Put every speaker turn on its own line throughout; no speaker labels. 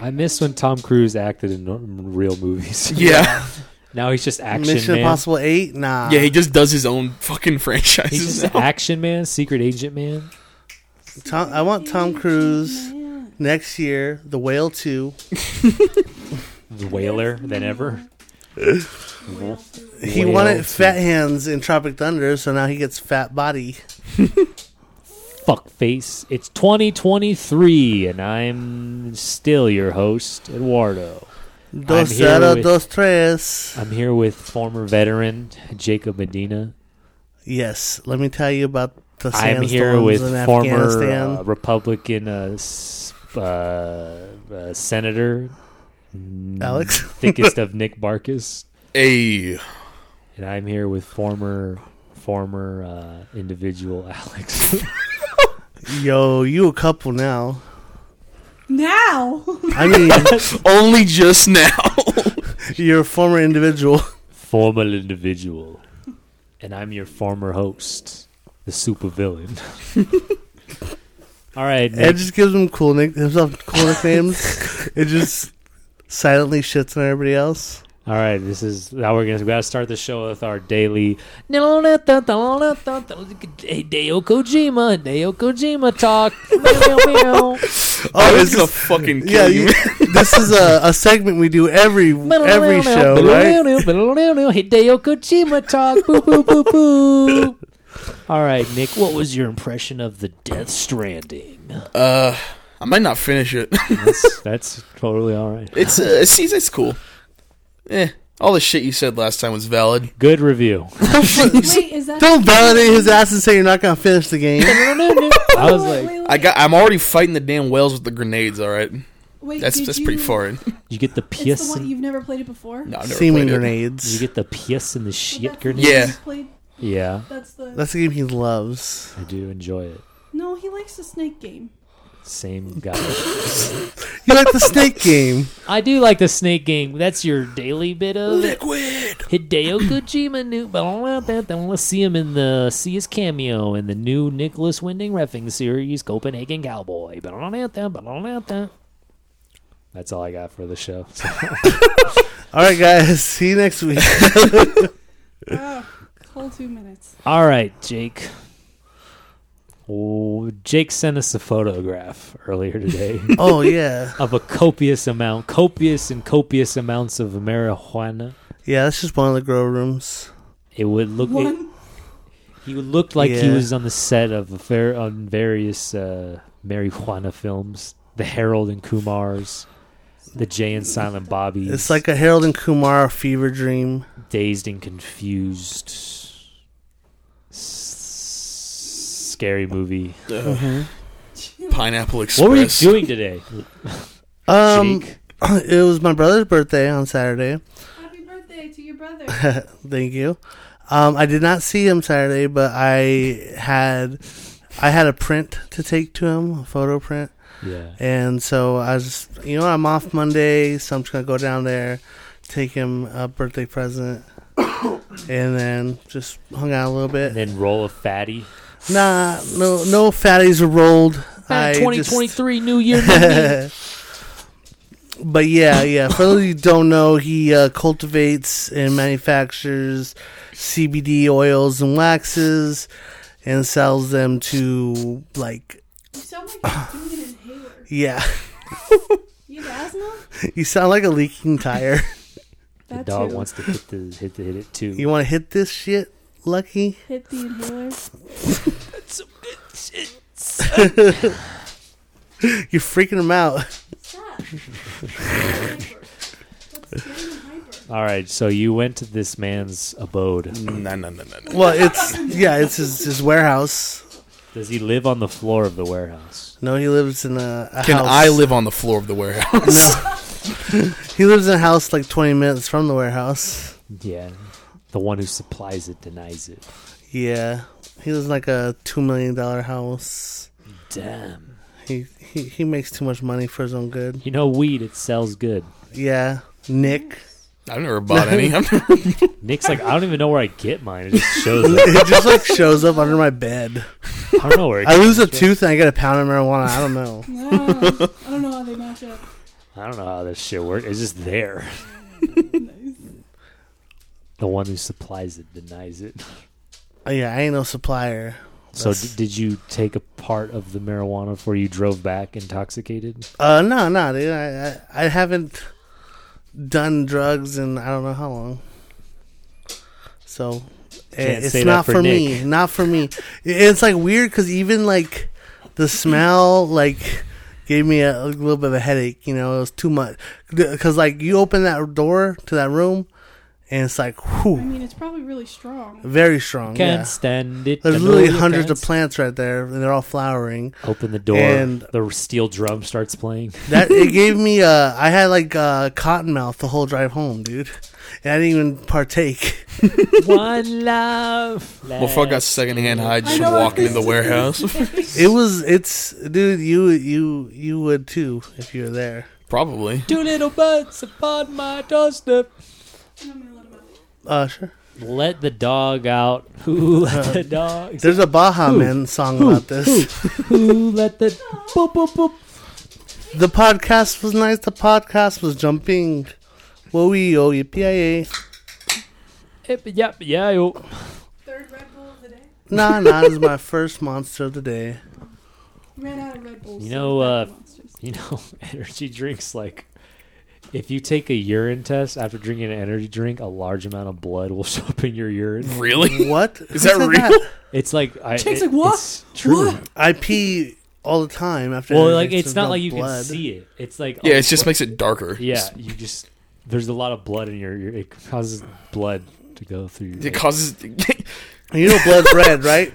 I miss when Tom Cruise acted in nor- real movies.
Yeah.
now he's just action
Mission
man.
Impossible Eight. Nah.
Yeah, he just does his own fucking
He's
franchises.
just
now.
action man, secret agent man.
Tom, I want Tom Cruise next year. The Whale Two.
Whaler than ever.
Mm-hmm.
He
Whale
wanted
two.
fat hands in Tropic Thunder, so now he gets fat body.
Fuck face. It's 2023, and I'm still your host, Eduardo.
Dos
here
cero,
with-
dos tres.
I'm here with former veteran Jacob Medina.
Yes, let me tell you about the
I'm
sandstorms
here with
in
former
Afghanistan.
uh, Republican uh, s- uh, uh, Senator,
Alex,
thickest of Nick Barkis,
Hey,
and I'm here with former former uh, individual Alex.
yo, you a couple now.
Now,
I mean,
only just now.
you're a former individual.
formal individual, and I'm your former host, the supervillain. All right, Nick.
Ed just gives him cool nick himself cool nicknames. it just silently shits on everybody else.
All right, this is now we're gonna we gotta start the show with our daily Hideo Kojima, Hideo Kojima talk. Meow,
I
Oh,
was
this
gonna
is,
fucking kill
yeah,
you.
you, this is a, a segment we do every
meow.
every show, right?
Hideo Kojima talk. Boo boo boo boo. All right, Nick, what was your impression of the Death Stranding?
Uh, I might not finish it.
That's, that's totally all right.
it's uh, it's it's cool. Eh, all the shit you said last time was valid.
Good review.
wait, is that
Don't validate his ass and say you're not gonna finish the game.
I was
Wait,
like,
wait, wait.
I got. I'm already fighting the damn whales with the grenades. All right,
Wait,
that's
did
that's
you,
pretty foreign.
you get the
It's the
piss.
one
and-
you've never played it before.
No, I've never
Seeming
played it.
You
grenades.
get the piss and the shit
that's the one
grenade.
Yeah.
he's Played,
Yeah,
that's the.
That's the game he loves.
I do enjoy it.
no, he likes the snake game.
Same guy.
You like the snake game.
I do like the snake game. That's your daily bit of
Liquid.
Hideo Kojima new. But I want that. Then let's see him in the see his cameo in the new Nicholas Winding Refn series, Copenhagen Cowboy. But I want that. But I want that. That's all I got for the show. So,
All right, guys. See you next week.
Ah, whole two minutes.
all right, Jake. Oh, Jake sent us a photograph earlier today
Oh yeah,
of a copious amount, copious and copious amounts of marijuana.
yeah. That's just one of the grow rooms.
It would look. it-
One.
He looked like he
Yeah.
was on the set of a fair on various uh, marijuana films, the Harold and Kumar's, the Jay and Silent Bobby.
It's like a Harold and Kumar fever dream.
dazed and confused, s- scary movie.
Pineapple Express.
What were you doing today,
Um,
Jake?
it was my brother's birthday on Saturday.
Happy birthday to your brother.
Thank you. Um, I did not see him Saturday, but I had I had a print to take to him, a photo print,
Yeah,
and so I was, just, you know, I'm off Monday, so I'm just gonna go down there, take him a birthday present, and then just hung out a little
and
bit.
then roll a fatty.
Nah, no, no fatties are rolled. I just-
Twenty twenty three, new year, new me.
but yeah, yeah. For those who don't know, he uh, cultivates and manufactures CBD oils and waxes, and sells them to like
you sound like you're doing an inhaler.
yeah.
You have asthma?
You sound like a leaking tire.
The
That
dog
too.
wants to hit the hit the hit it too.
You want to hit this shit, Lucky?
Hit the inhaler.
You're freaking him out.
Stop. Hyper. That's getting hyper.
All right, so you went to this man's
Mm.
abode.
No, no, no, no, no.
Well, it's yeah, it's his, his warehouse.
Does he live on the floor of the warehouse?
No, he lives in a, a
Can
house.
I live on the floor of the warehouse?
No. he lives in a house like 20 minutes from the warehouse.
Yeah. The one who supplies it denies it.
Yeah, he lives in like a two million dollar house.
Damn.
He, he he makes too much money for his own good.
You know, weed, it sells good.
Yeah, Nick.
I've never bought any. I'm never-
Nick's like, I don't even know where I get mine. It just shows up.
it just like shows up under my bed.
I don't know where it
Ah,
I lose a tooth and I get a pound of marijuana. I don't know.
No, I don't know how they match up.
I don't know how this shit works. It's just there. the one who supplies it denies it.
Oh, yeah, I ain't no supplier.
So, d-
That's-
did you take a part of the marijuana before you drove back intoxicated?
Uh, no, no, dude. I, I, I haven't done drugs in I don't know how long. So eh,
Can't
it's
say that
not
for
for, me. Not for me. It- It's like weird because even like the smell like gave me a, a little bit of a headache. You know, it was too much because like you open that door to that room, and it's like
I
whew,
mean, it's probably really strong.
very strong.
Can't
yeah.
stand it. I
There's
know
literally
you
hundreds
can't
of plants right there, and they're all flowering.
Open the door.
And-
the steel drum starts playing.
That it gave me uh I had like uh cotton mouth the whole drive home, dude. And I didn't even partake.
One love.
Motherfucker got secondhand high
I
just
know, I
walking in
was
the
just
warehouse.
It was it's dude, you you you would too if you were there.
Probably.
two little buds upon my doorstep.
And I'm gonna let him out.
Uh sure.
Let the dog out. Who let the dog?
There's a Baha Man song about this.
Who let the boop boop boop?
The podcast was nice, the podcast was jumping. Whoa oh PIA.
Yep, yep, Eh, yeah, yo.
Third Red Bull of the day.
Nah nah this is my first monster of the day.
Ran out of Red Bulls.
You
so
know,
we're
uh,
back to Monsters.
You know, energy drinks like. If you take a urine test after drinking an energy drink, a large amount of blood will show up in your urine.
Really?
What? Who
Is that
said
real?
It's like I,
Jake's
it-
like, "What?
It's true.
I pee all the time after
Well,
energy
like
drinks,
it's
there's
not
no
like you can
blood.
see it. It's like
Yeah,
oh,
it just makes it darker.
yeah. You just there's a lot of blood in your. your it causes blood to go through. Your
It causes.
And you know blood's red, right?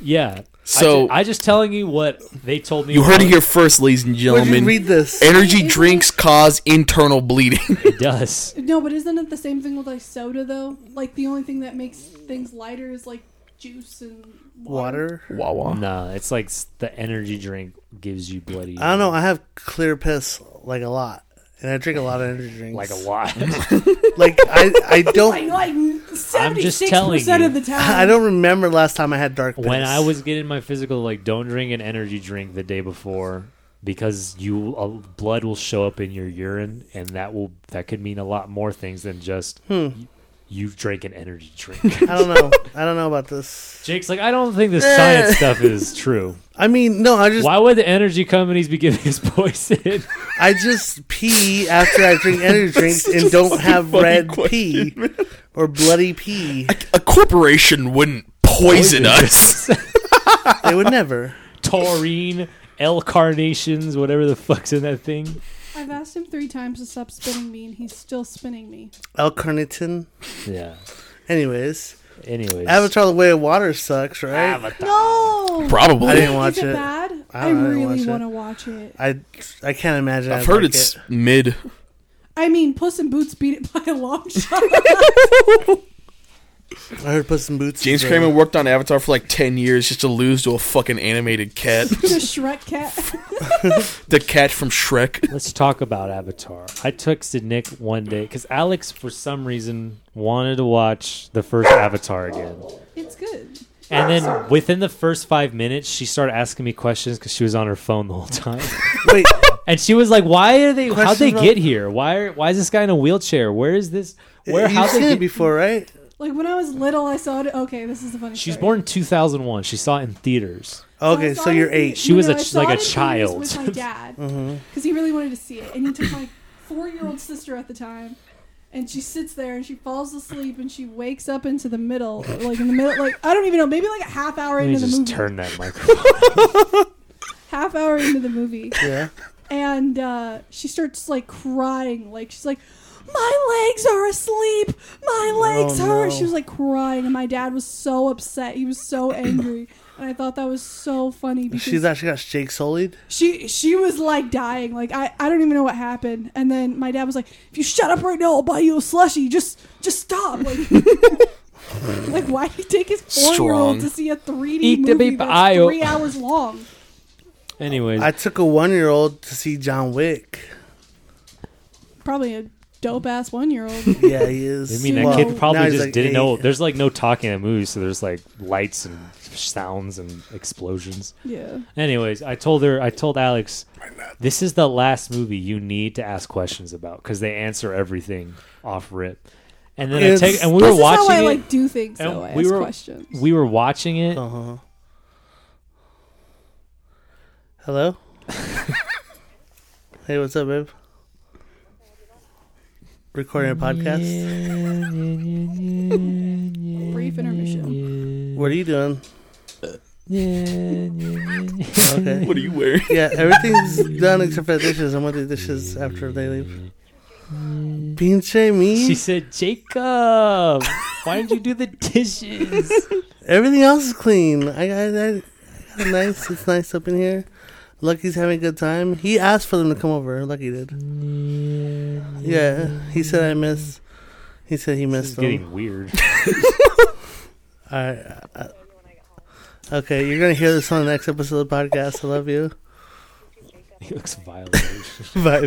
Yeah. I
So-
ju- I just telling you what they told me.
you heard it
about-
here first, ladies and
Where'd you
gentlemen.
read this?
Energy drinks cause internal bleeding.
It does.
No, but isn't it the same thing with like soda though? Like the only thing that makes things lighter is like juice and water.
Water?
Wawa.
nah, it's like s- the energy drink gives you bloody.
I don't know. I have clear piss like a lot, and I drink a lot of energy drinks.
Like a lot.
Like I, I
Like, um,
don't,
like
just
seventy-six
telling
percent
you.
of the time.
I don't remember last time I had dark piss.
when I was getting my physical, like don't drink an energy drink the day before because you uh, blood will show up in your urine, and that will that could mean a lot more things than just
Hmm.
you, you drank an energy drink.
I don't know. I don't know about this.
Jake's like, I don't think this science stuff is true.
I mean, no. I Eh. just,
Why would the energy companies be giving us poison?
I just pee after I drink energy drinks and don't have
fucking
red
question,
pee or bloody pee.
A corporation wouldn't poison us.
They would never.
taurine, L carnations, whatever the fuck's in that thing.
I've asked him three times to stop spinning me, and he's still spinning me.
L carnitin.
Yeah.
Anyways,
Anyways,
Avatar: The Way of Water sucks, right?
No,
Probably.
I
I
didn't watch
is it,
it.
bad?
I
I,
don't know, I didn't
really
watch it.
want to watch it.
I, I can't imagine.
have
I'd
heard
like
it's
it.
mid.
I mean, Puss in Boots beat it by a long shot.
I heard Puss in Boots.
James
is, uh,
Cameron worked on Avatar for like 10 years just to lose to a fucking animated cat.
the Shrek cat.
the cat from Shrek.
let's talk about Avatar. I texted Nick one day because Alex, for some reason, wanted to watch the first Avatar again.
It's good.
And then within the first five minutes, she started asking me questions because she was on her phone the whole time.
Wait,
and she was like, "Why are they? How'd they
Questions about-
get here? Why? Are, why is this guy in a wheelchair? Where is this? Where?
you've
How
seen
they
it
get?"
before, right?
Like when I was little, I saw it. Okay, this is the funny.
She's
story.
born in 2001. She saw it in theaters.
Okay,
I saw
so
it
you're
in the-
eight. Mm-hmm.
She was a
I
ch-
saw
like a
it in theaters
child.
with my dad because he really wanted to see it, and he took my four-year-old sister at the time, and she sits there and she falls asleep and she wakes up into the middle, like in the middle, like I don't even know, maybe like a half hour
Let me
into the
just
movie,
turn that microphone.
half hour into the movie,
Yeah.
and uh, she starts like crying, like she's like. My legs are asleep. My legs
Oh,
hurt.
no.
She was like crying, and my dad was so upset. He was so angry, and I thought that was so funny because
She's actually got Jake Sullied.
she she was like dying like I, I don't even know what happened and then my dad was like if you shut up right now i'll buy you a slushie just just stop like like why did he take his
Strong.
four-year-old to see a 3d
Eat the
movie
beep
that's
aisle.
three hours long
Anyways,
I took a one year old to see John Wick.
probably a dope ass one year old.
Yeah, he is.
I mean, that
Well,
kid
now
probably
he's
just
like
didn't
eight.
know. There's like no talking in that movie, so there's like lights and sounds and explosions.
yeah.
Anyways, I told her, I told Alex, this is the last movie you need to ask questions about because they answer everything off rip. And then I
It's-
take, and we
this
were
is
watching
how I
it.
like do things.
and
Though. I
we
ask
were-
questions.
we were watching it.
Uh huh. Hello. hey, what's up, babe? Recording a podcast.
Brief intermission.
What are you doing? Okay.
What are you wearing?
Yeah, everything's done except for the dishes. I'm gonna do dishes after they leave. Pinche
She
me.
said, Jacob, why didn't you do the dishes?
Everything else is clean. I got, I got a nice. It's nice up in here. Lucky's having a good time. He asked for them to come over. Lucky did. Yeah, he said I missed. He said he
This is
missed them.
getting weird.
All right. uh, Okay, you're gonna hear this on the next episode of the podcast. I love you.
He looks violent.
Bye.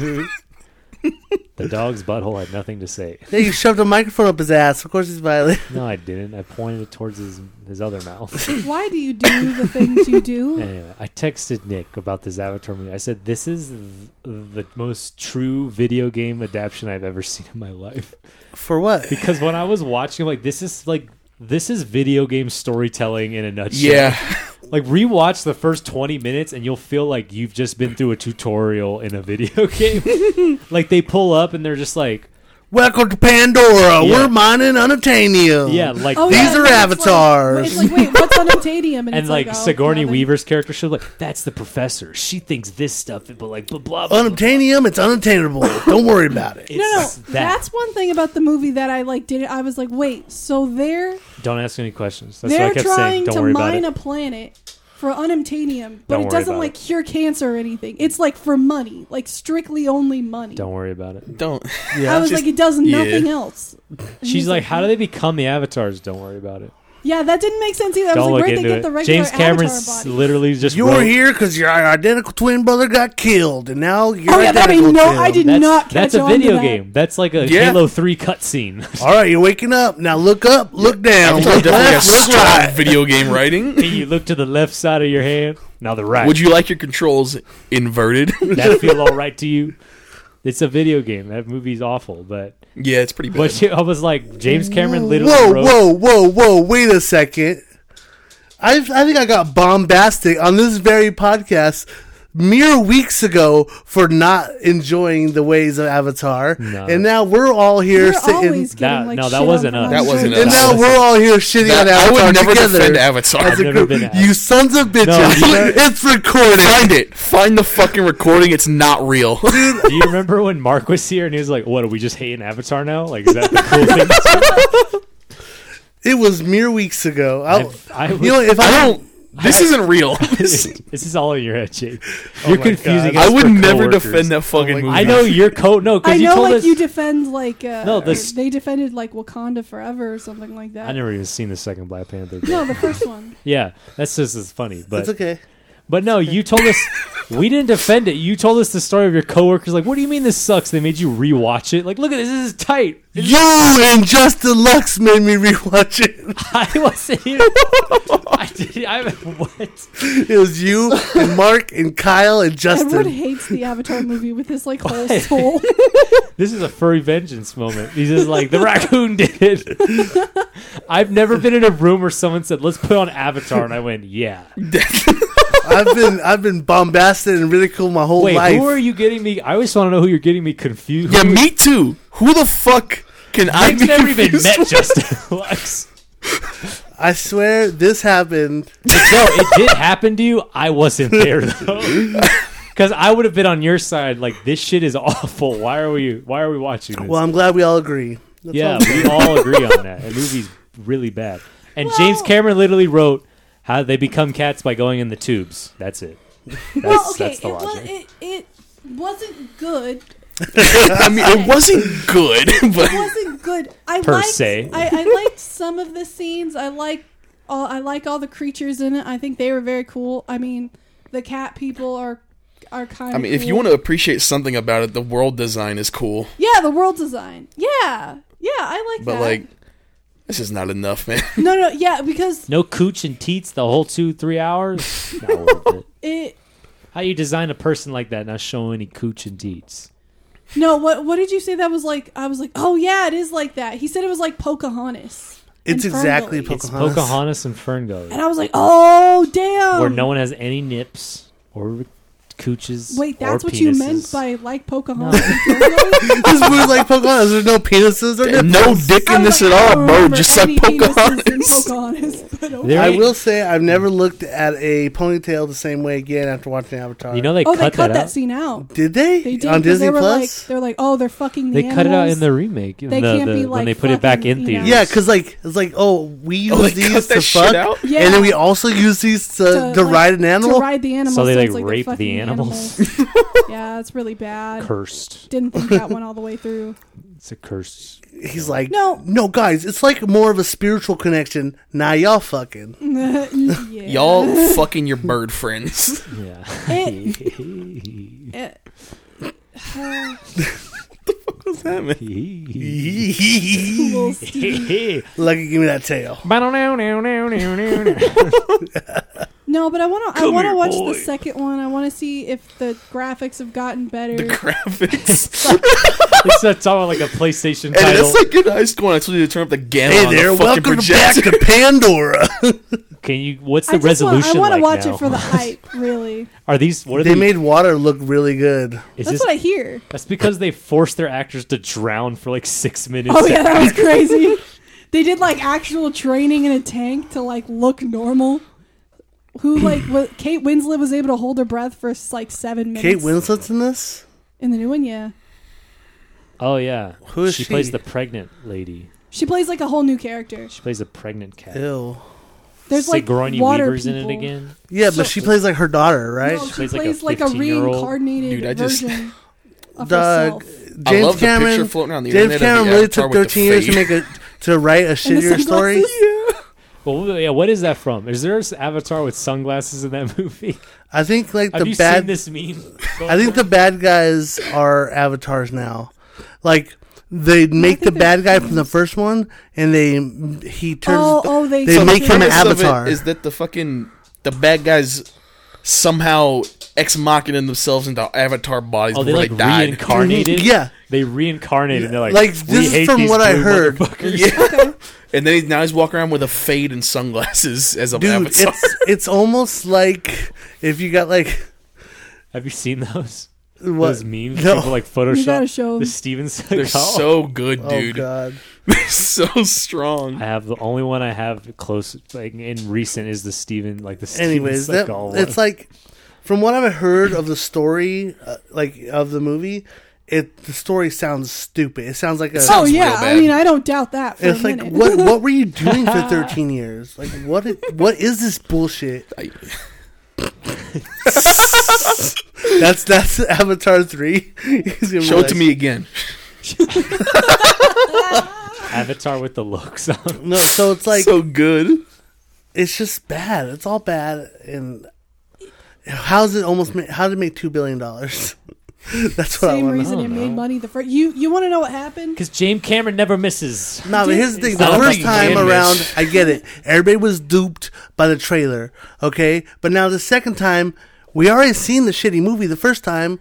The dog's butthole had nothing to say.
Yeah, you shoved a microphone up his ass. Of course he's violating.
No, I didn't. I pointed it towards his his other mouth.
Why do you do the things you do?
anyway, I texted Nick about this Avatar movie. I said, "This is th- the most true video game adaptation I've ever seen in my life."
For what?
Because when I was watching, I'm like, "This is like." This is video game storytelling in a nutshell.
Yeah.
Like rewatch the first 20 minutes and you'll feel like you've just been through a tutorial in a video game. like they pull up and they're just like,
Welcome to
Yeah.
Pandora. We're mining unobtainium.
yeah, like
Oh,
that-
yeah,
These are
and then it's like-
avatars.
It's like, wait, what's on Tadium? And,
and
it's
like
oh,
Sigourney
nothing.
Weaver's character, she's like, "That's the professor. She thinks this stuff, but like blah blah." blah, blah, blah.
Unobtainium, it's unobtainable. Don't worry about it.
It's
No,
that.
no, that's one thing about the movie that I like. Did I was like, wait, so they're
Don't ask any questions. That's what I
they're
kept saying.
trying
Don't
to
worry about
mine
it.
a planet for unobtainium, but
Don't
it
worry
doesn't
about
like
it.
cure cancer or anything. It's like for money, like strictly only money.
Don't worry about it.
Don't.
I was
Just-
like, it does
yeah.
nothing else. And
She's
he's
like, "How do they become the avatars?" Don't worry about it.
Yeah, that didn't make sense either. I
Don't
was
look
like, where'd they
into
get the
it.
regular
James Cameron
avatar body?
literally just
You
wrote,
were here because your identical twin brother got killed, and now you're
Oh, yeah, that'd be
identical
no-
to
I
him.
did-
That's,
not catch
that's a
on to
video
that.
game. That's like a
Yeah.
Halo Three cutscene.
All right, you're waking up. Now look up, look down,
Avatar
look
definitely
left,
has
look
strong
right.
video game writing.
you look to the left side of your hand. Now the right.
Would you like your controls inverted?
that feel all right to you? It's a video game. That movie's awful, but
yeah, it's pretty bad.
but she, I was like, James Cameron literally
Whoa,
wrote.
whoa, whoa, whoa! Wait a second. I I think I got bombastic on this very podcast mere weeks ago for not enjoying the ways of Avatar,
No.
and now we're all here
You're
sitting.
always
That-
getting like
no,
shit
that
on
wasn't
for
us.
That wasn't
and
us.
now we're all here shitting
That-
on Avatar
I would never
together.
defend Avatar.
As a
never
group.
been asked.
you sons of bitches!
you-
it's recorded.
Find it. Find the fucking recording. It's not real.
Do you remember when Mark was here and he was like, "What are we just hating Avatar now? Like, is that the cool thing?"
It was mere weeks ago. I'll,
I've- I was-
you know, if I,
I don't. This isn't real.
this is all in your head, Jake. You're
my
confusing.
God.
Us
Oh I would
for
never
coworkers.
defend that fucking
Oh my
movie.
I know your co. No,
I
because you
know,
told
like
us.
you defend like uh,
No,
no,
this-
they defended like Wakanda forever or something like that.
I never even seen the second Black Panther. but-
No, the first one.
Yeah, that's just as funny. But
it's okay.
but no, you told us we didn't defend it. You told us the story of your coworkers. Like, what do you mean this sucks? They made you rewatch it. Like, look at this. This is tight.
You and Justin Lux made me rewatch it.
I wasn't here. I did. I what?
It was you and Mark and Kyle and
Edward
Justin.
hates the Avatar movie with his like whole soul.
This is a furry vengeance moment. He's just like the raccoon did it. I've never been in a room where someone said, "Let's put on Avatar," and I went, "Yeah."
I've been I've been bombasted and ridiculed my whole
Wait,
life.
who are you getting me? I always want to know who you're getting me confused.
Yeah, me too. Who the fuck can I
I've
be
never even
confused
met
with?
Justin Lux.
I swear this happened.
No, it did happen to you. I wasn't there though. Because I would have been on your side. Like this shit is awful. Why are we? Why are we watching this?
Well, I'm glad we all agree. That's
yeah,
all.
we all agree on that. The movie's really bad. And James
Well-
Cameron literally wrote how they become cats by going in the tubes. That's it. That's,
well, okay,
that's the
it, was,
logic.
it it wasn't good.
I mean, it wasn't good, but
It wasn't good. I
Per
liked,
se.
I, I liked some of the scenes. I like all I like all the creatures in it. I think they were very cool. I mean, the cat people are are kind.
I mean, if you want to appreciate something about it, the world design is cool.
yeah, the world design. Yeah, yeah, I like
But
that.
like, this is not enough, man.
no, no, yeah, because
No cooch and teats the whole two three hours. Not worth it.
it.
How you design a person like that not show any cooch and teats?
No, what what did you say? That was like I was like, oh yeah, it is like that. He said it was like Pocahontas.
It's
and
exactly
Ferngully.
It's
Pocahontas.
Pocahontas and
And
Ferngully,
I was like, oh damn.
where no one has any nips or cooches.
Wait,
or
that's what you meant
penises.
by like Pocahontas. and Ferngully?
this movie's like Pocahontas. There's no penises or nipples.
no dick
I
in
was
this
like, "Oh,
at
I
all,
don't
bro.
remember
Just like
any penises in
Pocahontas.
Pocahontas, but okay.
There
I
ain't-
will say I've never looked at a ponytail the same way again after watching Avatar.
You know they
oh,
cut
they cut that,
out.
scene out.
did they,
They did
on
'cause
Disney
they were
Plus?
like they're like, oh, they're fucking. The
They cut it out in
animals.
the remake. in
They
the-
can't
the-
be,
when
like,
they put it back
fucking,
in
you
theaters.
know.
yeah, because like it's like oh we use
Oh, they cut
these to
that shit
fuck,
out?
Yeah.
and then we also use these to, to,
like,
ride an animal.
to ride the animals.
So they,
so
like,
it's they're
rape the
fucking
animals.
animals. yeah, it's really bad.
Cursed.
Didn't think that one all the way through.
It's a curse.
He's like,
No.
no, guys, it's like more of a spiritual connection. Now y'all fucking.
yeah.
Y'all fucking your bird friends.
Yeah.
Eh, It- little Stevie.
Lucky, give me that tail.
No, but I want to. I
Come
want to
here,
watch
boy.
the second one. I want to see if the graphics have gotten better.
The graphics.
it's not talking like a PlayStation
And
title.
that's like good high school. And I told you to turn up the gamma
Hey
on
there,
the fucking
welcome back
projector.
to Pandora.
Can you? What's the
I just wanna-
resolution?
I want to
like
watch
now?
it for the hype. Really,
Are these? What are
they
they?
made water look really good.
is
that's
this-
what I hear.
That's because they forced their actors to drown for like six minutes.
Oh yeah, that was crazy. they did like actual training in a tank to like look normal. Who like wa Kate Winslet was able to hold her breath for like seven minutes.
Kate Winslet's in this.
in the new one, yeah,
Oh yeah.
Who is
She plays
she?
the pregnant lady.
she plays like a whole new character.
She plays a pregnant cat.
Ew.
There's like
Sigourney
water
Weaver's in
people.
it again.
Yeah,
So-
but she plays like her daughter, right?
No, she
plays,
plays,
like, a
like a,
15-year-old.
reincarnated
Dude, I just-
version of
Doug,
herself.
I
James
love the
Cameron.
picture floating around the
James
internet. of the
Cameron really
avatar
took
with the
13 years to
fade.
make a to write a
And the
shittier story.
sunglasses?
Well, yeah. What is that from? Is there an Avatar with sunglasses in that movie?
I think like
Have
the
you
bad.
seen this meme?
I think the bad guys are avatars now. Like they make the
think they're
bad guy from the first one, and they he turns.
Oh, oh, they,
they
took
make
it
him an
out.
premise of it
avatar.
Is that the fucking the bad guys somehow ex machina themselves into avatar bodies
Oh, they
before
like
they died?
reincarnated.
Yeah.
They reincarnated. and They're like,
Like,
we
this is
hate
from
these
what I
blue
heard.
motherfuckers."
and then he's, now he's walking around with a fade and sunglasses as an
Dude,
avatar.
it's it's almost like if you got like
Have you seen those?
what?
Those memes
No.
people like Photoshop.
You gotta show 'em.
the Steven Seagal.
They're so good,
oh
dude.
god,
They're so strong.
I have the only one I have close like in recent is the Steven like the Steven
Anyways, that,
Seagal one.
it's like from what I've heard of the story, uh, like of the movie, it the story sounds stupid. It sounds like a.
Oh
Sounds
yeah,
real
I
bad.
mean I don't doubt that. For
it's
a
like
minute.
what what were you doing for thirteen years? Like what i- what is this bullshit?
I-
That's that's Avatar three. He's gonna be
Show it
like,
to me again.
Avatar with the looks on.
No, so it's like
so good.
it's just bad. It's all bad. And how's it almost? Make, how did it make two billion dollars? That's what I want. to
Same
know.
I
reason it
don't
made
know.
money the first. You you want to know what happened?
Because James Cameron never misses.
No, but here's the thing. The
I don't
first
think you
time
can miss.
around, I get it. Everybody was duped by the trailer, okay? But now the second time, we already seen the shitty movie the first time.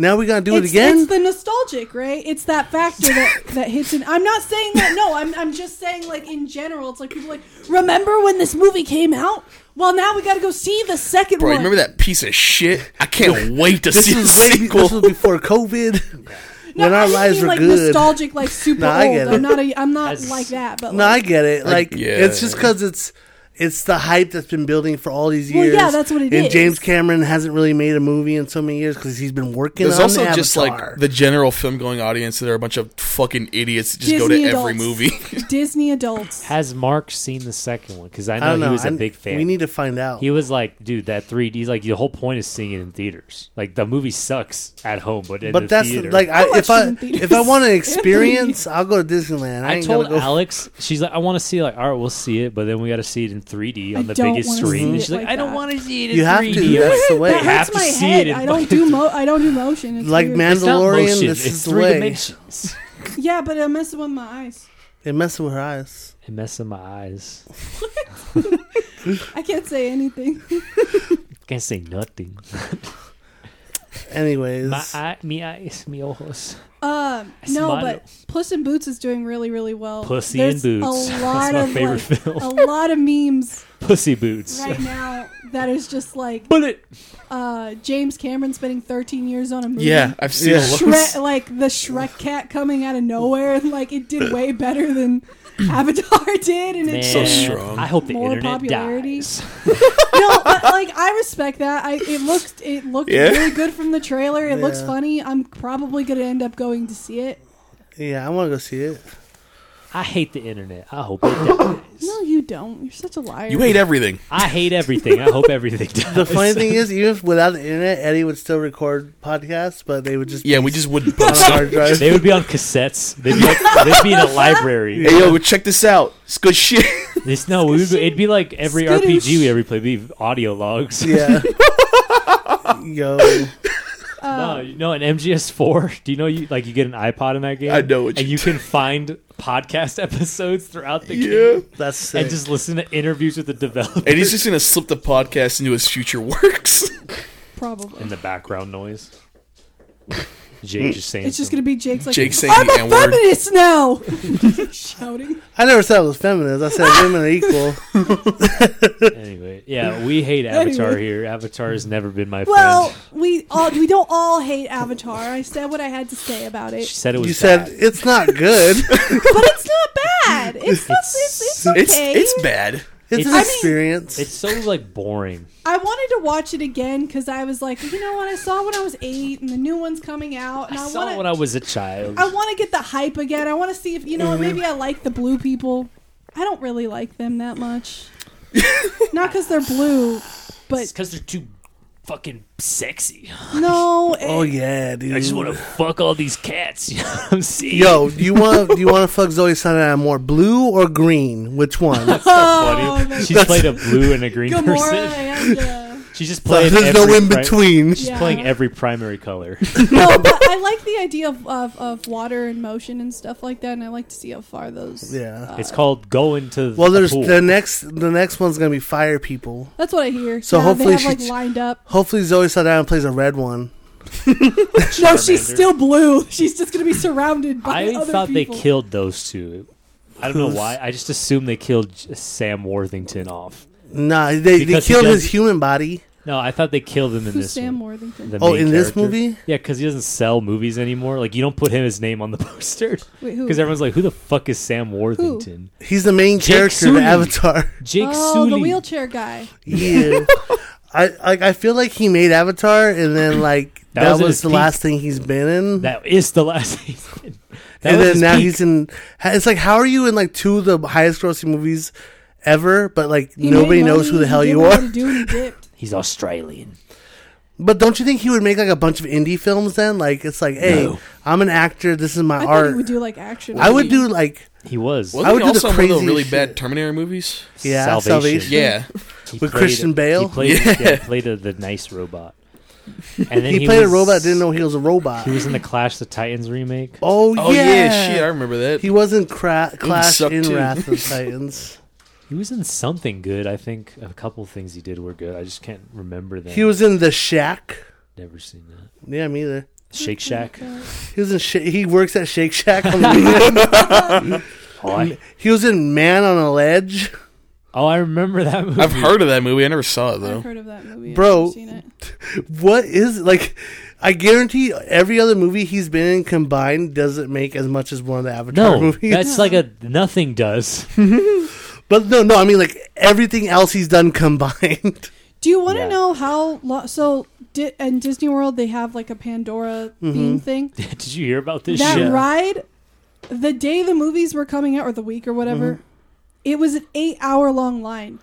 Now we gotta do
It's,
it again.
it's the nostalgic, right? It's that factor that, that hits in. I'm not saying that. No, I'm I'm just saying like in general, it's like people are like remember when this movie came out? Well, now we got to go see the second
Bro, you
one.
remember that piece of shit? I can't wait to
this
see the
was way.
sequel.
This was before COVID.
No,
when
I
our
just
lives
mean,
were
like
good.
nostalgic, like super
No, I
old.
get it.
I'm not a, I'm not
That's-
like that, but
No, I
like,
get it. Like
yeah.
it's just because it's it's the hype that's been building for all these
Well,
years.
yeah, that's what it
it is. and
is.
James Cameron hasn't really made a movie in so many years because he's been working.
There's
on
also
Avatar.
just like the general film going audience that are a bunch of fucking idiots that just go to
Disney
every
adults.
movie.
Disney adults.
Has Mark seen the second one? Because I
I
know
don't know.
he was a
I-
big fan.
We need to find out.
he was like, dude, that 3D. Like the whole point is seeing it in theaters. Like the movie sucks at home, but in
but
the
that's
theater.
like
I
I, if
watched it
I
in theaters.
if I want an experience, I'll go to Disneyland. I,
I
ain't
told
gonna go.
Alex, she's like, I want to see. it." Like, all right, we'll see it, but then we got to see it in 3D
I
on the
don't
biggest
wanna
screen.
see
And
it
she's like,
like
I don't
that.
want to see it. In
You have
3D.
to. That's the
That
way.
You have
hurts
to
my
see
head.
it in
I don't do mo- I don't do motion. It's
Like
weird.
It's not
Mandalorian,
motion,
this
it's
is the
three
way.
dimensions.
Yeah, but it messes with my eyes.
It messes with her eyes.
It messes with my eyes.
I can't say anything.
Can't say nothing.
Anyways,
My eye, me eyes, me ojos.
Um,
I
no,
smile.
but Puss in Boots is doing really, really well.
Pussy
There's
in Boots.
A
That's
lot
my
of
favorite
like,
film.
a lot of memes
Pussy boots.
right now that is just like
Bullet.
uh, James Cameron spending 13 years on a movie.
Yeah, I've seen
Yeah.
all those.
Shre- like the Shrek cat coming out of nowhere, and like it did way better than Avatar did, and it's
So
Man,
strong.
I hope the
More
internet
popularity.
dies.
no, but like I respect that. I it looked it looked
Yeah.
really good from the trailer. It looks
Yeah.
funny. I'm probably gonna end up going to see it.
yeah, I want to go see it.
I hate the internet. I hope it dies.
No, you don't. You're such a liar.
You hate everything.
I hate everything. I hope everything dies.
The funny thing is, even if without the internet, Eddie would still record podcasts, but they would just
Yeah, we just wouldn't
on a
put
hard
stuff.
drive.
they would be on cassettes. They'd be, like, they'd be in a library.
Hey yo, check this out. It's good shit.
This no, we would, it'd be like every
Skittish.
RPG we ever played. Be audio logs.
yeah. Yo,
No, you know, in MGS4, do you know you like you get an iPod in that game?
I know what
and
you
you can find podcast episodes throughout the
yeah.
game
that's
and
sick.
just listen to interviews with the developer
And he's just gonna slip the podcast into his future works.
probably.
in the background noise. Jake just saying
It's just
something.
gonna be Jake's like
Jake saying
I'm
the
a
N word.
feminist now, shouting.
I never said I was feminist. I said women are equal.
anyway. Yeah, we hate Avatar
Anyway.
here. Avatar has never been my
Well,
friend.
we all we don't all hate Avatar. I said what I had to say about
She
it,
said it was
You said
bad.
it's not good.
but it's not bad. It's not, it's, it's okay.
It's it's bad.
It's
I
an
mean-
experience.
it's so like boring.
I wanted to watch it again because I was like, you know what? I saw when I was eight, and the new one's coming out,
I,
and I,
saw it when
want
I
to.
was a child.
I want to get the hype again. I want to see if you know what. Maybe
Mm-hmm.
I like the blue people. I don't really like them that much. Not because they're blue, but
because they're too fucking sexy.
no. it-
oh yeah, dude.
I just want to fuck all these cats. You know what I'm seeing.
Yo, do you want do you want to fuck Zoe Saldana more, blue or green? Which one?
Oh, man.
She's played a blue and a green
Gamora
person.
and uh,
She's just
There's
playing. every
no in
pri-
between.
She's
Yeah.
playing every primary color.
no, but I like the idea of, of, of water and motion and stuff like that, and I like to see how far those.
Yeah.
It's called going to.
Well, there's
the pool.
the next the next one's gonna be fire people.
That's what I hear.
So
Yeah,
hopefully
they have,
she-
like lined up.
Hopefully Zoe Saldana plays a red one.
No, she's
Charmander.
still blue. She's just gonna be surrounded by
I
other
thought
people.
they killed those two. I don't know
Who's-
why. I just assumed they killed J- Sam Worthington off.
Nah, they, they
Because he
killed
does-
his human body.
No, I thought they killed him in
Who's
this
Sam
one.
Worthington?
The
Oh,
main
in this
character.
movie?
Yeah, because he doesn't sell movies anymore. Like you don't put him his name on the poster
Wait, who?
because everyone's like, "Who the fuck is Sam Worthington?"
He's the main
Jake
character
Sully.
in Avatar.
Jake
oh,
Sully.
the wheelchair guy.
Yeah. I like I feel like he made Avatar and then like
That
that,
was
was,
his
the
peak.
last thing he's been in.
That is the last season. That
and
was
then
his
now
peak.
he's in ha- it's like how are you in like two of the highest grossing movies ever, but like
He
nobody
made
knows
money,
who the
he
hell
did
you
what
are.
he Do, and he dipped.
He's Australian.
But don't you think he would make like a bunch of indie films then? Like it's like, hey,
No.
I'm an actor, this is my
I thought
art.
he would do like action.
I would do like
He was.
Wasn't I
would
would
do the
also one of the
craziest
really
shit.
bad Terminator movies?
yeah, Salvation.
Yeah.
He
With Christian Bale?
He played, yeah.
Yeah.
he played a, the nice robot. And then
he, played
was-
a robot, didn't know he was a robot.
He was in the Clash of the Titans remake.
oh,
Oh
yeah.
yeah, shit, I remember that.
He was in cra- Clash
sucked
in
too.
Wrath of Titans.
He was in something good. I think a couple things he did were good. I just can't remember them.
He was in The Shack.
never seen that.
Yeah, me either.
Shake Shack.
He was in. Sha he works at Shake Shack. On the weekend.
Oh I,
he was in Man on a Ledge.
oh, I remember that movie.
I've heard of that movie. I never saw it
I've
though.
heard of that movie. I've
Bro.
never seen it.
What is like? I guarantee every other movie he's been in combined doesn't make as much as one of the Avatar
No,
movies.
that's like a nothing does.
But no, no, I mean like everything else he's done combined.
Do you want to
Yeah.
know how? Lo- so, di- in Disney World, they have like a Pandora
Mm-hmm.
theme thing.
Did you hear about this
That
shit?
ride, the day the movies were coming out, or the week, or whatever,
Mm-hmm.
it was an eight-hour-long line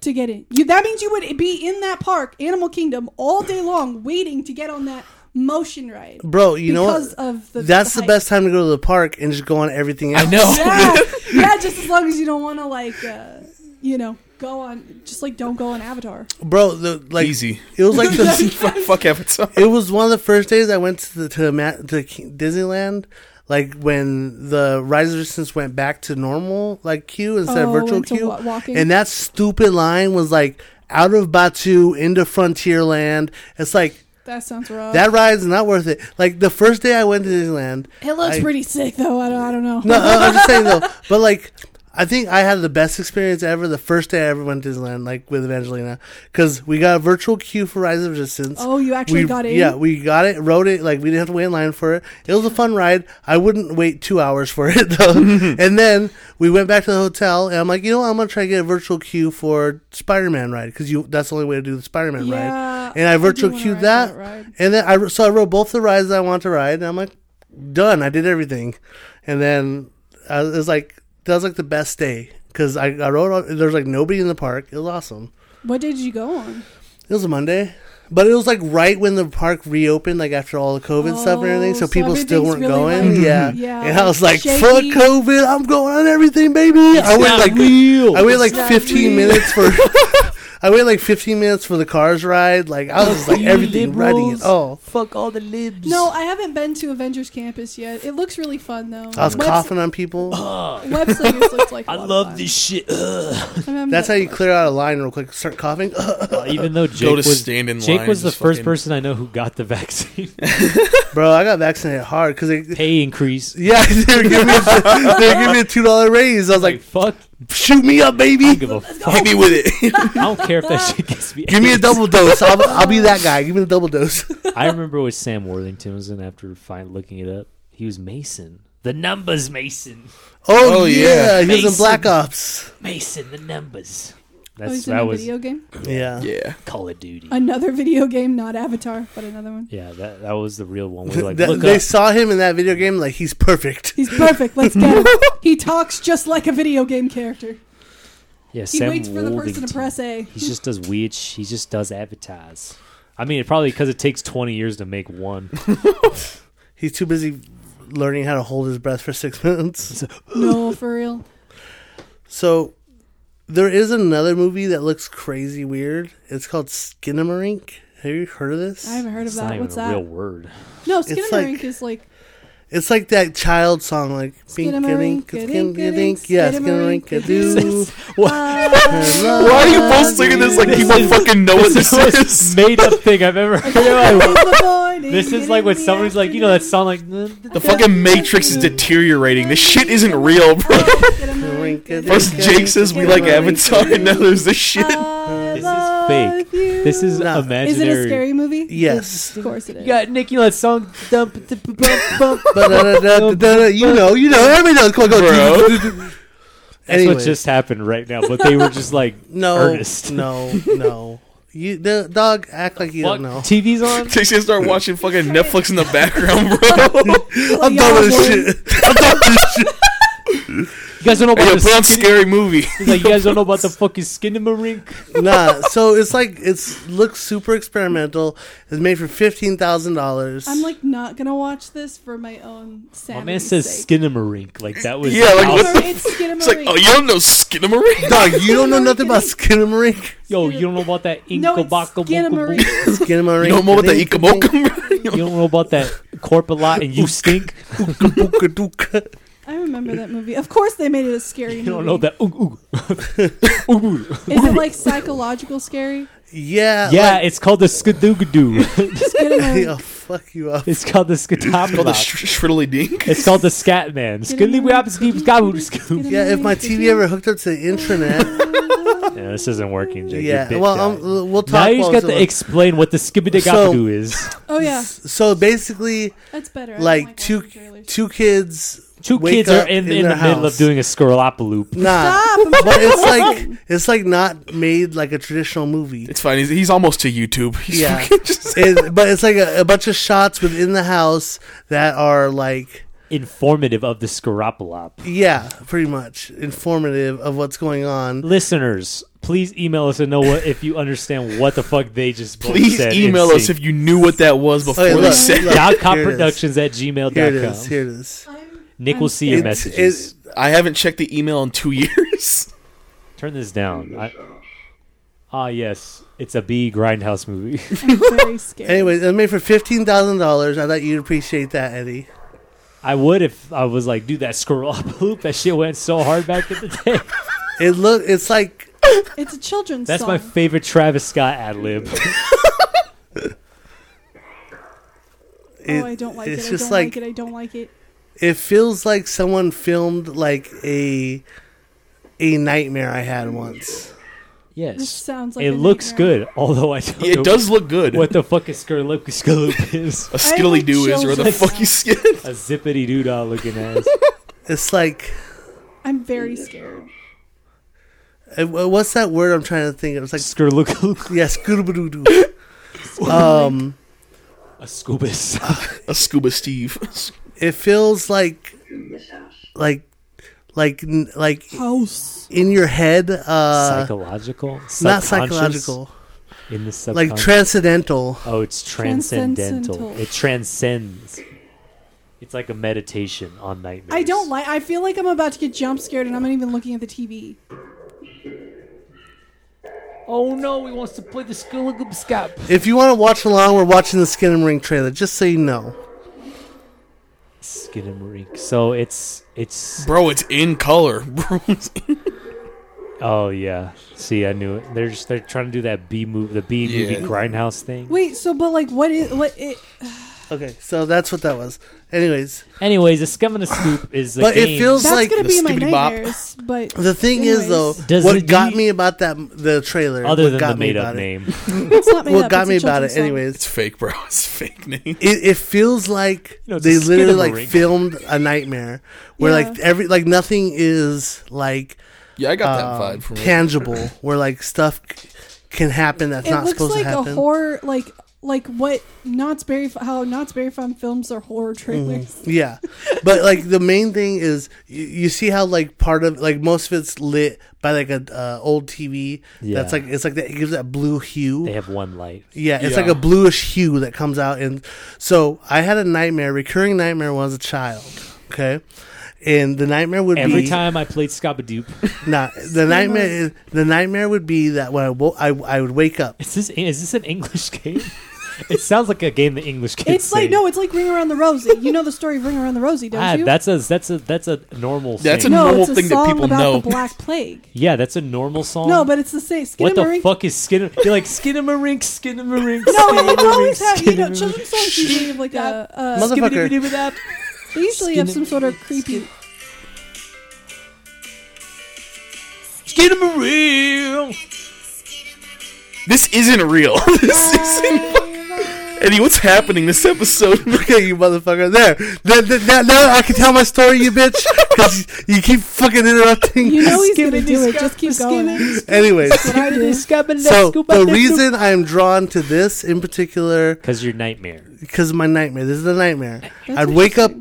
to get in. You that means you would be in that park, Animal Kingdom, all day long, waiting to get on that motion ride.
Bro, you
because
know what?
of the
That's the
hype.
best time to go to the park and just go on everything else.
I know.
Yeah, yeah. Just as long as you don't want to like, uh, you know, go on. Just like don't go on Avatar.
bro. The, like
Easy.
It was like the
fuck, fuck Avatar.
it was one of the first days I went to the, to, Ma- to K- Disneyland. Like when the Rise of Resistance went back to normal, like queue instead
Oh,
of virtual
into
queue,
wa- walking.
and that stupid line was like out of Batu into Frontierland. It's like
That sounds rough.
that ride's not worth it. Like the first day I went to Disneyland,
it looks
I-
pretty sick though. I don't, I don't know.
no, I- I'm just saying though. But like, I think I had the best experience ever the first day I ever went to Disneyland, like with Evangelina, because we got a virtual queue for Rise of Resistance.
Oh, you actually
we,
got in?
Yeah, we got it, rode it. Like we didn't have to wait in line for it. It was a fun ride. I wouldn't wait two hours for it though. and then we went back to the hotel, and I'm like, you know, what? I'm gonna try to get a virtual queue for Spider-Man ride because you that's the only way to do the Spider-Man
Yeah,
ride. And I
I do
virtual
wanna
queued
ride that
that,
ride.
and then I so I rode both the rides that I want to ride, and I'm like, done. I did everything, and then I, it was like that was like the best day because I I rode. on- There was like nobody in the park. It was awesome.
What day did you go on?
It was a Monday, but it was like right when the park reopened, like after all the COVID stuff and everything, so,
Oh, so
people still
everything's
weren't
really,
going.
like,
yeah,
yeah,
And I was like,
shaky.
fuck COVID. I'm going on everything, baby. I went
not
like
real.
I waited like
It's not
15
real.
minutes for. I waited like 15 minutes for the cars ride. Like I was like everything riding it. Oh.
fuck all the libs.
No, I haven't been to Avengers Campus yet. It looks really fun though.
I was
Web-
coughing on people.
Oh, Web Slingers looks like. I
I love this shit. Ugh.
That's how you clear out a line real quick. Start coughing.
Well, even though Jake
to
was
stand in
Jake
line
was
and
the
just
first
fucking-
person I know who got the vaccine.
Bro, I got vaccinated hard because they.
Pay increase.
Yeah, they were giving me a, they were giving me a two dollar raise. I was
Like
like,
fuck,
"Shoot me up,
I don't
baby!
give a fuck.
Hit me with it.
I don't care if that shit gets me.
Give me a double dose. I'll, I'll be that guy. Give me the double dose."
I remember with Sam Worthington was in after fine looking it up. He was Mason. The numbers, Mason.
Oh,
Oh,
yeah,
yeah.
he was in
Mason.
Black Ops.
Mason, the numbers.
Oh,
That's
he's in
that
a
was
video game.
Yeah,
yeah.
Call of Duty.
Another video game, not Avatar, but another one.
yeah, that that was the real one. We were like,
That-
look
they
up.
saw him in that video game. Like he's perfect.
He's perfect. Let's get him. He talks just like a video game character.
Yeah,
He
Sam
waits for the person to
Worthington.
press A.
He just does weird. Sh- he just does advertise. I mean, it probably because it takes twenty years to make one.
He's too busy learning how to hold his breath for six minutes.
No, for real.
So there is another movie that looks crazy weird. It's called Skinamarink. Have you heard of this?
I haven't heard of
It's not
that.
even
What's
a
that?
real word.
No,
like-
Skinamarink is like
It's like that child song, like skinamarink,
Skinamarink, skinamarink,
yeah,
skinamarink,
skinamarink, do.
Uh,
Why are you both singing this like people fucking know what this is?
made up thing I've ever heard. This
this
is like when somebody's like, you know, that song like.
The fucking Matrix is deteriorating. This shit isn't real, bro. First Jake says we like Avatar, and now there's this shit.
Oh.
This is fake. This is
No.
imaginary.
Is it a scary movie?
Yes.
Of course it is.
You got Nicki Minaj song. Dump, dump, dump, dump.
uh, Ba-da-da-da-da-da. You know, you know, everybody knows. Come on, go.
That's
Anyways.
what just happened right now. But they were just like,
No,
Ernest.
no, no. You, the dog, act like you
"Fuck,
don't know.
TV's on."
They should start watching fucking Netflix in the background, bro.
I'm done with this shit.
You guys don't know
Hey, yo,
about
put on
the skin-
scary movie.
He's like, you guys don't know about the fucking skinamarink.
Nah. So it's like it's looks super experimental. It's made for fifteen thousand dollars.
I'm like not gonna watch this for my own
My
sanity.
man says
sake.
skinamarink. Like that was
Yeah, like,
out-
what
Or It's
It's like,
Skinamarink.
oh, you don't know Skinamarink?
dog. You don't know nothing about skinamarink.
yo, you don't know about that
no, it's
inkabaka.
Skinamarink.
Skinamarink.
You don't know about the Ikamokum,
You don't know about that corpulot and you stink.
Ikamoka.
I remember that movie. Of course, they made it a scary
You
movie.
don't know Oh, that. Ooh, ooh. ooh.
Is it like psychological scary?
Yeah.
Yeah, it's called the skadoogadoo.
Like,
Skinamarink.
I'll fuck you up.
it's called the
Called the
skatopulot.
Sh- Shriddly Dink.
It's called the scat man. Skidly
Yeah, if my TV ever hooked up to the intranet,
Yeah, this isn't working, Jake. you
yeah.
bitch
Well,
ass.
um, we'll talk.
now you just
while
got
it's
to
on.
explain what the skibbidigapadoo
So-
is.
Oh yeah,
so basically,
that's better. I don't
like two
watching trailers.
two kids,
Two
wake
kids
up
are in, in,
their
the middle of
house.
doing a skurlapaloop.
Nah,
Stop! I'm
but it's like
watching.
it's like not made like a traditional movie.
It's fine. He's, he's almost to YouTube. He's
Yeah.
fucking just.
It- but it's like a, a bunch of shots within the house that are like
Informative of the skurapalop.
yeah, pretty much informative of what's going on.
listeners, please email us and know what if you understand what the fuck they just both
Please
said
email us if you knew what that was before
Okay,
they
look,
said.
look,
dot
here it is.
productions at
Here it is.
gmail.com.
Here it is.
I'm-
Nick will see your
I'm
It's-
messages.
I haven't checked the email in two years.
Turn this down. I- Ah, yes, it's a B grindhouse movie.
I'm very scared.
Anyways, it was made for fifteen thousand dollars. I thought you'd appreciate that, Eddie.
I would if I was like, dude, that scroll up loop, that shit went so hard back in the day.
It look. It's like
Oh, it's a children's
That's
song.
my favorite Travis Scott ad lib.
it-
oh, I don't like
it's
it. I
just
don't
like-
like, it. I don't like it.
it feels like someone filmed like a a nightmare I had once.
Yes,
This sounds like
it
a
looks
nightmare.
good. Although I don't know
It does look good.
what the fuck a scurloop scurloop is.
a skiddly doo is, or the
chills.
fuck you skid.
A zippity doodah looking ass.
It's like
I'm very scared.
uh, what's that word I'm trying to think of? It's like
Scurloop,
yes, yeah, Um,
a scoobus.
A scuba Steve.
it feels like like like n- like
House.
in your head. Uh,
psychological,
not
Subconscious?
psychological,
in the subconscious.
like transcendental.
oh, it's transcendental.
Transcendental.
It transcends. It's like a meditation on nightmares.
I don't like. I feel like I'm about to get jump scared, and I'm not even looking at the TV.
Oh no, he wants to play the scurloop scap.
If you want to watch along, we're watching the Skin and Ring trailer. Just so you know,
Skin and rink. So it's it's.
Bro, it's in color. Bro, it's in-
Oh yeah. See, I knew it. They're just they're trying to do that B move, the B
Yeah.
movie grindhouse thing.
Wait, so but like, what is what? It,
okay. So that's what that was. Anyways,
Anyways, the scum and the scoop is the
But it
game.
feels- It's
that's
like
gonna
the
be in my
skibbity bop.
nightmares. But
the thing is though,
Anyways.
Does
what
it- do
got
you-
me about that the trailer,
other
what
than
got
the
me
made
about
up
it-
name.
it's not made
what
up,
got
it's a
me about it,
children's song.
it's
anyways,
fake, bro. It's fake name.
it, it feels like
You know, it's
they
a skin
literally
of a
like
ring.
filmed a nightmare where
Yeah.
like every like nothing is like
Yeah, I got that
um,
vibe from it.
tangible, where like stuff c- can happen that's
It
not
looks
supposed
like
to
a
happen.
horror, like like what Knott's Berry, F- how Knott's Berry Farm films their horror trailers.
Yeah, but like the main thing is you, you see how like part of like most of it's lit by like a uh, old TV
Yeah.
that's like it's like that it gives that blue hue.
They have one light.
Yeah, it's
Yeah.
like a bluish hue that comes out, and so I had a nightmare, recurring nightmare when I was a child. Okay, and the nightmare would
Every
be
time I played Scabadoop,
nah, the nightmare is, the nightmare would be that when I, wo- I I would wake up.
is this is this an English game? it sounds like a game the English kids.
It's like
say.
no, it's like Ring Around the Rosie. You know the story of Ring Around the Rosie, don't
Ah,
you?
that's a that's a that's a normal.
That's
thing.
a-
no,
normal
it's a
thing that
song
people
about
know.
the Black Plague.
yeah, that's a normal song.
No, but it's the same. Skin
what
and
the fuck is skin? You're like skinamarink, skinamarink.
No, they always have you know children's songs usually have like a uh,
Motherfucker.
they usually have some sort of
Skin-
creepy.
skinamarink.
This isn't real. this isn't. Eddie, what's happening this episode?
Okay, you motherfucker, there. Th- th- now, now I can tell my story, you bitch, because you, you keep fucking interrupting.
You know he's
Skin
gonna
and
do it.
discuss
Just keep
the
going.
skin
Anyways,
That's what I do.
so the reason I am drawn to this in particular
because your nightmare.
because of my nightmare. This is a nightmare.
That's
I'd wake up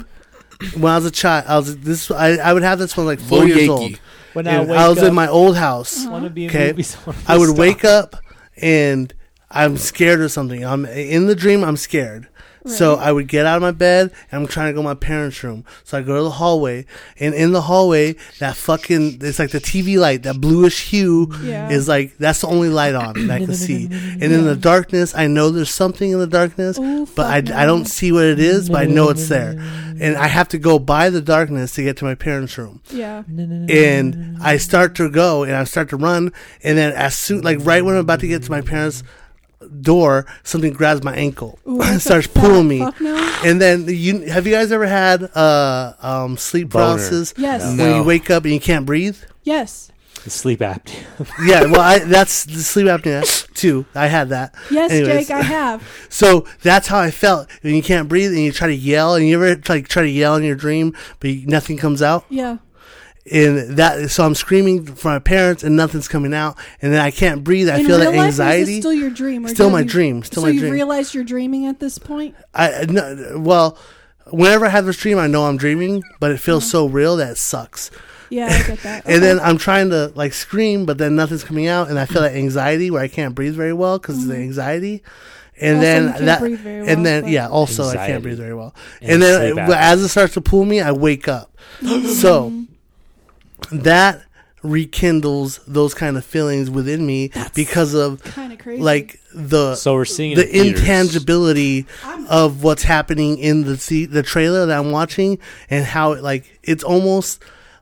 interesting.
when I was a child. I was this. I, I would have this when I was like four
Lil
years
Yankee.
old.
When
And I, was in my old house.
Uh-huh.
wanna be in
Okay.
movies, wanna be
I would
a
wake
star.
up and I'm scared or something. I'm in the dream. I'm scared. So
Right.
I would get out of my bed and I'm trying to go to my parents' room. So I go to the hallway and in the hallway that fucking it's like the TV light that bluish hue
Yeah.
is like that's the only light on that I can see. And in the darkness, I know there's something in the darkness,
Ooh,
but I,
fuck
I don't see what it is, but I know it's there. And I have to go by the darkness to get to my parents' room
Yeah.
and I start to go and I start to run, and then as soon like right when I'm about to get to my parents' door, something grabs my ankle,
Ooh, that's a
starts
fat
pulling me,
fuck no.
and then you have you guys ever had uh um sleep
Boner.
paralysis
Yes.
No.
where
No.
you wake up and you can't breathe?
Yes.
Sleep apnea.
Yeah, well I that's the sleep apnea too. I had that.
Yes,
Anyways.
Jake, I have.
So that's how I felt. And you can't breathe, and you try to yell, and you ever like try to yell in your dream, but you, nothing comes out.
Yeah.
and that so I'm screaming for my parents and nothing's coming out and then I can't breathe. I
In
feel
real
that
life, or is this
anxiety.
still your dream. Or
Still
do
my
you-
dream, still
so
my
you
dream.
realize you're dreaming at this point.
I no, well, whenever I have this dream, I know I'm dreaming, but it feels so real that it sucks.
Yeah, I get that.
And then
Okay.
I'm trying to like scream, but then nothing's coming out, and I feel that anxiety where I can't breathe very well because of the anxiety. And
Mm-hmm. Also,
then
you can't
that,
breathe very well,
and then
but-
yeah, also I
Anxiety.
can't breathe very well.
And
And, then
sleep
but as it starts to pull me, I wake up. so that rekindles those kind of feelings within me because of
Kind of crazy.
like the
So we're seeing
the
it in theaters.
intangibility
I'm-
of what's happening in the se- the trailer that I'm watching and how it like it's almost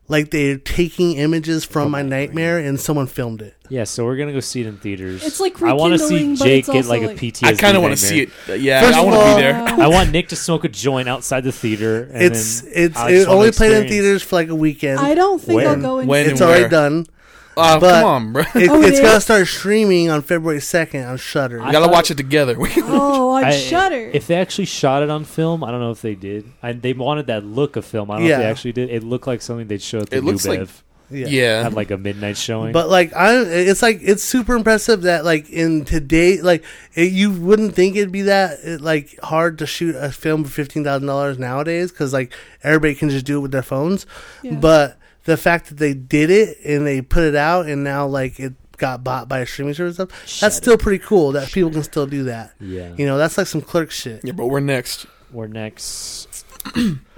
like they're taking images from my nightmare and someone filmed it.
Yeah, so we're gonna go see it in theaters.
It's like
I want to see
rekindling, but
Jake
it's
get
also
like a
like-
PTSD.
I kind of want
nightmare.
to see it. Uh, Yeah,
First
I
of
want to
all-
be there.
Wow.
I want Nick to smoke a joint outside the theater. And
it's
then
it's
I
it
just wanna
only played in
experience-
theaters for like a weekend.
I don't think I'll
When?
go in.
When?
it's
and
already
where?
done.
Oh,
But
come on, bro.
It,
Oh, it
it's gonna
is?
start streaming on February second on Shutter.
We
I-
gotta
thought-
watch it together.
Oh, on
I-
Shutter.
If they actually shot it on film, I don't know if they did. I, they wanted that look of film. I don't know if
Yeah.
they actually did. It looked like something they'd show at the
It
New
looks like-
Bev
yeah.
yeah.
at like a midnight showing.
But like I, it's like it's super impressive that like in today, like it, you wouldn't think it'd be that it, like hard to shoot a film for fifteen thousand dollars nowadays because like everybody can just do it with their phones.
Yeah.
But the fact that they did it and they put it out and now like it got bought by a streaming service, and stuff, that's
Shut
still pretty cool that people can still do that.
yeah,
You know, that's like some clerk shit.
Yeah, but we're next.
we're next.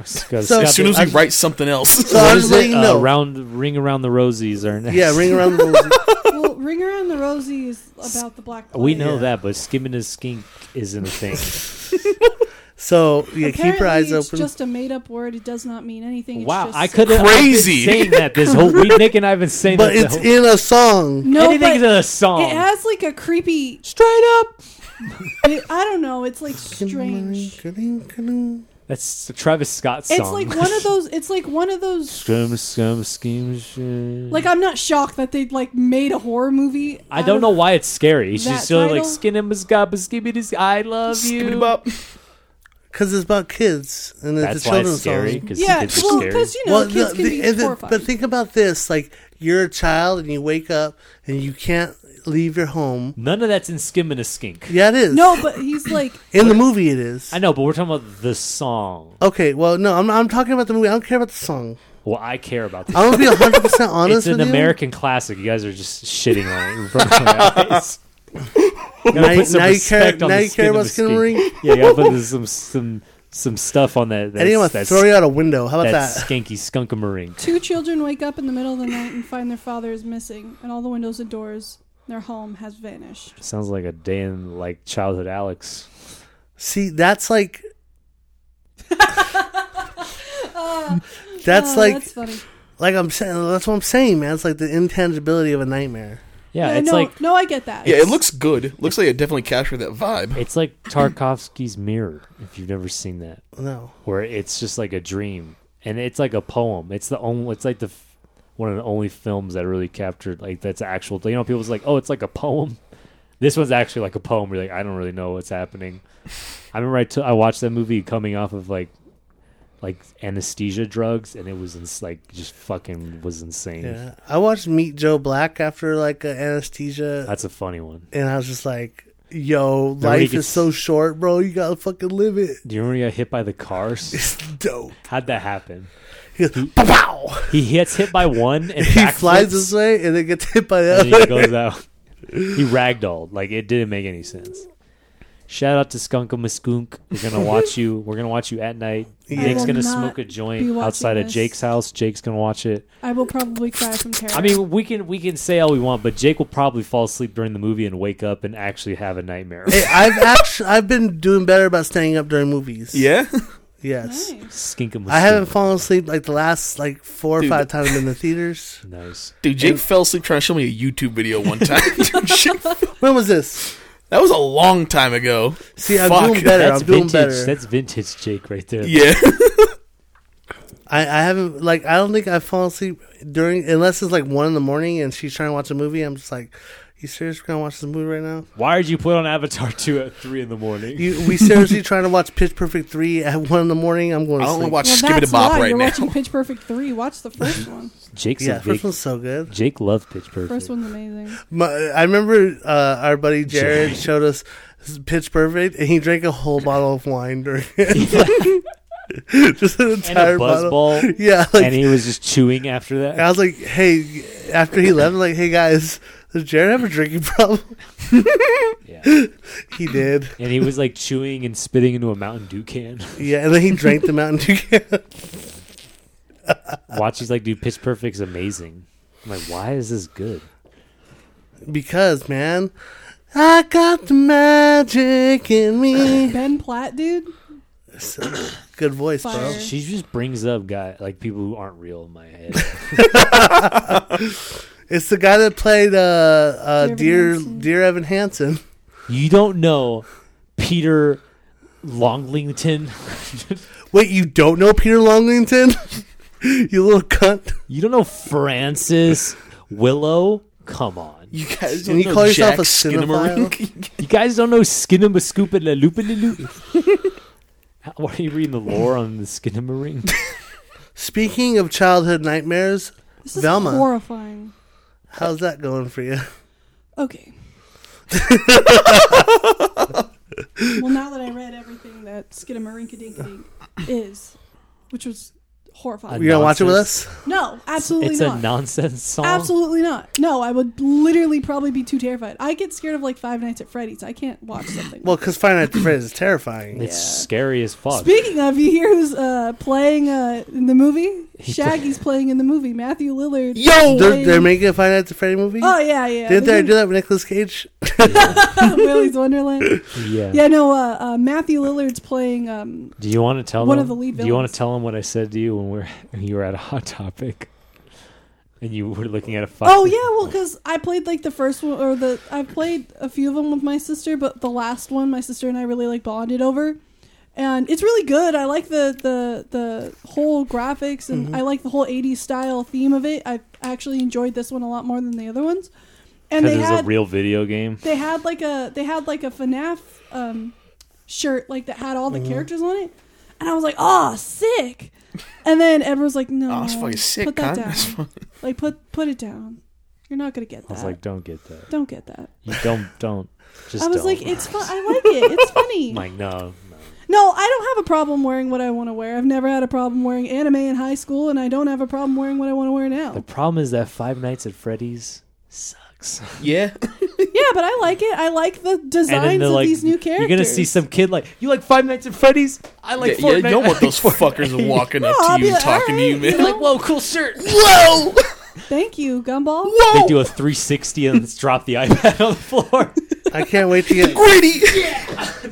so
As soon as we write something else,
So I was letting you
uh,
know.
round ring around the rosies are next.
yeah, ring around the rosy.
well, Ring Around the Rosie is about the black.
We know
Yeah.
that, but skimming a skink isn't a thing.
So yeah,
Apparently,
keep your eyes
it's
open.
just a made-up word. It does not mean anything. It's
wow,
just
I
so-
could have
Crazy.
saying that this whole week. Nick and I have been saying
but
that.
it's
the whole,
in a song.
No,
anything's
but
a song.
it has like a creepy.
Straight up.
It, I don't know. It's like strange.
That's a Travis Scott song.
It's like one of those. It's like one of those.
Scum, scum, scheme, shit.
Like I'm not shocked that they like made a horror movie.
I
out
don't
of-
know why it's scary. She's
that
still like
title?
skin him skibbity I love you.
Because it's about kids and it's
That's
a
why it's
children's
scary
song.
because
Yeah,
kids are
well,
scary.
because you know,
well,
kids
the,
can
the,
be
and the-
horrified.
but think about this: like you're a child and you wake up and you can't leave your home.
None of that's in Skim and a Skink.
Yeah, it is.
no, but he's like
in the movie it is.
I know, but we're talking about the song.
Okay, well, no, I'm, I'm talking about the movie. I don't care about the song.
Well, I care about this.
I'm gonna be 100 percent
It's
honest
an
with you.
American classic. You guys are just shitting on it in front of my eyes. You gotta
Now, you-
put some
now you care.
respect on
Now
the
you care about
Skin
Skin
and
and
the
Ring.
Skink. Yeah, you gotta put some some some stuff on that.
I didn't
That's,
want to
that's,
throw you out a window. How about
that's
that?
skanky skunkamarink.
two children wake up in the middle of the night and find their father is missing, and all the windows and doors. in Their home has vanished.
Sounds like a day in like childhood Alex.
See, that's like.
Oh,
that's like
that's funny.
like I'm saying. That's what I'm saying, man. It's like the intangibility of a nightmare.
Yeah,
Yeah,
it's
no,
like
no, I get that.
yeah, it looks good. Looks like it definitely captured that vibe.
It's like Tarkovsky's Mirror, if you've never seen that,
No,
where it's just like a dream and it's like a poem. It's the only, it's like the f- one of the only films that really captured like that's actual. You know, people's like, oh, it's like a poem. This one's actually like a poem. Where you're like, I don't really know what's happening. I remember I t- I watched that movie coming off of like like anesthesia drugs, and it was ins- like just fucking was insane.
yeah. I watched Meet Joe Black after like an anesthesia
That's a funny one.
and I was just like, "Yo,
he
life
could-
is so short, bro. You gotta fucking live it.
Do you remember he got hit by the cars?
It's dope."
How'd that happen?
He goes, "Pow!"
He gets hit by one and
He flies
backflips.
this way and then gets hit by the
and he
other.
goes out. He ragdolled. Like it didn't make any sense. Shout out to Skunk Skunk. We're gonna watch you. We're gonna watch you at night.
Yeah.
Nick's
will
gonna
not
smoke a
be
joint
watching
outside of
this.
Jake's house. Jake's gonna watch it.
I will probably cry from terror.
I mean, we can we can say all we want, but Jake will probably fall asleep during the movie and wake up and actually have a nightmare.
Hey, I've actually I've been doing better about staying up during movies.
Yeah,
Yes.
nice.
Skinkum.
I haven't fallen asleep like the last like four or
Dude.
five times in the theaters.
Nice.
dude, Jake fell asleep trying to show me a YouTube video one time. Dude, shit,
When was this?
that was a long time ago.
See, I'm
Fuck.
doing better.
That's
I'm doing
vintage.
better.
That's vintage Jake right there.
Yeah,
I, I haven't like I don't think I've fallen asleep during unless it's like one in the morning and she's trying to watch a movie. I'm just like, you serious? We're gonna watch this movie right now?
Why did you put on Avatar two at three in the morning?
You, we seriously trying to watch Pitch Perfect three at one in the morning. I'm going.
I
To
don't want to
sleep.
watch
well,
Skip
that's
It Bop
why
right
you're
now.
watching Pitch Perfect three. Watch the first one.
Jake's
Yeah,
a
first
big.
one's so good.
Jake loved Pitch Perfect.
First one's amazing.
My, I remember uh, our buddy Jared showed us Pitch Perfect, and he drank a whole bottle of wine during it. Just an
and a
entire
buzz
bottle.
ball.
Yeah, like
and he was just chewing after that.
I was like, hey, after he left, I'm like, hey guys, does Jared have a drinking problem?
Yeah.
He did.
And he was like chewing and spitting into a Mountain Dew can.
Yeah, and then he drank the Mountain Dew. can.
Watch, he's like, dude, Pitch Perfect's amazing. I'm like, why is this good?
Because, man, I got the magic in me.
Ben Platt, dude.
Good voice, bro.
Fire.
She just brings up guy like people who aren't real in my head.
It's the guy that played uh, uh,
Dear Evan
dear
Hansen.
dear Evan Hansen.
you don't know Peter Longlington.
Wait, you don't know Peter Longington? you little cunt.
You don't know Francis Willow. Come on,
You guys
And you
don't know
call yourself
Jack
a
Skinnamarink?
you guys don't know Skinema Scoop and La How Why are you reading the lore on the Skinnamarink?
Speaking of childhood nightmares,
This is
Velma.
horrifying.
how's that going for you?
Okay. well, now that I read everything that Skidamarinkadinkadink is, which was horrifying.
I-
You gonna watch it with us?
Nonsense.
no, absolutely
it's
not.
a nonsense song.
Absolutely not. No, I would literally probably be too terrified. I get scared of like Five Nights at Freddy's. I can't watch something.
Well, because Five Nights at Freddy's is terrifying.
It's scary as fuck.
Speaking of, you hear who's uh, playing uh, in the movie? Shaggy's playing in the movie. Matthew Lillard.
Yo!
They're, they're making a Five Nights at Freddy movie.
Oh yeah, yeah.
Didn't they
They're
do that with Nicolas Cage?
doing Willy's Wonderland.
yeah.
Yeah, no. Uh, uh, Matthew Lillard's playing. Um,
Do you want to tell
One
them?
of the lead
do you want
villains.
to tell them what I said to you when we're when you were at a hot topic, and you were looking at a fight?
oh yeah, well, because I played like the first one or the I played a few of them with my sister, but the last one my sister and I really like bonded over, and it's really good. I like the the the whole graphics
Mm-hmm.
and I like the whole '80s style theme of it. I actually enjoyed this one a lot more than the other ones, and
because
they
it's
had
a real video game.
they had like a they had like a FNAF um, shirt like that had all
Mm-hmm.
the characters on it, and I was like, oh, sick. And then everyone's like, no,
Oh, it's fucking sick,
put that
cunt. That's
down. Like put put it down. You're not gonna get that.
I was like, don't get that.
don't get that.
You don't don't. Just
I was
don't.
like, it's fun. I like it. It's funny.
I'm like no, no.
no, I don't have a problem wearing what I want to wear. I've never had a problem wearing anime in high school, and I don't have a problem wearing what I want to wear
The
now.
problem is that Five Nights at Freddy's sucks.
Yeah.
yeah, but I like it. I like the designs
they're
of these new characters.
You're gonna see some kid like, you like Five Nights at Freddy's? I like
yeah, yeah,
Fortnite.
you don't want those fuckers walking up
No, Oh, I'll
to you
be
and talking to you,
alright,
man.
you
like, whoa, cool shirt.
Whoa!
Thank you, Gumball.
They
Whoa!
do a 360 and just drop the iPad on the floor.
I can't wait to get
Gritty!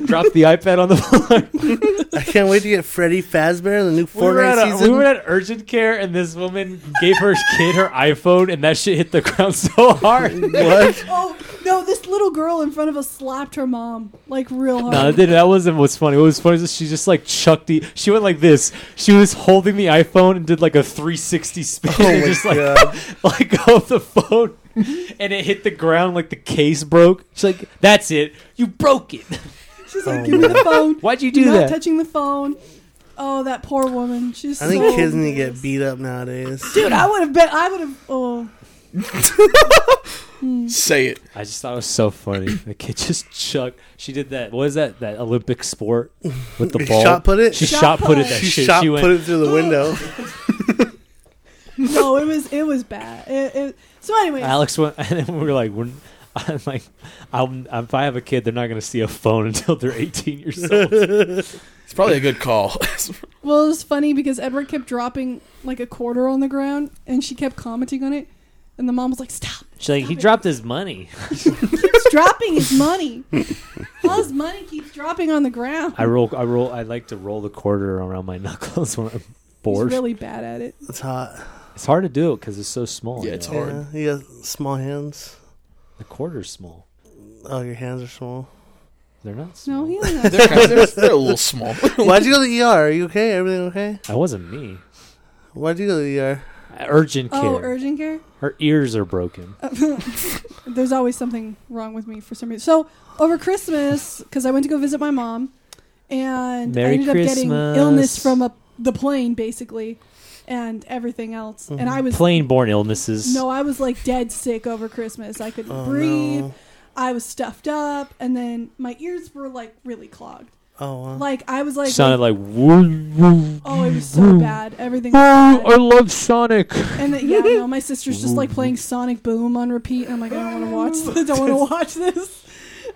drop the iPad on the floor.
I can't wait to get Freddy Fazbear in the new
We were,
Fortnite
at a, we
season.
were at urgent care, and this woman gave her kid her iPhone, and that shit hit the ground so hard.
what?
Oh no! This little girl in front of us slapped her mom like real hard.
No, that, didn't- that wasn't what's funny. What was funny is that she just like chucked the. She went like this. She was holding the iPhone and did like a 360 spin, and
my
just like
God.
let go of the phone, and it hit the ground. Like the case broke. She's like, "That's it. You broke it.
She's like, "Give me the phone."
Why'd you
You're
do
not
that?"
touching the phone. Oh, that poor woman. She's.
I think
so
kids need to get
embarrassed.
beat up nowadays.
Dude, I would have been. I would have. Oh,
Say it.
I just thought it was so funny. The kid just chucked. She did that. What is that? That Olympic sport with the
You
ball.
shot put it?
She
Shot
shot put it.
put.
That
She
shit.
shot
she
put
went.
it through the window.
no! It was. It was bad. It, it, so, anyways,
Alex went, and then we were like, we're, I'm like, I'm, I'm- if I have a kid, they're not going to see a phone until they're 18 years old.
It's probably a good call.
well, it was funny because Edward kept dropping like a quarter on the ground, and she kept commenting on it, and the mom was like, "Stop!
She's like, he dropped his money.
Keeps dropping his money. His money keeps dropping on the ground."
I roll, I roll, I like to roll the quarter around my knuckles when I'm
He's
bored.
really bad at it.
It's hot.
it's hard to do it because it's so small.
Yeah,
you
it's
know?
hard.
Yeah, you got small hands.
The quarter's small.
Oh, your hands are small.
They're not small.
No, he doesn't. have-
They're, kind of, they're, they're a little small.
Why'd you go to the ER? Are you okay? Everything okay?
That wasn't me.
Why'd you go to the ER?
Urgent care.
Oh, urgent care.
Her ears are broken.
There's always something wrong with me for some reason. So over Christmas, because I went to go visit my mom, and I
Merry
ended up getting
Christmas.
illness from a, the plane, basically, and everything else.
Mm-hmm.
And I was
Plain born illnesses.
no, I was like dead sick over Christmas. I couldn't
Oh,
breathe.
no.
I was stuffed up, and then my ears were like really clogged.
Oh, wow.
Like I was like,
Sounded like, woo, woo.
oh, it was so bad. Everything. Was
Oh, I
bad.
love Sonic.
And then, yeah, no, my sister's just like playing Sonic Boom on repeat, and I'm like, I don't want to watch this. I don't want to watch this.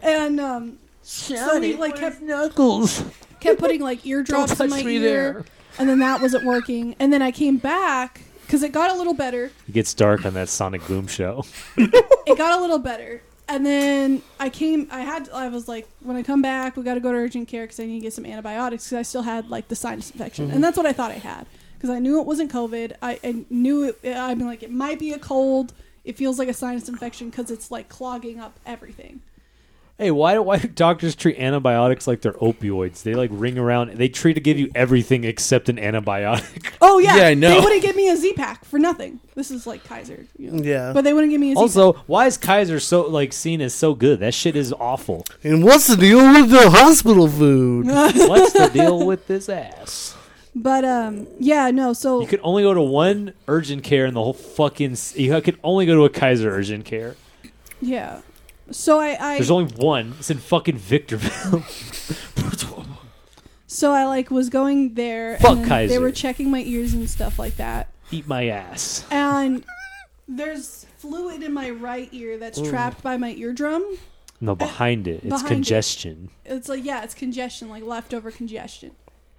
And um, so they like kept
Knuckles.
kept putting like eardrops in my ear, and then that wasn't working. And then I came back because it got a little better.
It gets dark on that Sonic Boom show.
It got a little better, and then I came. I had. I was like, when I come back, we got to go to urgent care because I need to get some antibiotics because I still had like the sinus infection, and that's what I thought I had because I knew it wasn't COVID. I, I knew it. I've been like, it might be a cold. It feels like a sinus infection because it's like clogging up everything.
Hey, why do why do doctors treat antibiotics like they're opioids? They like ring around. They try to give you everything except an antibiotic.
Oh yeah,
Yeah, I know.
They wouldn't give me a Z pack for nothing. This is like Kaiser, you know.
Yeah.
But they wouldn't give me a Z.
also, why is Kaiser so like seen as so good? That shit is awful.
And what's the deal with the hospital food?
What's the deal with this ass?
but um, yeah, no. So
You could only go to one urgent care in the whole fucking. s- You could only go to a Kaiser urgent care.
yeah, so I, I
There's only one. It's in fucking Victorville.
so I like was going there.
Fuck
and then
Kaiser.
They were checking my ears and stuff like that,
Eat my ass.
and there's fluid in my right ear that's
Mm.
trapped by my eardrum.
No, behind it, it's
Behind it.
congestion.
It's like yeah, it's congestion, like leftover congestion,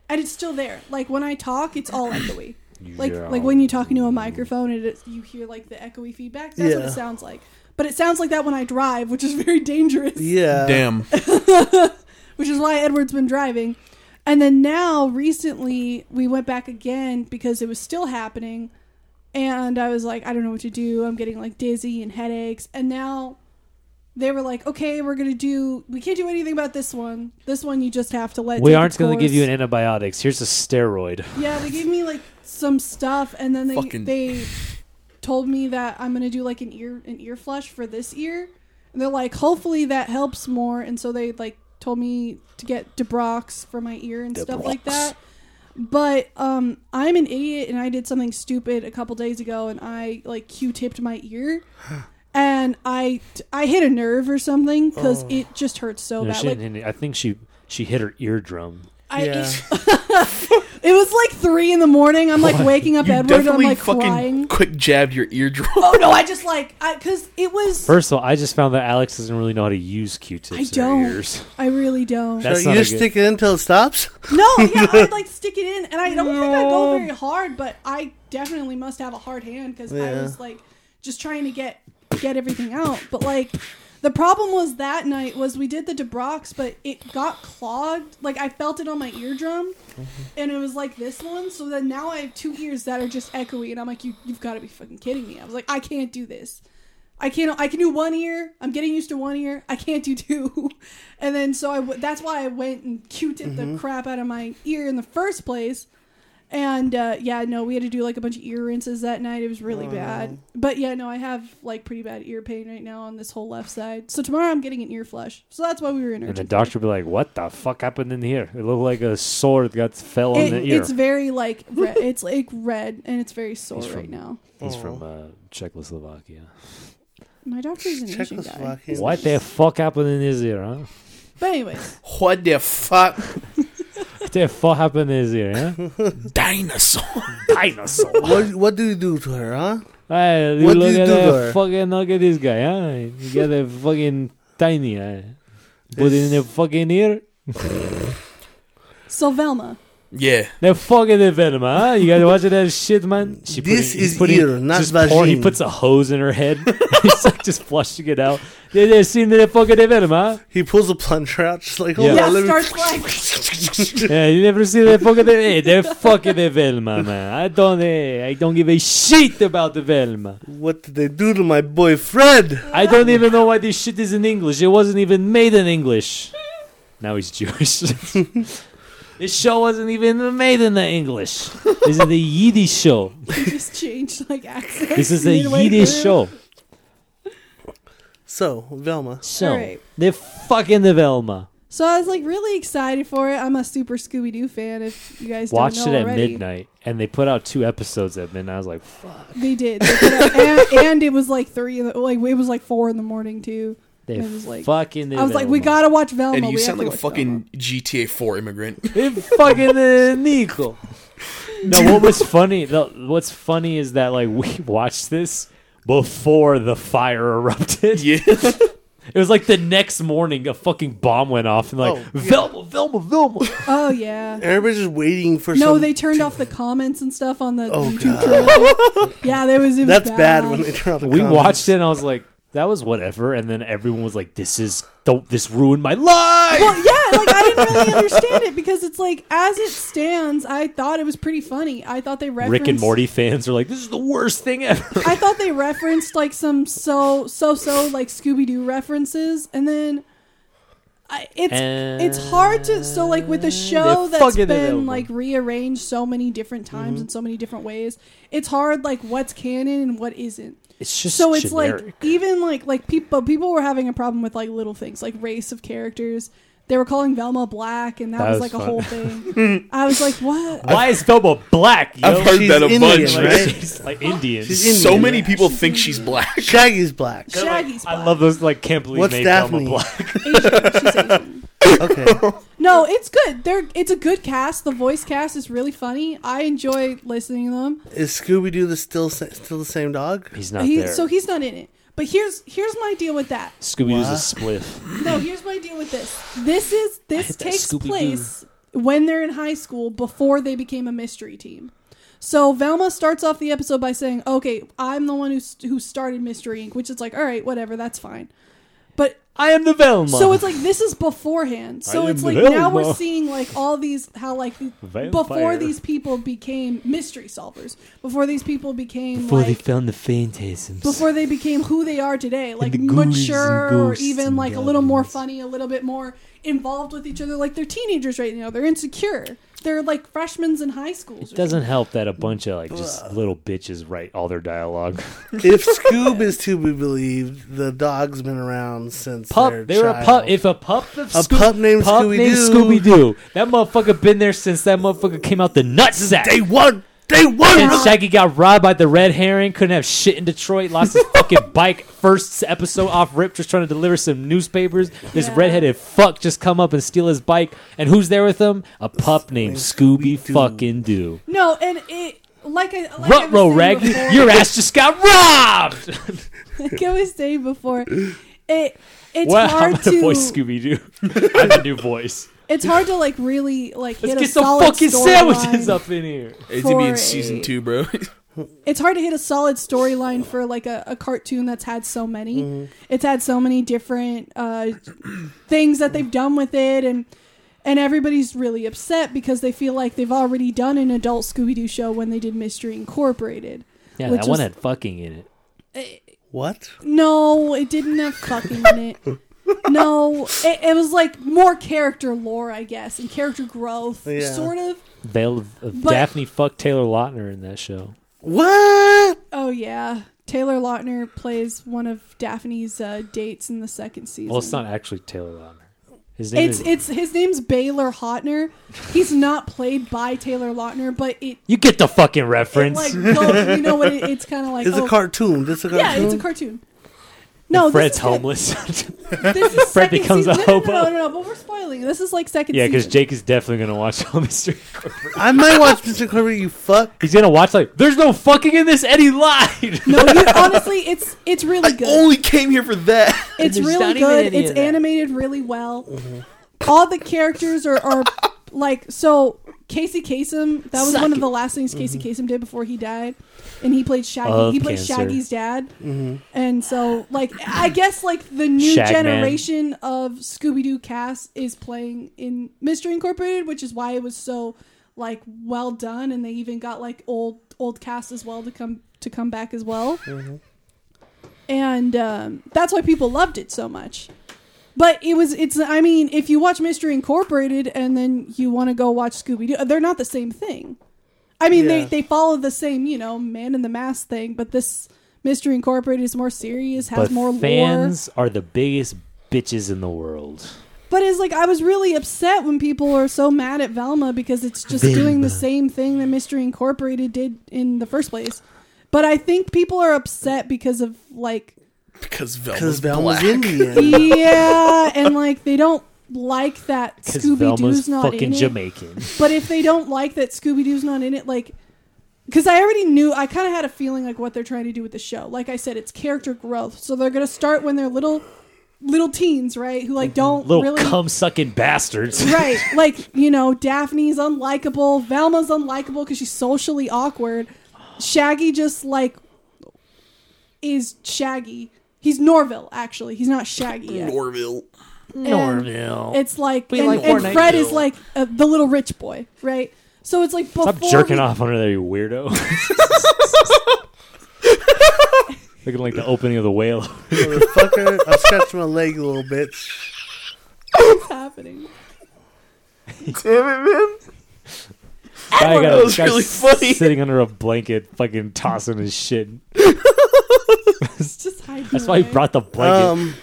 and it's still there. Like when I talk, it's all echoey. Like
Yeah.
like when you're talking to a microphone and it, you hear like the echoey feedback. That's what
Yeah.
it sounds like. But it sounds like that when I drive, which is very dangerous.
Yeah.
Damn.
which is why Edward's been driving. And then now, recently, we went back again because it was still happening. And I was like, I don't know what to do. I'm getting like dizzy and headaches. And now they were like, okay, we're going to do, we can't do anything about this one. This one you just have to let
We
take
aren't
its
going to give
course."
you an antibiotics. Here's a steroid.
Yeah, they gave me like some stuff, and then they
Fucking-
they told me that I'm gonna do like an ear an ear flush for this ear. And they're like, hopefully that helps more, and so they like told me to get Debrox for my ear and stuff like that. But um, I'm an idiot, and I did something stupid a couple days ago, and I like Q-tipped my ear. And I, I hit a nerve or something
Oh.
because it just hurts so
No,
bad.
she
Like,
didn't- I think she she hit her eardrum.
I,
Yeah.
It was like three in the morning. I'm like waking up
You
Edward. and I'm
definitely
like
fucking
crying.
quick jabbed your eardrum.
Oh no! I just like because it was.
First of all, I just found that Alex doesn't really know how to use Q-tips.
I
in her
don't.
ears.
I really don't.
That's
so
not
you
a
just
good-
stick it until it stops?
no, yeah, I'd like stick it in, and I don't think I go very hard, but I definitely must have a hard hand because I
Yeah.
was like just trying to get get everything out. But like the problem was that night was we did the Debrox, but it got clogged. Like I felt it on my eardrum, and it was like this one. So then now I have two ears that are just echoey, and I'm like, you you've got to be fucking kidding me. I was like, I can't do this. I can't. I can do one ear. I'm getting used to one ear. I can't do two, and then so I. w- That's why I went and Q-tipped
Mm-hmm.
the crap out of my ear in the first place. And uh, yeah, no, we had to do like a bunch of ear rinses that night. It was
Oh,
really bad. But yeah, no, I have like pretty bad ear pain right now on this whole left side. So tomorrow I'm getting an ear flush. So that's why we were in
And the
urgent.
doctor would be like, "What the fuck happened in here? It looked like a sword got fell on
It,
the ear."
it's very like red. it's like red and it's very sore
He's from-
right now.
He's from
Oh.
uh, Czechoslovakia.
My doctor's an Asian guy.
Czechoslovakia.
What the fuck happened in his ear? Huh?
But anyways,
What the fuck?
What the fuck happened in his ear? Huh?
Dinosaur.
Dinosaur.
What, what do you do to her, huh?
Hey, you
What do
look
you
at
do
that
there?
fucking look at this guy, huh? You got a fucking tiny uh, put it in the fucking ear.
so Velma.
Yeah.
The fucking venom, huh? You guys watching that shit, man? She
This
he's
is ear, not
just pour- He
vagine.
puts a hose in her head. he's like just flushing it out. They they seen the fucking venom, huh?
He pulls a plunger out, just like, hold
Yeah.
on,
Yeah,
let me-
starts like
Yeah, you never see the fucking hey, the fucking Velma, man. I don't, eh, I don't give a shit about the Velma.
What did they do to my boyfriend?
I don't even know why this shit is in English. It wasn't even made in English. Now he's Jewish. this show wasn't even made in the English. This is a Yiddish show.
He just changed like accents.
This is a
midway
Yiddish
through.
show.
So, Velma.
So
Alright.
the fucking the Velma.
So I was like really excited for it. I'm a super Scooby Doo fan. If you guys
Watched
don't
it
know
at
already,
midnight, and they put out two episodes at midnight. I was like, fuck.
they did, They put out- and, and it was like three. In the, like it was like four in the morning too.
They
It was like-
fucking. The
I was like,
Velma.
we gotta watch
Oh,
Velma.
And you
we
sound
have
like a
to watch Velma.
fucking GTA 4 immigrant.
Hey, fucking uh, Nico. No, what was funny? The, what's funny is that like we watched this before the fire erupted.
Yeah.
It was like the next morning, a fucking bomb went off, and like
Oh, yeah.
Velma, Velma, Velma.
Oh yeah.
Everybody's just waiting for
No,
some-
they turned off the comments and stuff on the
Oh,
YouTube channel. Yeah, there was. It was
That's bad when they turn off the
we
comments.
watched it, and I was like, that was whatever. And then everyone was like, this is don't this ruined my life.
Well, yeah, like I didn't really understand it because it's like as it stands, I thought it was pretty funny. I thought they referenced
Rick and Morty fans are like, this is the worst thing ever.
I thought they referenced like some so so so like Scooby Doo references, and then I, it's it's hard to so like with a
they're
show that's
fucking it over. Mm-hmm.
been like rearranged so many different times in so many different ways. It's hard like what's canon and what isn't.
It's just
so it's
generic.
like even like like people people were having a problem with like little things like race of characters. They were calling Velma black, and that,
That
was,
was
like
fun.
a whole thing. I was like, what?
why is Velma black? Yo?
I've heard
She's
that a
Indian,
bunch,
like,
right?
she's like Indian.
She's Indian.
So many people think she's black.
Shaggy's black.
They're like,
Shaggy's
I
black.
love those. Like, can't believe
What's
made
Daphne?
Velma black.
Asian. She's Asian.
Okay.
No, it's good. They're it's a good cast. The voice cast is really funny. I enjoy listening to them.
Is Scooby Doo the still sa- still the same dog?
He's not
He,
there.
so he's not in it. But here's here's my deal with that.
Scooby Doo's
What?
a spliff.
No, here's my deal with this. This is this
hate that
takes
Scooby-Doo.
place when they're in high school before they became a mystery team. So Velma starts off the episode by saying, "Okay, I'm the one who st- who started Mystery Inc," which is like, "All right, whatever, that's fine." But
I am the Velma.
So it's like this is beforehand. So
I
it's
am
like now we're
Velma.
seeing like all these how like the-
Vampire.
before these people became mystery solvers, before these people became like
found the phantasms.
before they became who they are today, like
the ghouls and
mature or
ghosts
even
and
like a little more
goblins.
funny, a little bit more involved with each other. Like they're teenagers right now. They're insecure. They're like freshmen in high schools.
it doesn't help that a bunch of like just little bitches write all their dialogue.
if Scoob is to be believed, the dog's been around since
Pup,
their
they were a
child.
pup. If a pup, of
A pup named Scooby-Doo.
Scooby Doo. That motherfucker been there since that motherfucker came out the nutsack.
They won. They won.
And Shaggy got robbed by the red herring. Couldn't have shit in Detroit. Lost his fucking bike. First episode off rip, just trying to deliver some newspapers. This
Yeah.
redheaded fuck just come up and steal his bike. And who's there with him? A pup named Scooby
Scooby-Doo.
fucking Doo.
No, and it like I like I was
Ruh-roh,
saying
Reg.
before-
Your ass just got robbed.
like I was saying before, it it's
Wow, I'm
hard
gonna
to
voice Scooby Doo. I have a new voice.
it's hard to like really like
Let's
hit
get
a
some
solid
fucking
storyline.
sandwiches up in here.
It's gonna be in
For
season
a-
two, bro.
It's hard to hit a solid storyline for like a, a cartoon that's had so many.
Mm-hmm.
It's had so many different uh, things that they've done with it, and and everybody's really upset because they feel like they've already done an adult Scooby Doo show when they did Mystery Incorporated.
Yeah,
Which
that one
was-
had fucking in it.
What?
No, it didn't have fucking in it. No, it, it was like more character lore, I guess, and character growth,
Yeah.
sort of.
Veil of, of
But-
Daphne fucked Taylor Lautner in that show.
What?
Oh yeah, Taylor Lautner plays one of Daphne's uh, dates in the second season.
Well, it's not actually Taylor Lautner. His name
It's
is.
it's his name's Baylor Hotner. He's not played by Taylor Lautner, but it,
you get the fucking
it
reference.
like goes, you know what? It, it's kind of like
It's
oh,
a cartoon. This is a cartoon.
Yeah, it's a cartoon. No, this
Fred's
is-
homeless.
This is
Fred
second
becomes
season.
a
no, no,
hobo.
No, no, no, but we're spoiling. This is like second.
yeah, because
because
Jake is definitely gonna watch all mystery.
I might watch Mr. Clever. You fuck.
He's gonna watch like, there's no fucking in this. Eddie lied.
No, you, honestly, it's it's really
I
good.
only came here for that.
it's
There's
really
not even
good.
any
It's
of that. Mm-hmm.
animated really well. All the characters are, are like so. Casey Kasem. That was
Suck
one
it.
of the last things Casey Kasem did before he died, and he played Shaggy.
Of
he played
cancer.
Shaggy's dad, and so like I guess like the new
Shagman.
generation of Scooby Doo cast is playing in Mystery Incorporated, which is why it was so like well done, and they even got like old old cast as well to come to come back as well and um, that's why people loved it so much. But it was it's I mean if you watch Mystery Incorporated and then you want to go watch Scooby Doo, they're not the same thing. I mean
Yeah.
they they follow the same you know man in the mask thing, but this Mystery Incorporated is more serious, has
but
more lore.
fans are the biggest bitches in the world.
But it's like I was really upset when people are so mad at Velma because it's just doing the same thing that Mystery Incorporated did in the first place. But I think people are upset because of like
Because
Because
Velma's
Velma's
black.
Indian.
yeah, and like they don't like that
Because
Scooby
Velma's
Doo's not
fucking
in it.
Jamaican.
But if they don't like that Scooby Doo's not in it, like, because I already knew, I kind of had a feeling like what they're trying to do with the show. Like I said, it's character growth, so they're gonna start when they're little little teens, right? Who like don't
Mm-hmm. Little
really
cum sucking bastards.
right like you know daphne's unlikable velma's unlikable because she's socially awkward shaggy just like is shaggy he's norville actually he's not shaggy yet.
Norville.
And
Norville.
it's like
We
and,
like
and
Fortnite.
fred is like uh, the little rich boy right so it's like before
Stop jerking
he-
off under there, you weirdo. Looking like the opening of the whale.
Motherfucker, I'll scratch my leg a little bit.
what's happening
Damn it, man.
Guy got
That was
guy's
really funny.
Sitting under a blanket, fucking tossing his shit.
it's just hiding
That's why he
away.
brought the blanket,
Um,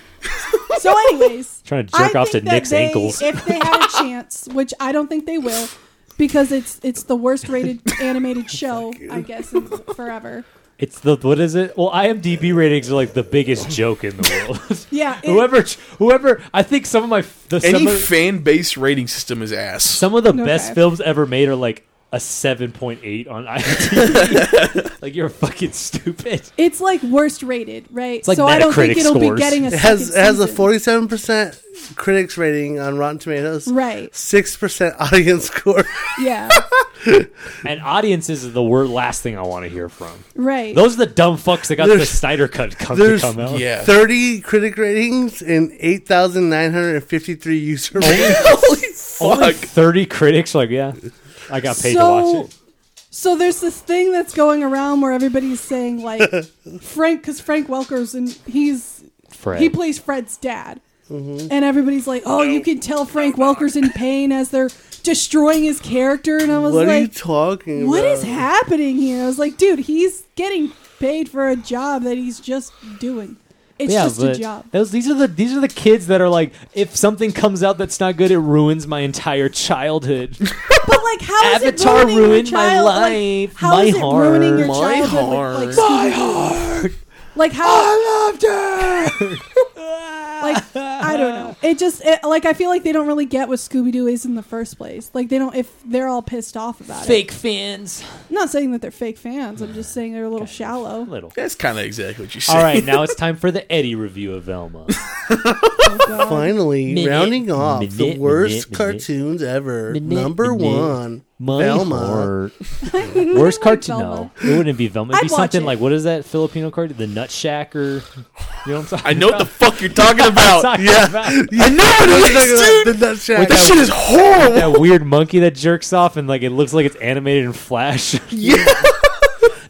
so anyways
trying to jerk
I
off to
think that
Nick's
they-
ankles.
If they had a chance, which I don't think they will, because it's it's the worst rated animated show
uh,
I guess in forever.
It's the what is it? Well, IMDb ratings are like the biggest joke in the world.
Yeah, it-
whoever, whoever, I think some of my the,
Any
some, of,
fan base rating system is ass.
some of the
Okay.
best films ever made are like a seven point eight on IMDb. like you're fucking stupid.
it's like worst rated, right?
like
so I don't think
Metacritic
it'll
scores.
be getting a
it has
second
it has a
season.
forty seven percent critics rating on Rotten Tomatoes,
right.
six percent audience score.
Yeah,
And audiences is the word last thing I want to hear from.
right.
Those are the dumb fucks that got the
There's-
Snyder cut come to
there's-
come out.
yeah.
Thirty critic ratings and eight thousand nine hundred and fifty three user
Oh.
ratings.
Only
Fuck.
thirty critics. Like yeah, I got paid to
so,
watch it.
so there's this thing that's going around where everybody's saying like Frank, because Frank Welker's and he's
Fred. Mm-hmm.
He plays Fred's dad. And everybody's like, oh, you can tell Frank Welker's in pain as they're destroying his character. And I was
What are you
like,
talking
what
about?
is happening here? I was like, dude, he's getting paid for a job that he's just doing. It's
yeah,
just
but
a job.
Those these are the these are the kids that are like, if something comes out that's not good, it ruins my entire childhood.
But like, how is
Avatar
it ruining your
ruined my
child-
life,
Like, how
my
is it ruining your
heart,
childhood? with, like, Scooby-Doo? Like how
I loved it.
like I don't know. It just it, like I feel like they don't really get what Scooby Doo is in the first place. Like they don't if they're all pissed off about it.
Fake fans.
I'm not saying that they're fake fans. I'm just saying they're a little shallow.
Little.
That's kind of exactly what you said.
All right, now it's time for the Eddie review of Velma.
Finally,
Minute,
rounding off
minute,
the worst
minute, minute.
cartoons ever.
Minute,
Number
minute.
one,
My
Velma.
heart. Worst cartoon?
Velma.
No, it wouldn't be Velma. It'd
I'd
be
watch
something
it.
like what is that Filipino cartoon? The Nut Shacker. You know what I'm talking
I know what the fuck you're talking
about?
about.
Talking
yeah.
about.
I know what it is, dude.
The Nut Shack.
That shit is horrible.
that weird monkey that jerks off and like it looks like it's animated in Flash.
Yeah.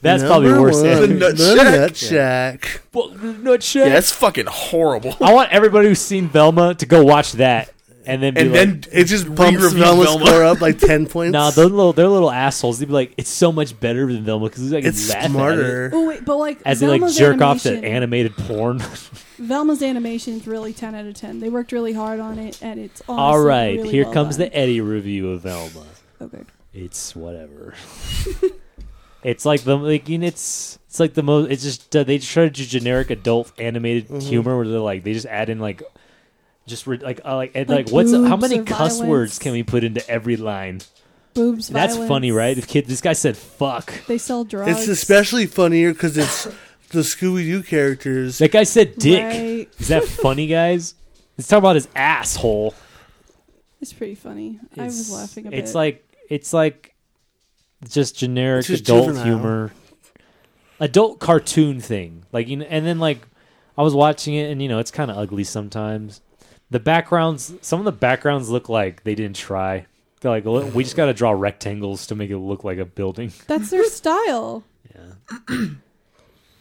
That's
Number
probably worse.
one,
than-
Nut
the
Shack.
Nut Shack.
Fuck the Nut Shack.
Yeah, that's fucking horrible.
I want everybody who's seen Velma to go watch that and then be
And
like,
then
It just bumps
re-review
Velma's score up like ten points.
nah, they're little, they're little assholes. Theyd be like, it's so much better than Velma because like
it's
laugh at it."
smarter.
Oh wait, but like
As they like
Velma's
jerk off
animation,
to animated porn.
Velma's animation is really ten out of ten. They worked really hard on it, and it's honestly
All right,
really
here
well
comes
done.
the Eddie review of Velma.
Okay.
It's whatever. it's like the like you know, it's it's like the most. It's just uh, they just try to do generic adult animated
Mm-hmm.
humor where they're like they just add in like just re- like uh, like and, like,
Like
what's how
boobs
many
or
cuss
violence.
words can we put into every line?
boobs.
That's
violence.
funny, right? The kid, this guy said fuck.
They sell drugs.
It's especially funnier because it's the Scooby Doo characters.
That guy said dick.
Right.
Is that funny, guys? Let's talk about his asshole.
It's pretty funny. I was
It's-
laughing a bit.
It's like it's like just generic
It's just
adult
juvenile.
humor, adult cartoon thing. Like you know, and then like I was watching it, and you know, it's kind of ugly sometimes. The backgrounds, some of the backgrounds look like they didn't try. They're like, "Look, we just got to draw rectangles to make it look like a building.
that's their style.
Yeah.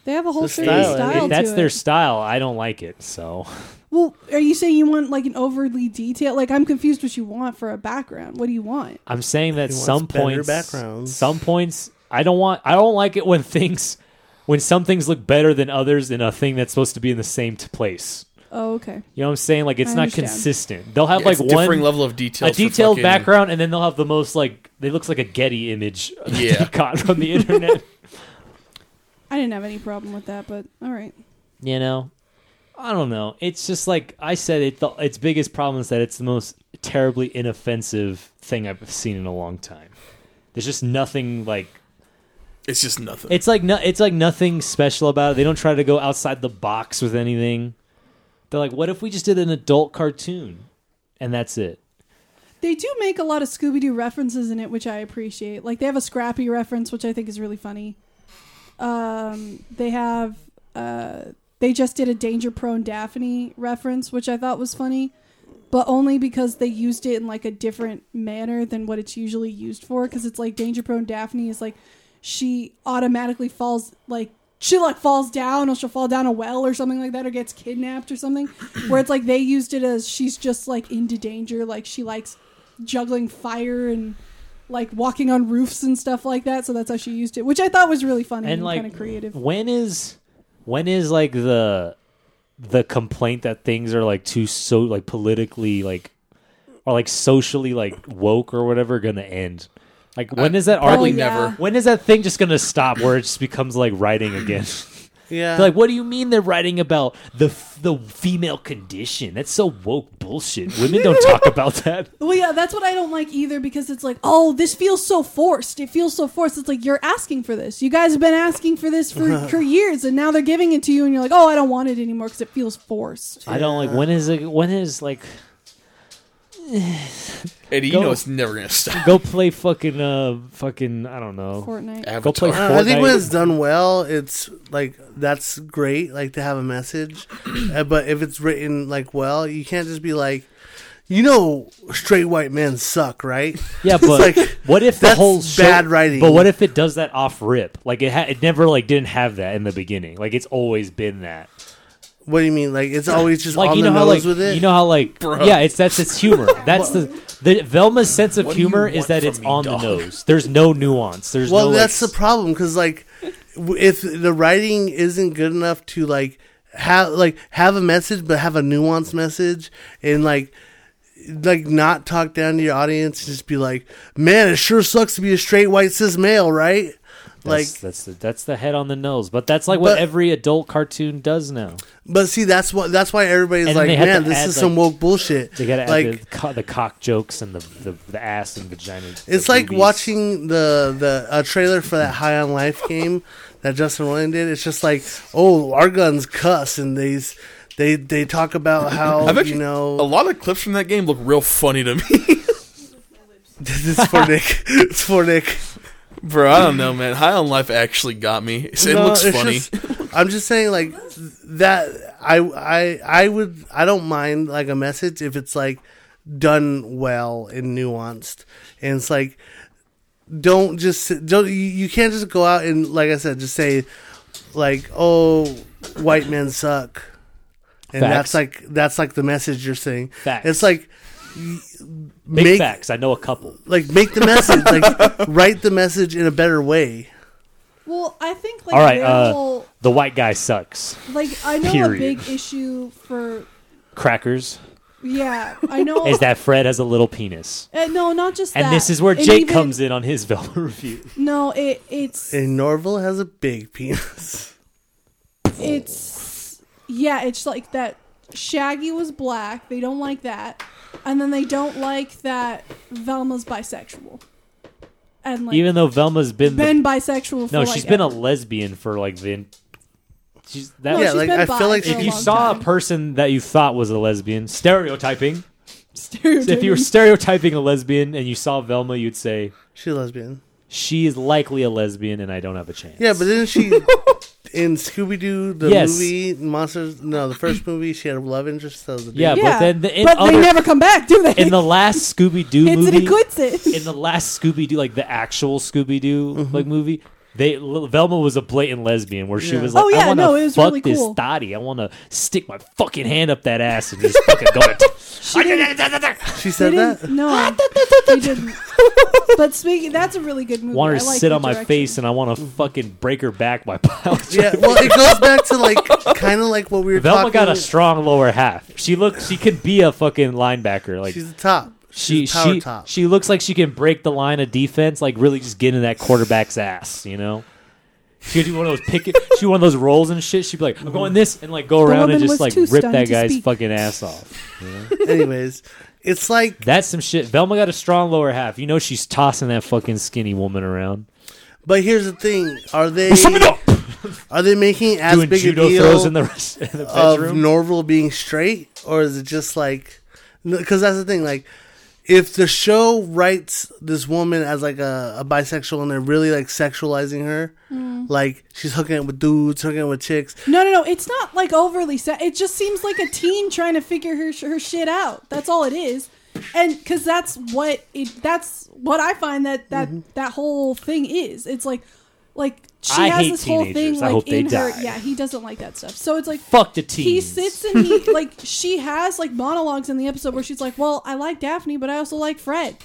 They have a whole
The
certain
style,
style.
If
style
that's
to
their
it.
style. I don't like it. So
Well, are you saying you want like an overly detailed? Like I'm confused. What you want for a background? What do you want?
I'm saying that
He wants
some
better
points,
backgrounds.
some points, I don't want. I don't like it when things, when some things look better than others in a thing that's supposed to be in the same t- place.
Oh, okay.
You know what I'm saying? Like it's
I
not
understand.
consistent. They'll have
Yeah,
like
it's differing
one
level of detail.
a
for
detailed
fucking-
background, and then they'll have the most like they looks like a Getty image that they
Yeah.
caught from the internet.
I didn't have any problem with that, but all right.
you know, I don't know. It's just like I said. It the, its biggest problem is that it's the most terribly inoffensive thing I've seen in a long time. There's just nothing like
It's just nothing.
It's like no, it's like nothing special about it. They don't try to go outside the box with anything. They're like, what if we just did an adult cartoon, and that's it?
They do make a lot of Scooby Doo references in it, which I appreciate. Like they have a Scrappy reference, which I think is really funny. Um, they have uh, they just did a danger prone Daphne reference, which I thought was funny, but only because they used it in like a different manner than what it's usually used for. Because it's like danger prone Daphne is like she automatically falls like. She like falls down, or she'll fall down a well, or something like that, or gets kidnapped, or something. Where it's like they used it as she's just like into danger, like she likes juggling fire and like walking on roofs and stuff like that. So that's how she used it, which I thought was really funny and,
And like,
kind of creative.
when is when is like the the complaint that things are like too so like politically like or like socially like woke or whatever gonna end? Like when is that
Probably
argument?
Oh, yeah.
never.
When is that thing just gonna stop where it just becomes like writing again?
Yeah.
They're like, what do you mean they're writing about the f- the female condition? That's so woke bullshit. Women don't talk about that.
Well, yeah, that's what I don't like either because it's like, oh, this feels so forced. It feels so forced. It's like you're asking for this. You guys have been asking for this for, for years, and now they're giving it to you, and you're like, oh, I don't want it anymore because it feels forced.
I don't like. When is it? When is like
Eddie, you
Go.
know it's never gonna stop.
go play fucking uh fucking I don't know.
Fortnite.
Go play.
Avatar.
Uh, I think when
Fortnite.
it's done well, it's like that's great, like to have a message. Uh, but if it's written like well, you can't just be like, you know, straight white men suck, right?
Yeah, but
like,
what if the
that's
whole show,
bad writing.
But what if it does that off rip? Like it ha- it never like didn't have that in the beginning. Like it's always been that.
What do you mean? Like it's always just
Like
on
you
the
know how
nose
like
with it.
you know how like
Bruh.
yeah, it's that's its humor. That's the the Velma's sense of
What do you
humor is
want
that
from
it's
me,
on
dog?
the nose. There's no nuance. There's
well,
no, like,
that's the problem because like, w- if the writing isn't good enough to like have like have a message, but have a nuanced message and like. Like not talk down to your audience, just be like, "Man, it sure sucks to be a straight white cis male, right?" Like
that's, that's the that's the head on the nose. But that's like what
But-
every adult cartoon does now.
But see, that's what that's why everybody's
And then
like,
they had
man,
to
this
add,
is some
like-
woke bullshit.
They gotta
like,
add the, co- the cock jokes and the the, the ass and vagina.
it's like
boobies.
watching the the a trailer for that High on Life game that Justin Roiland did. It's just like, oh, our guns cuss, and these they they talk about how
I've actually-
you
A
know
lot of clips from that game look real funny to me,
this is for Nick, it's for Nick.
bro. I don't know, man. High on Life actually got me. It
No,
looks
it's
funny.
just- I'm just saying, like that. I I I would I don't mind like a message if it's like done well and nuanced, and it's like don't just don't you, you can't just go out and like I said, just say like oh white men suck, and
Facts.
that's like that's like the message you're saying.
Facts.
It's like
big
make
facts. I know a couple.
like make the message like write the message in a better way.
Well, I think like
All right,
their
uh,
whole-
The white guy sucks.
like I know a
period.
big issue for
Crackers
yeah, I
Oh.
know
is that Fred has a little penis.
uh, no, not just
And
that.
this is where
And
Jake
even-
comes in on his Velma review.
No, it it's
And Norville has a big penis.
it's yeah, it's like that. Shaggy was black. They don't like that, and then they don't like that Velma's bisexual, and like
Even though Velma's been, the-
been bisexual. For
no,
she's
she's been a lesbian for like the. She's that.
No,
Yeah,
she's
like,
been
I
bi
feel like
for
she-
a
if you
long
saw
time.
a person that you thought was a lesbian, stereotyping.
Stereotyping.
If you were stereotyping a lesbian and you saw Velma, you'd say
She's a lesbian.
she is likely a lesbian, and I don't have a chance.
Yeah, but didn't she in Scooby Doo the
Yes.
movie Monsters? No, the first movie she had a love interest. That was a dude.
yeah, but then the, in,
but
other,
they never come back, do they?
in the last Scooby Doo
it's
movie,
an equids
in the last Scooby Doo, like the actual Scooby Doo
Mm-hmm.
like movie, they L- Velma was a blatant lesbian where she
Yeah.
was like,
Oh, yeah,
I want to
no, it was
fuck
really
this
cool.
thotty. I want to stick my fucking hand up that ass and just fucking go. To
she
They
said
didn't.
that.
No, they didn't. But speaking, that's a really good movie.
want her to
I like
sit
the
on my
direction.
face and I want
Mm-hmm.
to fucking break her back by pouch.
Yeah, well, it goes back to like kind of like what we were
Velma
talking.
got a strong lower half. She looks. She could be a fucking linebacker. Like
she's a top.
she
She's a power
she
top.
she looks like she can break the line of defense, like really just get in that quarterback's ass, you know. She would do one of those picket, she one of those rolls and shit. She'd be like, "I'm going this," and like go around
woman
and
was
just like
too
rip
stunned
that
to
guy's
speak.
fucking ass off.
Anyways, it's like
That's some shit. Velma got a strong lower half. You know she's tossing that fucking skinny woman around.
But here's the thing: Are they Are they making as
doing
big a
judo
deal
throws in the, rest- in the
of
bedroom.
Norval being straight, or is it just like? Because that's the thing. Like, if the show writes this woman as like a, a bisexual and they're really like sexualizing her, like she's hooking up with dudes, hooking up with chicks.
No, no, no. It's not like overly sad. It just seems like a teen trying to figure her her shit out. That's all it is. And because that's what it that's what I find that that that whole thing is. It's like like she
Mm-hmm. I
has
hate
this whole thing
teenagers. I
like
hope they
in her.
die.
Yeah, he doesn't like that stuff. So it's like
Fuck the
he
teens.
sits and he like she has like monologues in the episode where she's like, "Well, I like Daphne, but I also like Fred."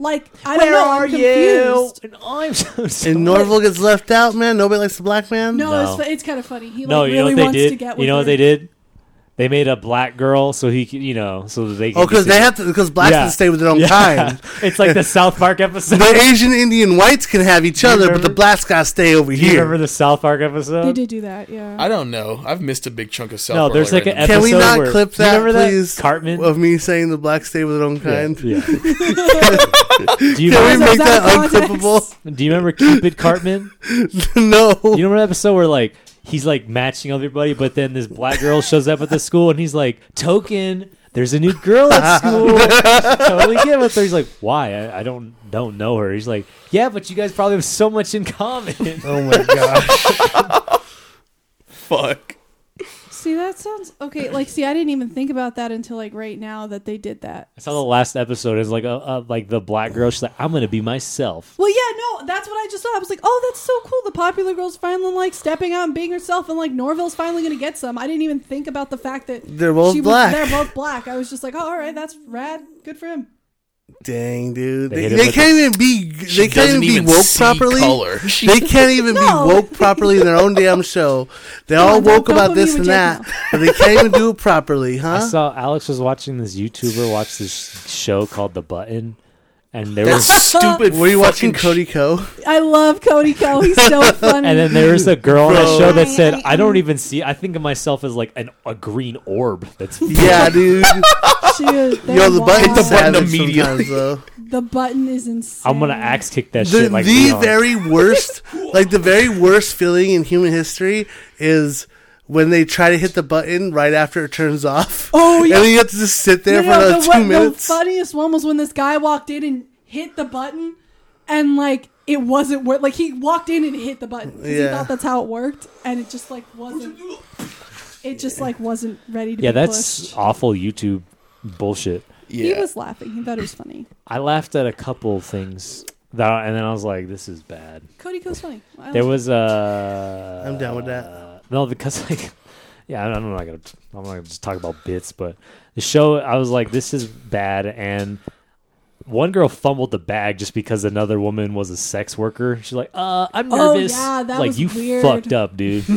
Like I don't know. I'm confused.
And I'm so sorry.
And Norval gets left out, man. Nobody likes the black man.
No,
No.
It's, fu- it's kind of funny. He like,
no, you
really
know what
wants
they
to
did.
get with
You know
her.
what they did? They made a black girl so he could, you know, so that they. Could
Oh, because
be-
they have to. Because blacks
Yeah.
can stay with their own
Yeah.
kind.
it's like the South Park episode.
The Asian, Indian, whites can have each other, but the
remember-
blacks gotta stay over
Do you
here.
remember the South Park episode?
They did do that. Yeah.
I don't know. I've missed a big chunk of South
No,
Park
there's like
right
an
now.
episode
Can we not
where-
clip
you
that,
remember that,
please?
Cartman?
Of me saying the blacks stay with their own
Yeah,
kind.
yeah. do you
Can
Is
we
remember,
make
that
that
out of
unclippable?
context?
do you remember Cupid Cartman?
no.
You remember that episode where like he's like matching everybody, but then this black girl shows up at the school and he's like, "Token, there's a new girl at school." totally get with her. He's like, "Why? I, I don't don't know her." He's like, "Yeah, but you guys probably have so much in common."
oh my gosh.
Fuck.
See, that sounds okay. Like, see, I didn't even think about that until like right now that they did that.
I saw the last episode. Is like a, a like the black girl. She's like, "I'm gonna be myself."
Well, yeah, no, that's what I just thought. I was like, oh, that's so cool. The popular girl's finally like stepping out and being herself, and like Norville's finally gonna get some. I didn't even think about the fact that
They're both
she was-
black.
they're both black. I was just like, oh, all right, that's rad. Good for him.
Dang, dude.
They
They,
hit him
they
with
can't even be. They
She
can't even
doesn't
be
even
woke
see
properly.
color. She-
They can't even
No.
be woke properly in their own damn show. They
Come
all
on, don't-
woke
don't
about
put
this
me
and
with
that,
Jake
but they can't even do it properly,
I
huh?
saw Alex was watching this YouTuber watch this show called The Button, and there
That
was
stupid.
Were you watching
fucking
Cody Co?
I love Cody Co. He's so funny.
And then there was a girl on that
Bro.
show that said,
I- I-
"I don't even see. I think of myself as like an, a green orb." That's
Yeah, dude.
she is, they're
Yo, the
wild.
button's
the button
savage
immediately.
sometimes, though.
The button is insane.
I'm gonna axe kick that
the,
shit. Like
the
Leon.
very worst like the very worst feeling in human history is when they try to hit the button right after it turns off.
Oh, yeah.
And then you have to just sit there
No, no,
for
no,
another
the,
two
what-
minutes.
The funniest one was when this guy walked in and hit the button, and like it wasn't work. Like he walked in and hit the button 'cause he
Yeah.
thought that's how it worked, and it just like wasn't. It just like wasn't ready to.
yeah,
be
that's
pushed.
awful YouTube bullshit.
Yeah.
He was laughing. He thought it was funny.
I laughed at a couple things that, and then I was like, "This is bad."
Cody Co's funny. I
There
like-
was uh
I'm down with that.
uh, no, because like, yeah, I- I'm not gonna, I'm not gonna just talk about bits, but the show, I was like, this is bad, and one girl fumbled the bag just because another woman was a sex worker. She's like, uh, I'm
Oh,
nervous.
yeah, that
like
was
you
weird.
fucked up, dude.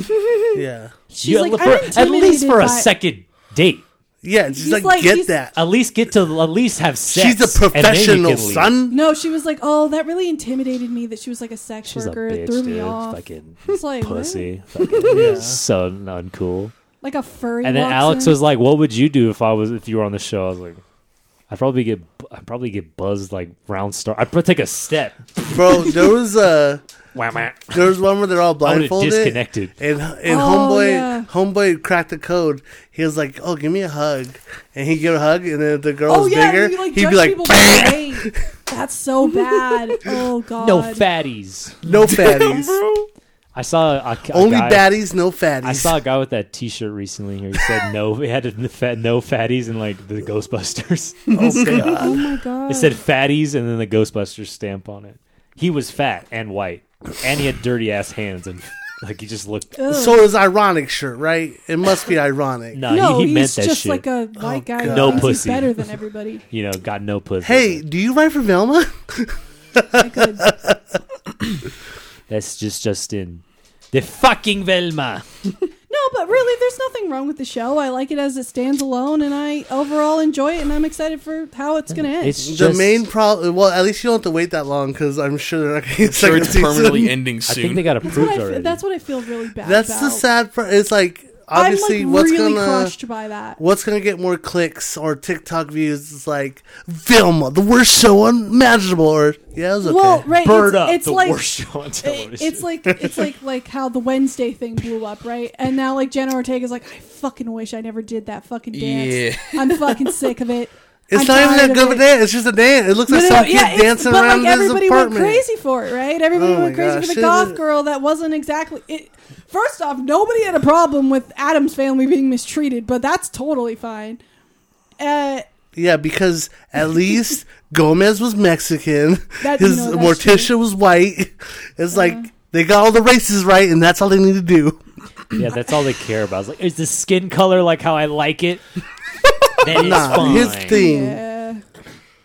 yeah.
she's
You-
like,
for-
I'm
at least for a
intimidated by-
second date.
Yeah, just
He's
like,
like-
get
he's-
that.
At least get to at least have sex.
She's a
and then you can
professional,
leave.
son.
No, she was like, "Oh, that really intimidated me that she was like a sex
She's
worker.
a
It
bitch,
threw me
dude.
off,
Fucking
It's like, what?
pussy. Fucking so uncool.
like a furry."
And then
walks
Alex
in.
was like, "What would you do if I was if you were on the show?" I was like, "I'd probably get I'd probably get buzzed like round star. I'd probably take a step.
Bro, there was uh,
Wah, wah. I
there was one where they're all
would have
blindfolded.
disconnected.
And and
Oh,
homeboy
yeah.
homeboy cracked the code. He was like, "Oh, give me a hug," and he'd give a hug, and then if the girl
Oh
was
yeah,
bigger,
you, like,
he'd
judge
be like,
people by weight. "That's so bad." Oh god.
No fatties.
"No fatties,
I saw a, a
only
guy,
baddies, no fatties."
I saw a guy with that T-shirt recently. Here he said no. He had a, fat, no fatties and like the Ghostbusters.
Oh, God.
Oh my god.
It said fatties and then the Ghostbusters stamp on it. He was fat and white, and he had dirty ass hands and like he just looked.
Ugh.
So it was ironic shirt, right? It must be ironic.
No,
no,
he, he
he's
meant that
just
shit.
like a white guy. who
Oh, God. No
thinks
pussy.
He's better than everybody.
you know, got no pussy.
Hey, do you write for Velma?
I could.
That's just just in. The fucking Velma.
No, but really, there's nothing wrong with the show. I like it as it stands alone, and I overall enjoy it, and I'm excited for how it's gonna end.
It's
the
just,
main problem. Well, at least you don't have to wait that long because I'm sure they're not going to get
Sure,
second
it's
season.
permanently ending
I
soon.
think they got
that's what,
approved
I,
already.
that's what I feel really bad.
That's
about.
the sad part. It's like obviously
I'm like
what's
really
gonna
crushed by that.
what's gonna get more clicks or TikTok views is like Vilma, the worst show unimaginable. Or yeah, it was okay.
Well, right,
Bird
it's,
up
it's
the
like
worst show on television.
it- it's like it's like like how the Wednesday thing blew up, right? And now like Jenna Ortega's like, I fucking wish I never did that fucking dance. I'm fucking sick of it.
it's
I'm
not even
tired
that good of a
it."
dance. It's just a dance. It looks
No,
like
no, no,
some kid
yeah, it's-
dancing
but
around
like
his
everybody
apartment.
went crazy for it, right? Everybody
Oh my
went crazy
gosh,
for the
it
goth
is-
girl that wasn't exactly it. First off, nobody had a problem with Adam's family being mistreated, but that's totally fine. Uh,
Yeah, because at least Gomez was Mexican.
That-
his
no, that's Uh-huh.
Morticia was white. It's like they got all the races right, and that's all they need to do.
yeah, that's all they care about. It's like, is the skin color like how I like it? That is
Nah,
fine.
his thing.
yeah.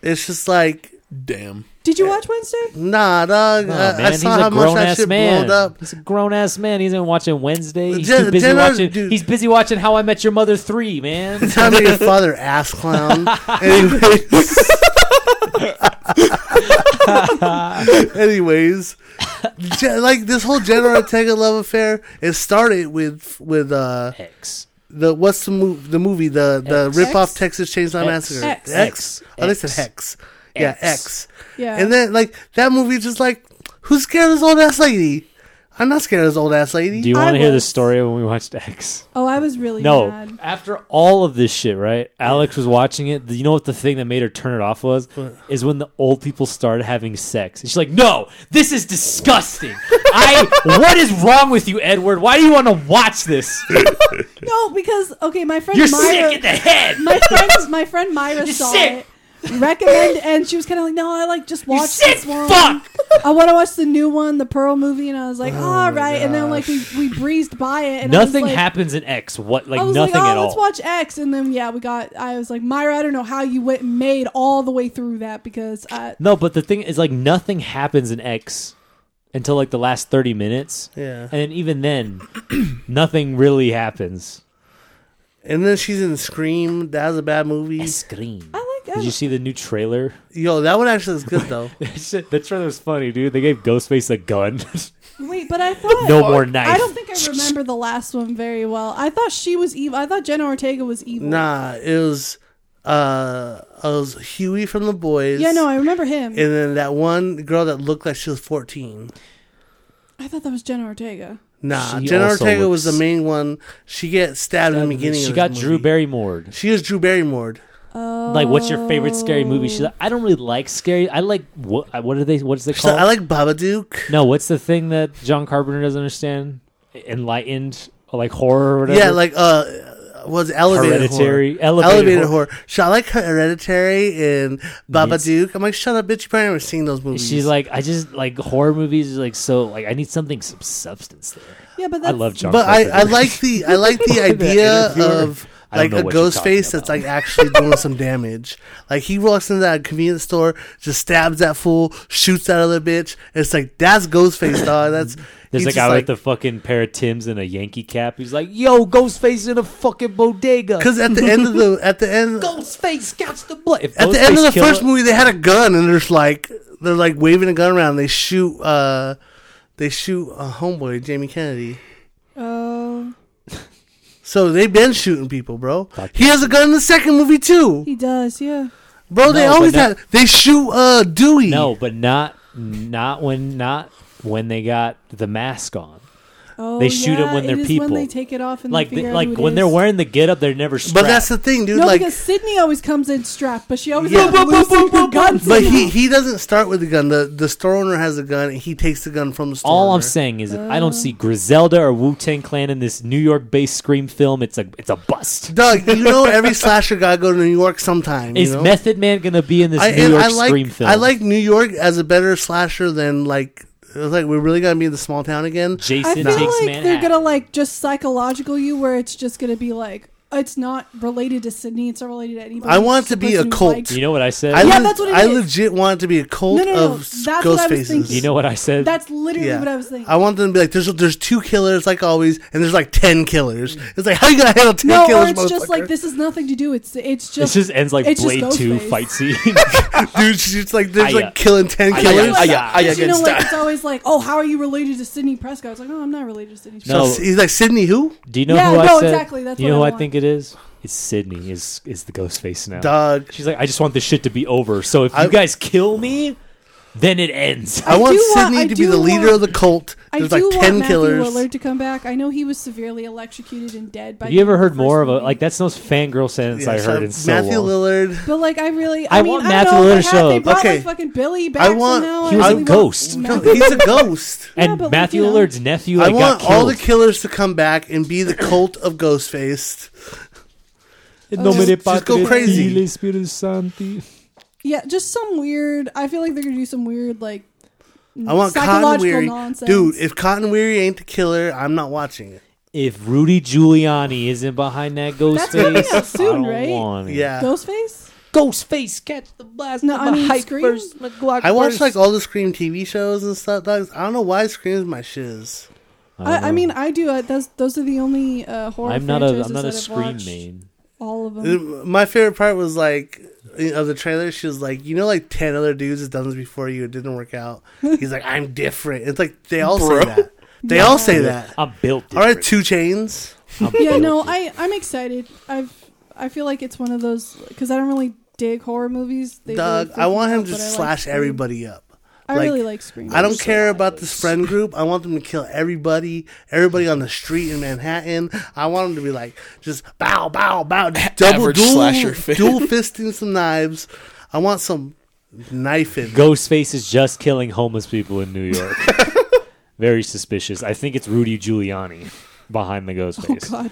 It's just like
Damn.
Did you watch Wednesday?
nah, dog.
Oh,
I,
man,
Uh, I
he's
saw
a
how much
grown
that
ass
shit
man.
blown up.
He's a grown ass man. He's been watching Wednesday. He's
Jen-
too busy
Jenna-
watching.
dude.
He's busy watching How I Met Your Mother three, man.
Time to your father, ass clown. Anyways. Anyways, Je- like this whole Jenna Ortega love affair, it started with with uh
X.
the what's the move the movie the the
X.
rip off
X.
Texas Chainsaw
X.
Massacre
X.
X.
Oh, they said
X.
Hex. Yeah,
X.
X.
Yeah.
And then like that movie, just like who's scared of this old ass lady? I'm not scared of this old ass lady.
Do you
I
want to hear the
was-
story of when we watched X?
oh, I was really
No.
mad.
After all of this shit, right? Alex was watching it. You know what the thing that made her turn it off was? Is when the old people started having sex. And she's like, "No, this is disgusting. I what is wrong with you, Edward? Why do you want to watch this?
No, because okay, my friend
You're
Myra,
sick in the head.
my friend, my friend Myra saw
sick.
it, recommend, and she was kind of like, "No, I like just
You
watch
sick
this one.
fuck."
I want to watch the new one, the Pearl movie." And I was like, "All right," and then like we, we breezed by it. And I was
Nothing
like-
happens in X. What like
I was
nothing
like, "Oh,
at all.
let's watch X," and then yeah, we got. I was like, "Myra, I don't know how you went made all the way through that because I,
No, but the thing is, like, nothing happens in X until like the last thirty minutes,
Yeah.
and then even then, nothing really happens.
And then she's in Scream. That was a bad movie.
Scream.
I like. I,
Did you see the new trailer?
Yo, that one actually was good though.
Shit, the trailer was funny, dude. They gave Ghostface a gun.
wait, but I thought
no more knife.
I don't think I remember the last one very well. I thought she was evil. I thought Jenna Ortega was evil.
nah, it was uh, it was Huey from the Boys.
Yeah, no, I remember him.
and then that one girl that looked like she was 14.
I thought that was Jenna Ortega.
Nah,
She
Jenna
also
Ortega was the
looks-
main one. She gets stabbed in the beginning.
she
of
got
the
Drew
movie.
Barrymore.
She is Drew Barrymore.
Oh.
Like, what's your favorite scary movie? She's like, I don't really like scary. I like what? What are they? What's it
She's like,
called?
I like Babadook.
no, what's the thing that John Carpenter doesn't understand? Enlightened, or like horror, or whatever.
Yeah, like uh, was elevated
Hereditary,
horror.
elevated
horror. So I like hereditary and Babadook. I'm like, shut up, bitch! You probably never seen those movies.
She's like, I just like horror movies. Is like so, like I need something some substance there.
Yeah, but
I
that's,
love John.
but I,
Carpenter.
I like the I like the idea
interviewer.
of
I don't
like
know
a
what you're
ghost
talking
face that's like actually doing some damage. Like he walks into that convenience store, just stabs that fool, shoots that other bitch. It's like that's Ghostface, dog. That's
There's
he's
a
just
guy with a fucking pair of Tim's and a Yankee cap. He's like, "Yo, Ghostface in a fucking bodega."
Because at the end of the at the end
Ghostface counts the blood. If
at the end of
Ghostface
the
kill
first
it-
movie, they had a gun and there's like they're like waving a gun around. They shoot uh they shoot a homeboy Jamie Kennedy.
Oh,
So they've been shooting people, bro. He has a gun in the second movie too,
he does. Yeah.
bro. They
No, but
always
no-
had they shoot uh Dewey.
no, but not not when not when they got the mask on.
Oh,
They shoot
yeah,
him when
it
they're
is
people.
When they take it off and
Like
they figure
they,
out
like
who it
when
is.
they're wearing the get up, they're never strapped.
but that's the thing, dude.
No,
like,
because Sydney always comes in strapped, but she always
Yeah.
ends up losing her guns.
but he he doesn't start with the gun. the The store owner has a gun, and he takes the gun from the store.
all I'm
owner.
saying is, if I don't
Oh.
see Griselda or Wu Tang Clan in this New York-based Scream film, it's a it's a bust.
Doug, you know every slasher gotta go to New York sometime.
Is
you know?
Method Man gonna be in this
I,
New
and
York
I like
Scream film?
I like New York as a better slasher than like it's like we're really gonna be in the small town again.
Jason
I feel
takes
like
Manhattan.
they're gonna like just psychological you, where it's just gonna be like, it's not related to Sydney. It's not related to anybody.
I want
It's
it to
just
be
the
a
person who
cult.
likes-
You know what I said?
I,
Yeah,
le-
that's what it
I
is.
legit want it to be a cult
No, no, no,
of
that's what I
ghost
was
faces.
thinking.
you know what I said?
That's literally
yeah.
what I was thinking.
I want them to be like, there's there's two killers like always, and there's like ten killers. It's like how you gonna handle ten
no, or
killers?
it's just like
motherfucker?
this has nothing to do. It's it's
it
just
just ends like
it's just
Blade Two
Ghostface.
fight scene.
dude. She's like there's
Aya.
like killing ten
Aya. Aya.
killers.
But
I
you know,
against
like
that.
it's always like, oh, how are you related to Sydney Prescott? I was like, no, I'm not related to Sydney.
No.
Prescott.
So he's like Sydney who?
Do you know
Yeah,
who I
no,
said?
exactly, that's
Do you
what
know who
I
I
want.
think it is? It's Sydney. Is is the ghost face now?
Dog.
She's like, I just want this shit to be over. So if
I-
you guys kill me, then it ends.
I, want
do want-
Sydney
I
to be
do
the leader
want-
of the cult.
I
There's
do
like
want
ten
Matthew
killers.
Willard to come back. I know he was severely electrocuted and dead. By
Have
the
you
end
ever
of the
heard
first
more of a
movie.
like? That's the most fangirl sentence
Yeah,
I
so
heard in so
Matthew
long.
Lillard.
But like, I really,
I
I, mean,
want
I
Matthew
don't know,
Willard
like,
show
They
up.
brought
Okay.
like fucking Billy back
I want-
somehow.
He
and
was a
we want-
ghost.
No,
Matthew-
he's a ghost.
Yeah,
And
but, like,
Matthew
you know.
Lillard's nephew,
I
like,
want
got
all the
killed.
killers to come back and be the cult of Ghostface.
In
Oh.
nomine
Just-
just go
Patris,
crazy.
Filii, Spiritus Sancti.
Yeah, just some weird. I feel like they're gonna do some weird like.
I want Cotton
psychological
Weary,
nonsense.
dude. If Cotton Weary ain't the killer, I'm not watching it.
If Rudy Giuliani isn't behind that ghost
That's coming
face,
out soon,
I don't
right?
want it.
Yeah,
Ghostface.
Ghost face, catch the blast.
No,
of
I
a
mean,
hype
Scream.
burst, my Glock
I watch
burst.
like all the Scream TV shows and stuff. Dogs. I don't know why Scream's my shiz.
don't
I, I
know.
mean, I do. Uh, those those are the only uh, horror.
I'm not a
franchises
I'm not a
that I've
scream
watched.
main.
All of them.
My favorite part was like of the trailer. She was like, you know, like ten other dudes have done this before you. It didn't work out. He's like, I'm different. It's like they all
Bro.
say that. They all say that.
I'm built.
All right,
different.
two chains.
I'm
yeah,
built
no,
different.
I I'm excited. I've I feel like it's one of those because I don't really dig horror movies. They really
Doug,
freak
I want
me
him
out,
to
but I like
slash
Scream.
everybody up.
I
like,
really like Scream.
I don't
so
care about
violent.
this friend group. I want them to kill everybody, everybody on the street in Manhattan. I want them to be like just bow, bow, bow, double
Average
dual,
slasher fan.
dual fisting some knives. I want some knifing.
Ghostface is just killing homeless people in New York. Very suspicious. I think it's Rudy Giuliani behind the
Oh
Ghostface.
God,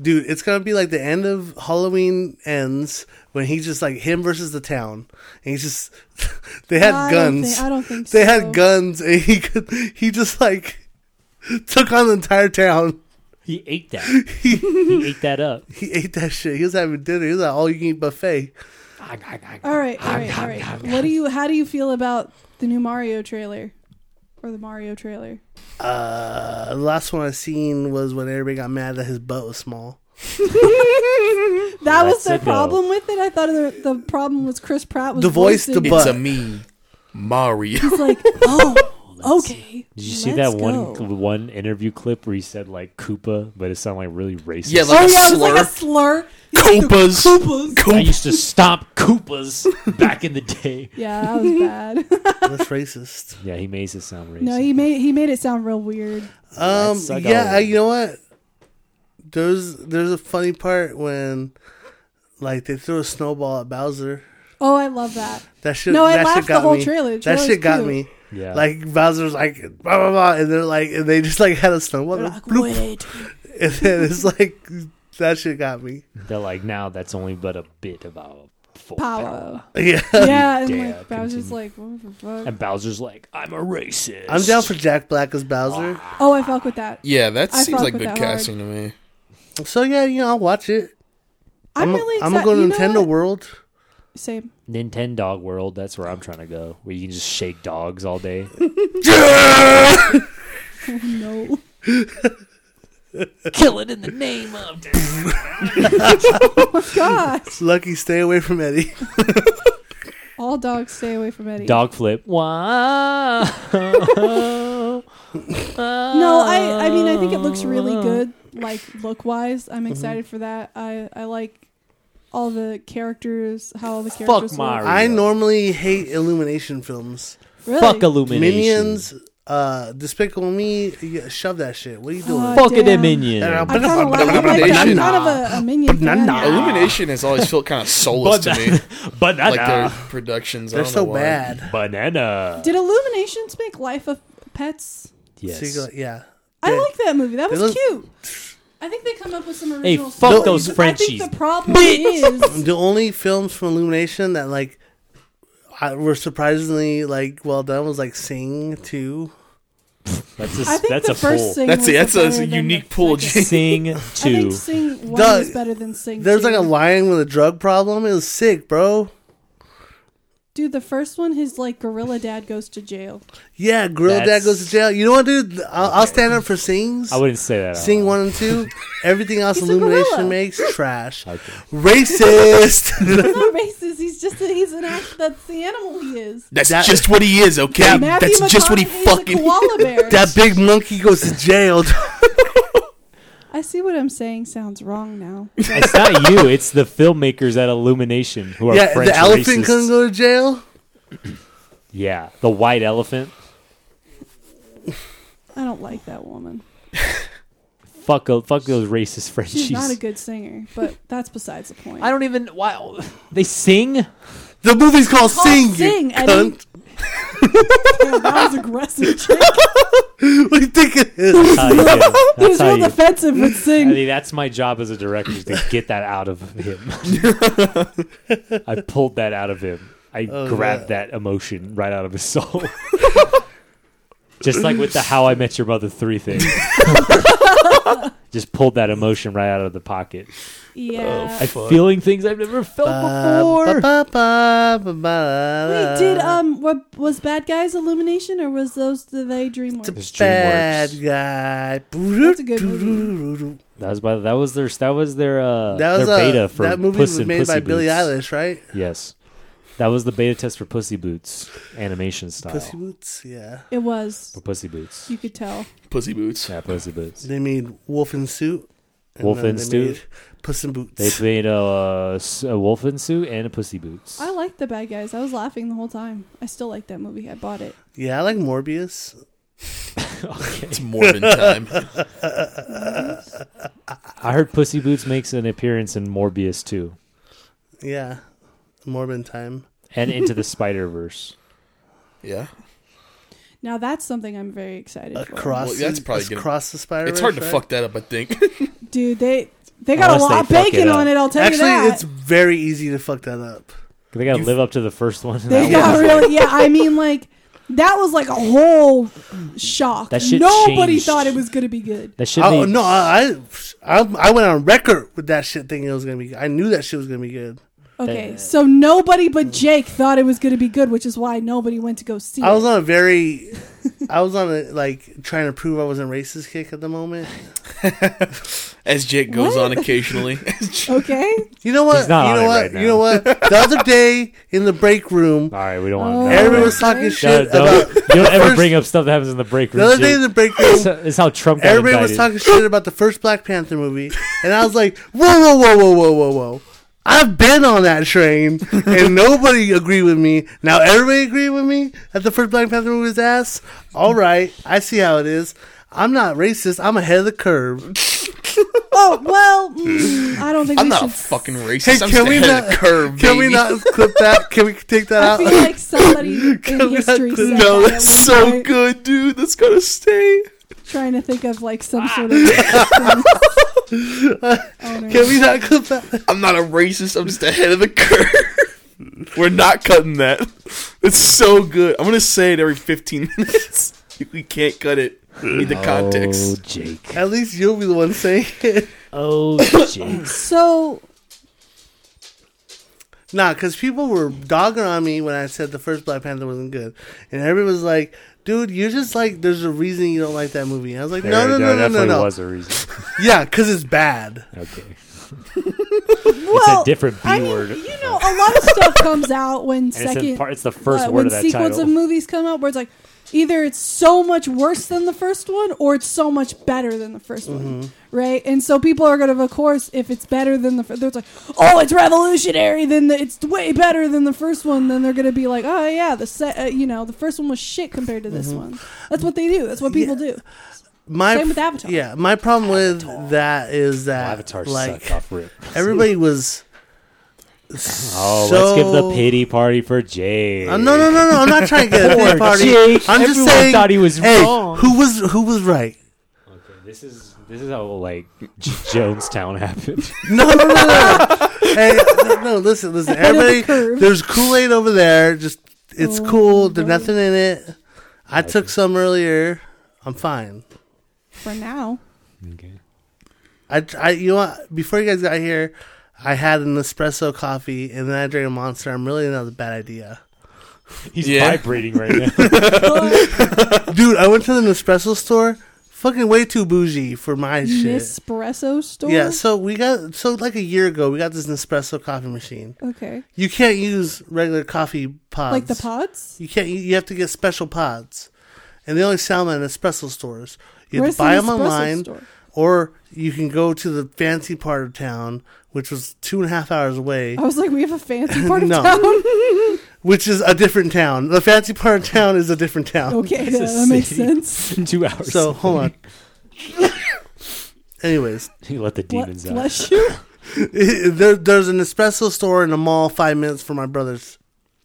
Dude, it's gonna be like the end of Halloween ends when he's just like him versus the town, and he's just they had
I don't
guns.
think- I don't think
they
so.
had guns, and he could he just like took on the entire town.
He ate that. he ate that up.
He ate that shit. He was having dinner. He was at all you can eat buffet.
All right, all right, all right. What do you? How do you feel about the new Mario trailer, or the Mario trailer?
Uh, the last one I seen was when everybody got mad that his butt was small.
That was
That's a
the
no.
problem with it. I thought the, the problem was Chris Pratt was
The voice, the
voicing-
butt.
It's a me, Mario.
It's like, oh, okay.
Did you see
let's
that
go.
one one interview clip where he said like Koopa, but it sounded like really racist?
Yeah,
oh
Like a
yeah, it was like a slur.
Koopas.
I
Koopas.
used to stomp Koopas back in the day.
Yeah, that was bad.
That's racist.
Yeah, he makes it sound racist.
No, he made he made it sound real weird.
Um,
suck all
yeah, I,
of
you know what? There's there's a funny part when like they threw a snowball at Bowser.
Oh, I love that.
That shit.
No, I
that
laughed
shit
the
got
whole
me.
trailer. The
That
trailer's
shit got
cute.
me.
yeah.
Like Bowser's like blah blah blah, and they're like, and they just like had a snowball,
Like,
bloop,
wait.
and then it's like that shit got me.
They're like now that's only but a bit of our full power.
Power.
Yeah,
Yeah, and
Dare
like Bowser's
continue.
like, what the fuck?
And Bowser's like, I'm a racist.
I'm down for Jack Black as Bowser.
Oh, I fuck with that.
Yeah, that
I
seems
fuck
like
with
good
that hard.
casting to me.
So yeah, you know I'll watch it.
I'm, really.
I'm
exci-
gonna go to
you know
Nintendo
what?
World.
Same.
Nintendo World. That's where I'm trying to go, where you can just shake dogs all day.
No.
Kill it in the name of.
God.
Lucky, stay away from Eddie.
All dogs stay away from Eddie.
Dog flip. Wow. no,
No, I I mean I think it looks really good, like look wise. I'm excited for that. I I like all the characters, how all the characters. work.
Mario.
I normally hate Illumination films.
Really?
Fuck Illumination.
Minions, uh, Despicable Me, yeah, shove that shit. What are you doing?
Uh,
Fuck it,
Damn.
Minion.
I kind of like. I'm, like, I'm kind of a, a minion. Fan.
Banana.
Illumination has always felt kind of soulless to me.
Banana. Banana.
Like their productions, I
They're
don't
so
know why.
bad.
Banana.
Did Illuminations make Life of Pets?
Yes.
Secret- yeah.
I like that movie. That was
look-
cute. I think they come up with some original.
fuck
stories.
those
I
Frenchies.
think the problem is
The only films from Illumination that like I, were surprisingly like well done was like Sing Two.
That's a,
I think
that's
the
a
first
pool.
sing.
That's
was
a- that's a
better than
unique
the
pool,
second.
Sing
I think
two.
sing one
The-
is better than sing.
There's
two.
like a lion with a drug problem. It was sick, bro.
dude. The first one, his like gorilla dad goes to jail.
Yeah, Gorilla Dad
That's-
goes to jail. You know what, dude? I'll, I'll stand up for Sings.
I wouldn't say that. out
Sing
loud.
one and two. Everything else
He's a gorilla.
Illumination makes trash.
Okay.
Racist.
He's not racist. He's just a, he's an act. That's the animal he is.
That's
That-
just what he is, okay?
Matthew
That's just what he
McConaughey's a
fucking.
koala bear.
that big monkey goes to jail.
I see what I'm saying. Sounds wrong now.
It's not you. It's the filmmakers at Illumination who are
yeah,
French
the elephant
racists.
couldn't go to jail.
Yeah, the white elephant.
I don't like that woman.
Fuck, fuck those racist Frenchies.
She's not a good singer, but that's besides the point.
I don't even. Wow, they sing.
The movie's called
called
Sing.
Sing,
you
I
cunt.
Yeah, that was aggressive. Jake.
What do you think it is?
That's how you do it.
he was
That's how
real
you-
defensive with
I
sing.
mean, that's my job as a director is to get that out of him. I pulled that out of him. I
Oh,
grabbed that emotion right out of his soul. Just like with the "How I Met Your Mother" three thing, just pulled that emotion right out of the pocket.
Yeah.
I'm feeling things I've never felt before.
Wait, did um, what was Bad Guys Illumination or was those the they DreamWorks?
There's
Bad
DreamWorks.
guy.
a good movie.
That was by that was their that was their uh,
That was
their
a,
beta for
that movie
Puss
was
in
made
Pussy
by
Boots.
Billie Eilish, right?
Yes, that was the beta test for Pussy Boots animation style.
Pussy Boots, yeah.
It was.
For Pussy Boots.
You could tell.
Pussy boots.
Yeah, Pussy Boots.
They made Wolf in Suit. and
Wolf
then
in
they
Suit.
made Puss in Boots.
They made a, uh, s- a wolf in suit and a Pussy Boots.
I liked the Bad Guys. I was laughing the whole time. I still like that movie. I bought it.
yeah, I like Morbius.
It's Mormon time.
I heard Pussy Boots makes an appearance in Morbius too,
Yeah, Morbin time.
and into the Spider Verse.
yeah.
Now that's something I'm very excited for.
Across,
Well, that's
the-
probably gonna-
across the spider.
It's hard to
right?
fuck that up, I think.
Dude, they they got
Unless
a lot of
they Oh, fuck it
bacon
up.
on it. I'll tell
Actually,
you that.
it's very easy to fuck that up.
They got to
You've-
live up to the first one. and
They
that
got
one.
really, yeah. I mean, like that was like a whole shock.
That shit
Nobody
changed.
thought it was gonna be good.
That should
Oh
be
no, I, I I went on record with that shit thinking it was gonna be. I knew that shit was gonna be good.
Okay,
That-
so nobody but Jake thought it was gonna be good, which is why nobody went to go see
I was
it.
on a very, I was on a like trying to prove I wasn't racist kick at the moment.
As Jake goes
What?
on occasionally.
Okay,
You know what?
He's not
you
on
know
it
what?
right now.
You know what? The other day in the break room,
All right, we don't want
Oh.
to.
everyone uh, was talking
Okay.
shit
don't,
about.
you don't ever
first-
bring up stuff that happens in the break room.
The other
Jake.
day in the break room,
It's how- it's how Trump got
Everybody was
indicted.
talking shit about the first Black Panther movie, and I was like, whoa, whoa, whoa, whoa, whoa, whoa, whoa. I've been on that train, and nobody agreed with me. Now everybody agreed with me that the first Black Panther movie was ass. All right, I see how it is. I'm not racist. I'm ahead of the curve.
Oh well, mm, I don't think
I'm
we
not a
should.
fucking
Hey,
racist. I'm
can we
ahead of
not?
the curve,
can we
baby.
not clip that? Can we take that
mm. I
out?
feel like somebody in
we not
history
just-
said
No,
that at
that's
one
so
point,
good, dude. That's gotta stay.
Trying to think of like some sort of. owner.
Can we not clip that?
I'm not a racist. I'm just ahead of the curve. We're not cutting that. It's so good. I'm gonna say it every 15 minutes. We can't cut it. We need the
Oh,
context.
Jake.
At least you'll be the one saying it.
Oh, Jake.
So
Nah, because people were dogging on me when I said the first Black Panther wasn't good, and everyone was like, "Dude, you're just like, there's a reason you don't like that movie." And I was like, "No,
There- there
no, no, no, no,
definitely
no,
was a reason.
yeah, because it's bad."
Okay.
well,
different B
I mean,
word.
You know, a lot of stuff comes out when
And it's,
second.
in part, it's the first
uh,
word
when
of that
sequels
title.
of movies come out where it's like either it's so much worse than the first one or it's so much better than the 1st one right and so people are going to of course if it's better than the first they're like oh it's revolutionary then the, it's way better than the first one then they're going to be like oh yeah the set uh, you know the first one was shit compared to this one that's what they do that's what people do
My
Same with Avatar.
Yeah, my problem with that is that
Avatar
like
sucked Oh, off rip.
everybody was.
Oh,
so...
let's give the pity party for Jake.
Uh, no, no, no, no! I'm not trying to get a
Poor
pity party.
Jake.
I'm just
Everyone
saying.
thought he was
hey,
wrong.
who was who was right?
Okay, this is this is how like J- Jonestown happened.
No, no, no, no. hey, no, no, listen, listen.
Ahead of the
Everybody,
curve.
there's Kool Aid over there. Just it's
Oh,
cool. There's
right.
nothing in it. I took some earlier. I'm fine.
for now.
Okay.
I, I you know what? before you guys got here, I had an espresso coffee and then I drank a monster. I'm really not a bad idea,
He's
Yeah.
vibrating right now.
dude. I went to the Nespresso store, fucking way too bougie for my shit.
Nespresso store.
Yeah, so we got so like a year ago we got this Nespresso coffee machine.
okay.
You can't use regular coffee pods.
Like the pods.
You can't. You, you have to get special pods, and they only sell them at espresso stores. You have
Where's
to buy
the
them
Nespresso
online,
store?
or you can go to the fancy part of town, which was two and a half hours away,
I was like, we have a fancy part of
No.
town.
which is a different town. The fancy part of town is a different town.
okay, yeah,
It's a
that makes
city.
sense.
Two hours.
So hold on. Anyways,
he let the
What,
demons out.
bless you.
there, there's an espresso store in a mall five minutes from my brother's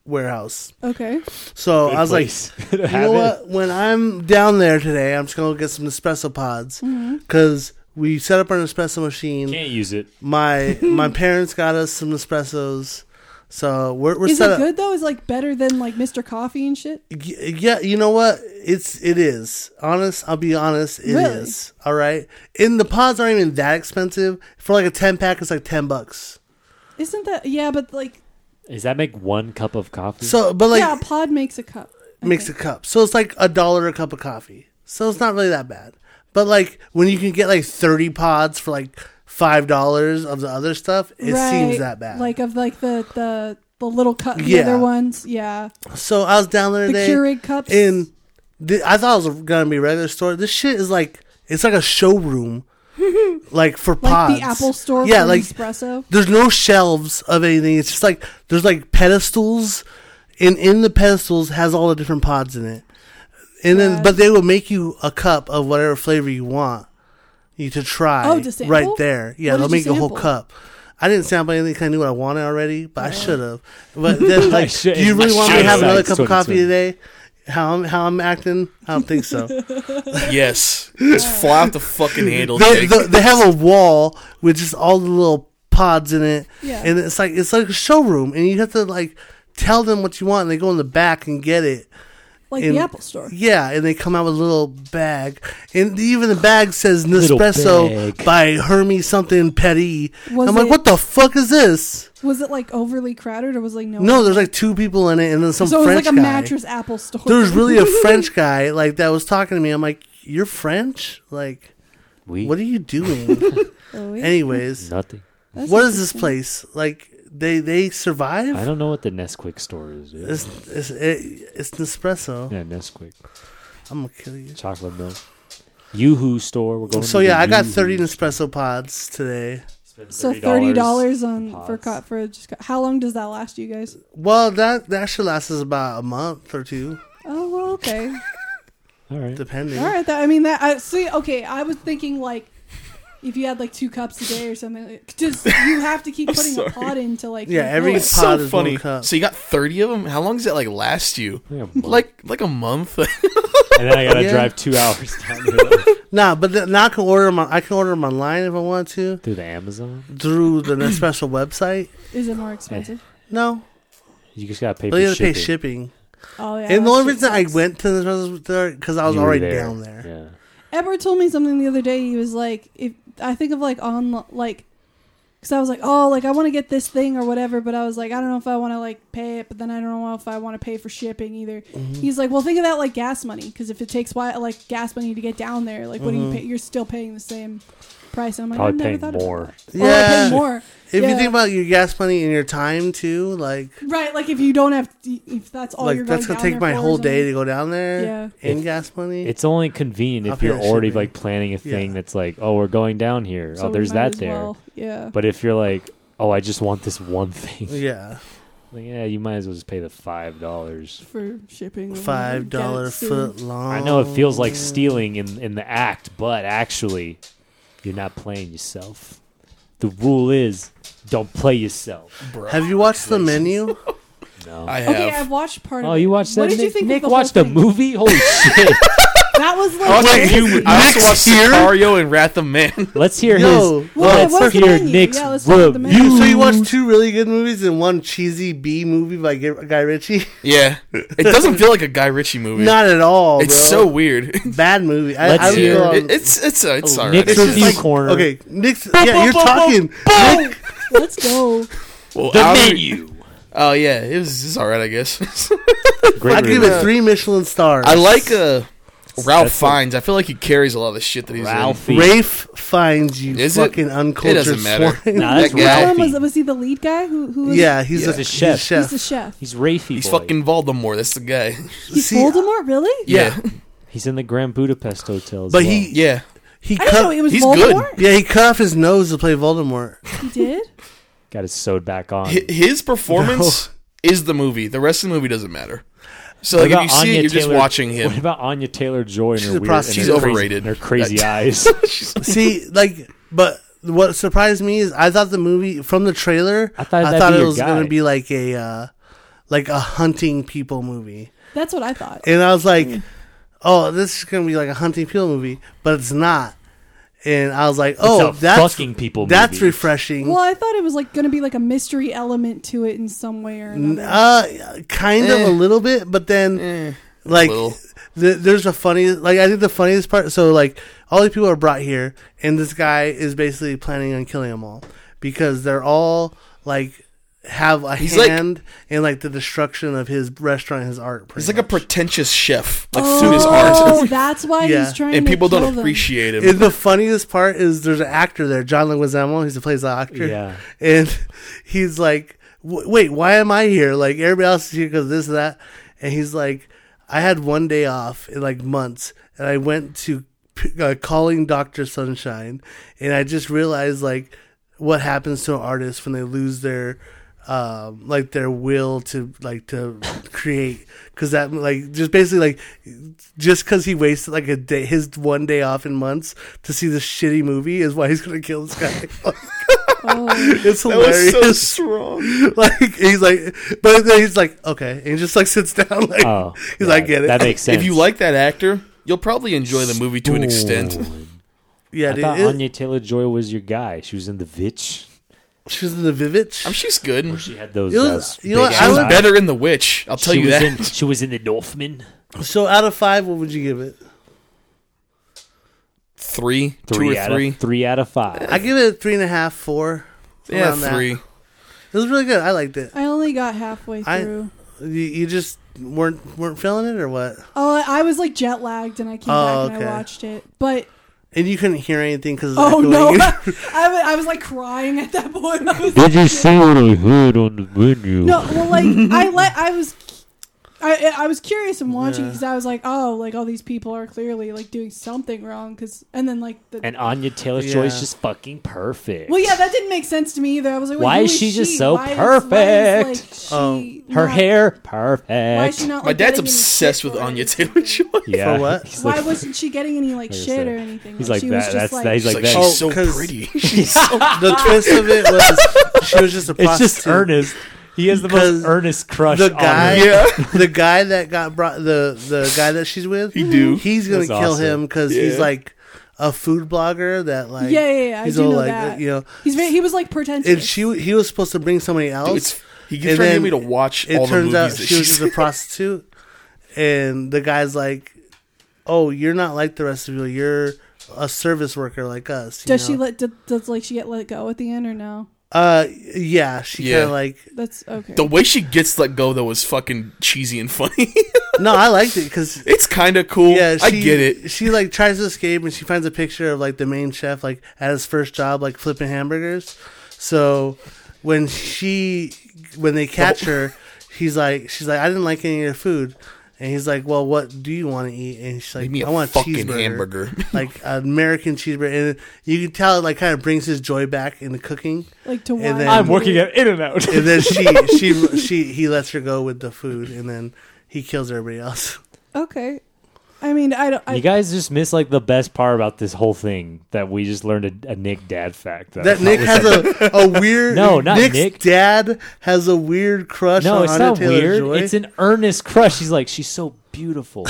warehouse.
Okay.
So I was like,
like,
you know what? When I'm down there today, I'm just gonna get some Nespresso pods
Mm-hmm.
because we set up our Nespresso machine.
Can't use it.
My my parents got us some Nespressos, so we're we're
Is
set
it
up.
good though? Is like better than like Mr. Coffee and shit?
Y- Yeah, you know what? It's it is honest. I'll be honest. It is
Really?
all right. And the pods aren't even that expensive for like a ten pack. It's like ten bucks.
Isn't that yeah? But like
Does that make one cup of coffee?
So, but like
yeah, a pod makes a cup. I
makes a
think.
cup. So it's like a dollar a cup of coffee. So it's not really that bad. But like when you can get like thirty pods for like five dollars of the other stuff, it
Right,
seems that bad.
Like of like the the the little cup, the
Yeah.
other ones. Yeah,
so I was down there
the
today,
Keurig cups.
and the, I thought it was gonna be a regular store. This shit is like it's like a showroom, like for
like
pods.
the Apple Store.
Yeah,
for
like
espresso.
there's no shelves of anything. It's just like there's like pedestals, and in the pedestals has all the different pods in it. And then,
Right.
but they will make you a cup of whatever flavor you want you to try.
Oh, to sample?
right there. Yeah,
What
they'll
did you
make a whole
sample? Oh.
cup. I didn't sample anything 'cause I knew what I wanted already, but I should have. But then, like, do
should-
you really
I
want me to
should
have
have.
another cup of
Sorted,
coffee
sorted.
today? How I'm how I'm acting? I don't think so.
yes. Just fly off the fucking handle,
they,
Jake.
they- they have a wall with just all the little pods in it,
Yeah.
and it's like it's like a showroom, and you have to like tell them what you want, and they go in the back and get it.
Like
and-
the Apple Store.
Yeah, and they come out with a little bag, and even the bag says
Little
Nespresso
bag.
by Hermes something Petit.
Was
I'm like,
it-
what the fuck is this?
Was it like overly crowded or was like no?
No, there's like two people in it, and then some
so it was
French
like a
guy.
mattress Apple Store.
There was really a French guy like that was talking to me. I'm like, you're French, like.
we
What are you doing?
Oh, wait.
Anyways,
nothing.
That's
what is this
interesting.
place like? They they survive.
I don't know what the Nesquik store is. Dude.
It's it's, it, it's Nespresso.
Yeah, Nesquik
I'm gonna kill you.
chocolate milk. YooHoo store. We're going.
So
to
yeah,
the
I got
Yoo-hoo.
thirty Nespresso pods today.
Spent
So thirty dollars
for
on for
pods.
cut for just how long does that last you guys?
Well, that that should last us about a month or two,
Oh well, okay,
All right.
depending.
all right. That, I mean that I see. Okay, I was thinking like if you had like two cups a day or something, like, just you have to keep putting a
sorry.
pot in to like
Yeah,
make
every-
more.
It's
Pod
so
is
funny.
one cup.
So you got 30 of them? How long does that like last you?
Yeah,
Like like a month?
and then I gotta
Yeah.
drive two hours down here
Nah, but th- now I can order them. On, I can order them online if I want to
through the Amazon.
through the Nespresso website.
is it more expensive?
No,
You just gotta pay
but
for
you have to pay
shipping.
shipping.
Oh yeah.
and
that
the only
shit
reason I
sucks.
went to the Nespresso store because I was
You were
already down there.
Edward told me something the other day. He was like, if I think of like on like, because I was like, oh, like I want to get this thing or whatever, but I was like, I don't know if I want to like pay it, but then I don't know if I want to pay for shipping either. He's like, well, think of that like gas money, because if it takes why like gas money to get down there, like what do
Mm-hmm.
you pay? You're still paying the same price. I'm like,
Probably
I've never
paying
thought about
more.
that. Or, like, paying
Yeah.
more.
If you
Yeah.
think about your gas money and your time too, like
right, like if you don't have, if that's all
like
you're
that's
going
gonna
down
take
there
my
for or
whole day to
something.
go down there.
Yeah.
And
It-
gas money.
It's only convenient
I'll
if
pay
you're
the
already
shipping.
like planning a thing
Yeah.
that's like, oh, we're going down here.
So
oh,
we
there's
might
that
as
there.
well. Yeah.
But if you're like, oh, I just want this one thing,
yeah.
like, yeah, you might as well just pay the five dollars.
for shipping, or whatever,
Five
get it
dollar
soon.
foot long.
I know it feels like stealing in in the act, but actually, you're not playing yourself. The rule is, don't play yourself.
Bro,
Have you watched the menu?
No.
I have.
Okay, I've watched part of
oh,
it.
you watched that?
What did
Nick,
you think?
Nick
of the
watched
whole
a movie. Holy shit!
That was
I
like,
watched,
Wait,
you, I also
next
watched
year?
Sicario and Wrath of Man.
Let's hear
Yo,
his.
Well, it
let's
was the
hear
menu.
Nick's
Yeah, let's start with the
review.
menu.
So you watched two really good movies and one cheesy B movie by Gu- Guy Ritchie?
yeah, it doesn't feel like a Guy Ritchie movie.
Not at
Oh,
all.
it's
bro.
so weird.
bad movie. I,
Let's
I would
hear-
go on-
It- it's it's uh, it's
Oh,
alright.
Nick's
It's just
review
like,
corner.
okay, Nick's. Yeah, you're talking. Nick,
let's go.
well,
The
I don't-
menu.
Oh yeah, it was it's all right, I guess.
Great
I give
review.
it three Michelin stars.
I like uh, Ralph
That's a-
Fiennes. I feel like he carries a lot of the shit that he's in.
Ralphie.
Rafe finds you
Is it?
fucking
It
uncultured
doesn't matter.
swine.
Nah, that's
That guy.
Ralphie.
Alan was, was he the lead guy? Who, who was
Yeah, he's,
Yeah.
A,
He's
he's
a chef.
He's the chef.
He's Rafey.
He's
boy.
fucking Voldemort. That's the guy.
He's
See,
Voldemort, really?
Yeah,
He's in the Grand Budapest Hotel. as
But
well.
he
yeah.
he
I didn't know it
cut.
was
he's good.
Voldemort.
Yeah, he cut off his nose to play Voldemort.
He did.
got it sewed back on.
Hi His performance is the movie. The rest of the movie doesn't matter. So
What
like, if
about
you see it,
Anya
you're just
Taylor-
watching him.
What about Anya Taylor Joy and her
She's a
weird, and
prostitute.
her
She's
crazy-
overrated.
and her crazy
That-
eyes?
See, like, but what surprised me is I thought the movie from the trailer.
I thought that'd be
it
your
was
guy.
gonna be like a uh, like a hunting people movie,
That's what I thought.
and I was like, oh, this is gonna be like a hunting people movie, but it's not. And I was like, oh,
a
that's
fucking people
That's
movie.
refreshing.
Well, I thought it was like going to be like a mystery element to it in some way or another.
Uh, kind of
Eh.
a little bit, but then like
Little.
th- there's a funny like I think the funniest part. So like all these people are brought here, and this guy is basically planning on killing them all because they're all like have a
He's like-
hand in like the destruction of his restaurant, his art.
He's
pretty
like a
much.
pretentious chef, like
oh,
through uh, his art,
that's why
Yeah.
he's trying.
and
to
people
kill
don't
them.
appreciate him.
And the funniest part is there's an actor there, John Leguizamo. He's a plays the actor.
Yeah.
And he's like, "W- wait, why am I here? Like everybody else is here because this and that. And he's like, I had one day off in like months, and I went to p- uh, calling Doctor Sunshine, and I just realized like what happens to an artist when they lose their um, like their will to like to create because that like just basically like just because he wasted like a day his one day off in months to see this shitty movie is why he's gonna kill this guy
Oh,
it's
that was
hilarious
so strong.
like he's like but then he's like okay and he just like sits down like
Oh,
he's
yeah,
like I get it
That makes sense.
If you like that actor, you'll probably enjoy the movie to an extent.
yeah
I
dude
thought
it-
Anya Taylor Joy was your guy. She was in the Vitch.
she was in the Vivitch
I'm she's good.
She had those.
It was-
those
you
big
know what,
She
I
was
eyes.
would-
better in The Witch. I'll tell
she
you
was
that.
In, she was in the Northman.
so out of five what would you give it
Three,
Three
two or
out
three.
of three out of five.
I give it three and a half four
yeah,
around that.
three.
it was really good I liked it
I only got halfway
I-
through.
you, you just weren't weren't feeling it or what
oh, I, I was like jet lagged, and I came
Oh,
back and
okay.
I watched it. But
and you couldn't hear anything because
oh no, I, wa- I was like crying at that point. I was
you see what I heard on the menu?
No, well, like I let I was, I I was curious and watching because I was like, oh, like all these people are clearly like doing something wrong because, and then like the
And Anya Taylor Joy is
Yeah.
just fucking perfect.
well, yeah, that didn't make sense to me either. I was like, wait,
Why
who
is she just so
Why is- why is,
Oh.
like, she
Her
not-
hair
Why is she
perfect.
not? Like,
Um, My dad's
getting any
obsessed
shit
with
for
Anya
it?
Taylor Joy.
Yeah.
For what?
He's
Why
like,
wasn't she getting any
Like
like
I
shit
said,
or anything?
he's like
she was
that.
just
That's
like,
that. He's
She's
like
like,
that.
she's
Oh,
so
'cause-
pretty.
the twist of it was she was just a
It's
prostitute.
just earnest. He has the
Because
most earnest crush.
the guy,
on her.
Yeah.
oh, the guy that got brought, the the guy that she's with,
He do.
He's gonna
That's
kill
awesome.
him 'cause him because he's
Yeah.
like a food blogger that like,
Yeah, yeah, yeah, I
he's
do
all
know
like,
that.
you know,
he's very, he was like pretentious.
and she he was supposed to bring somebody
Dude,
else.
it's- he
And
keeps trying to
then
get me to watch
it
all the
turns
movies
out
that
she was
she's
just a prostitute, and the guy's like, "Oh, you're not like the rest of you. You're a service worker like us." you
does she
know?
let did, does like she get let go at the end or no?
uh, yeah, she
Yeah.
kind of like
That's okay.
The way she gets let go though is fucking cheesy and funny.
no, I liked it because
it's kind of cool.
Yeah, she,
I get it.
She like tries to escape and she finds a picture of like the main chef like at his first job like flipping hamburgers. So when she when they catch her, he's like she's like I didn't like any of your food. And he's like, "Well, what do you want to eat?" And she's like,
Give me a
"I want a
fucking
cheeseburger,
hamburger.
like an American cheeseburger." And you can tell it like kind of brings his joy back in the cooking.
like to
and
watch.
then-
I'm working at In and Out.
And then she she she he lets her go with the food, and then he kills everybody else.
Okay. I mean, I don't. I,
You guys just missed like the best part about this whole thing that we just learned a, a Nick dad fact. I
That
thought
Nick
was
has a, a weird
No, not
Nick's
Nick.
dad has a weird crush
no,
on
it's
Anna
not
Taylor
weird.
Joy.
It's an earnest crush. He's like, she's so beautiful.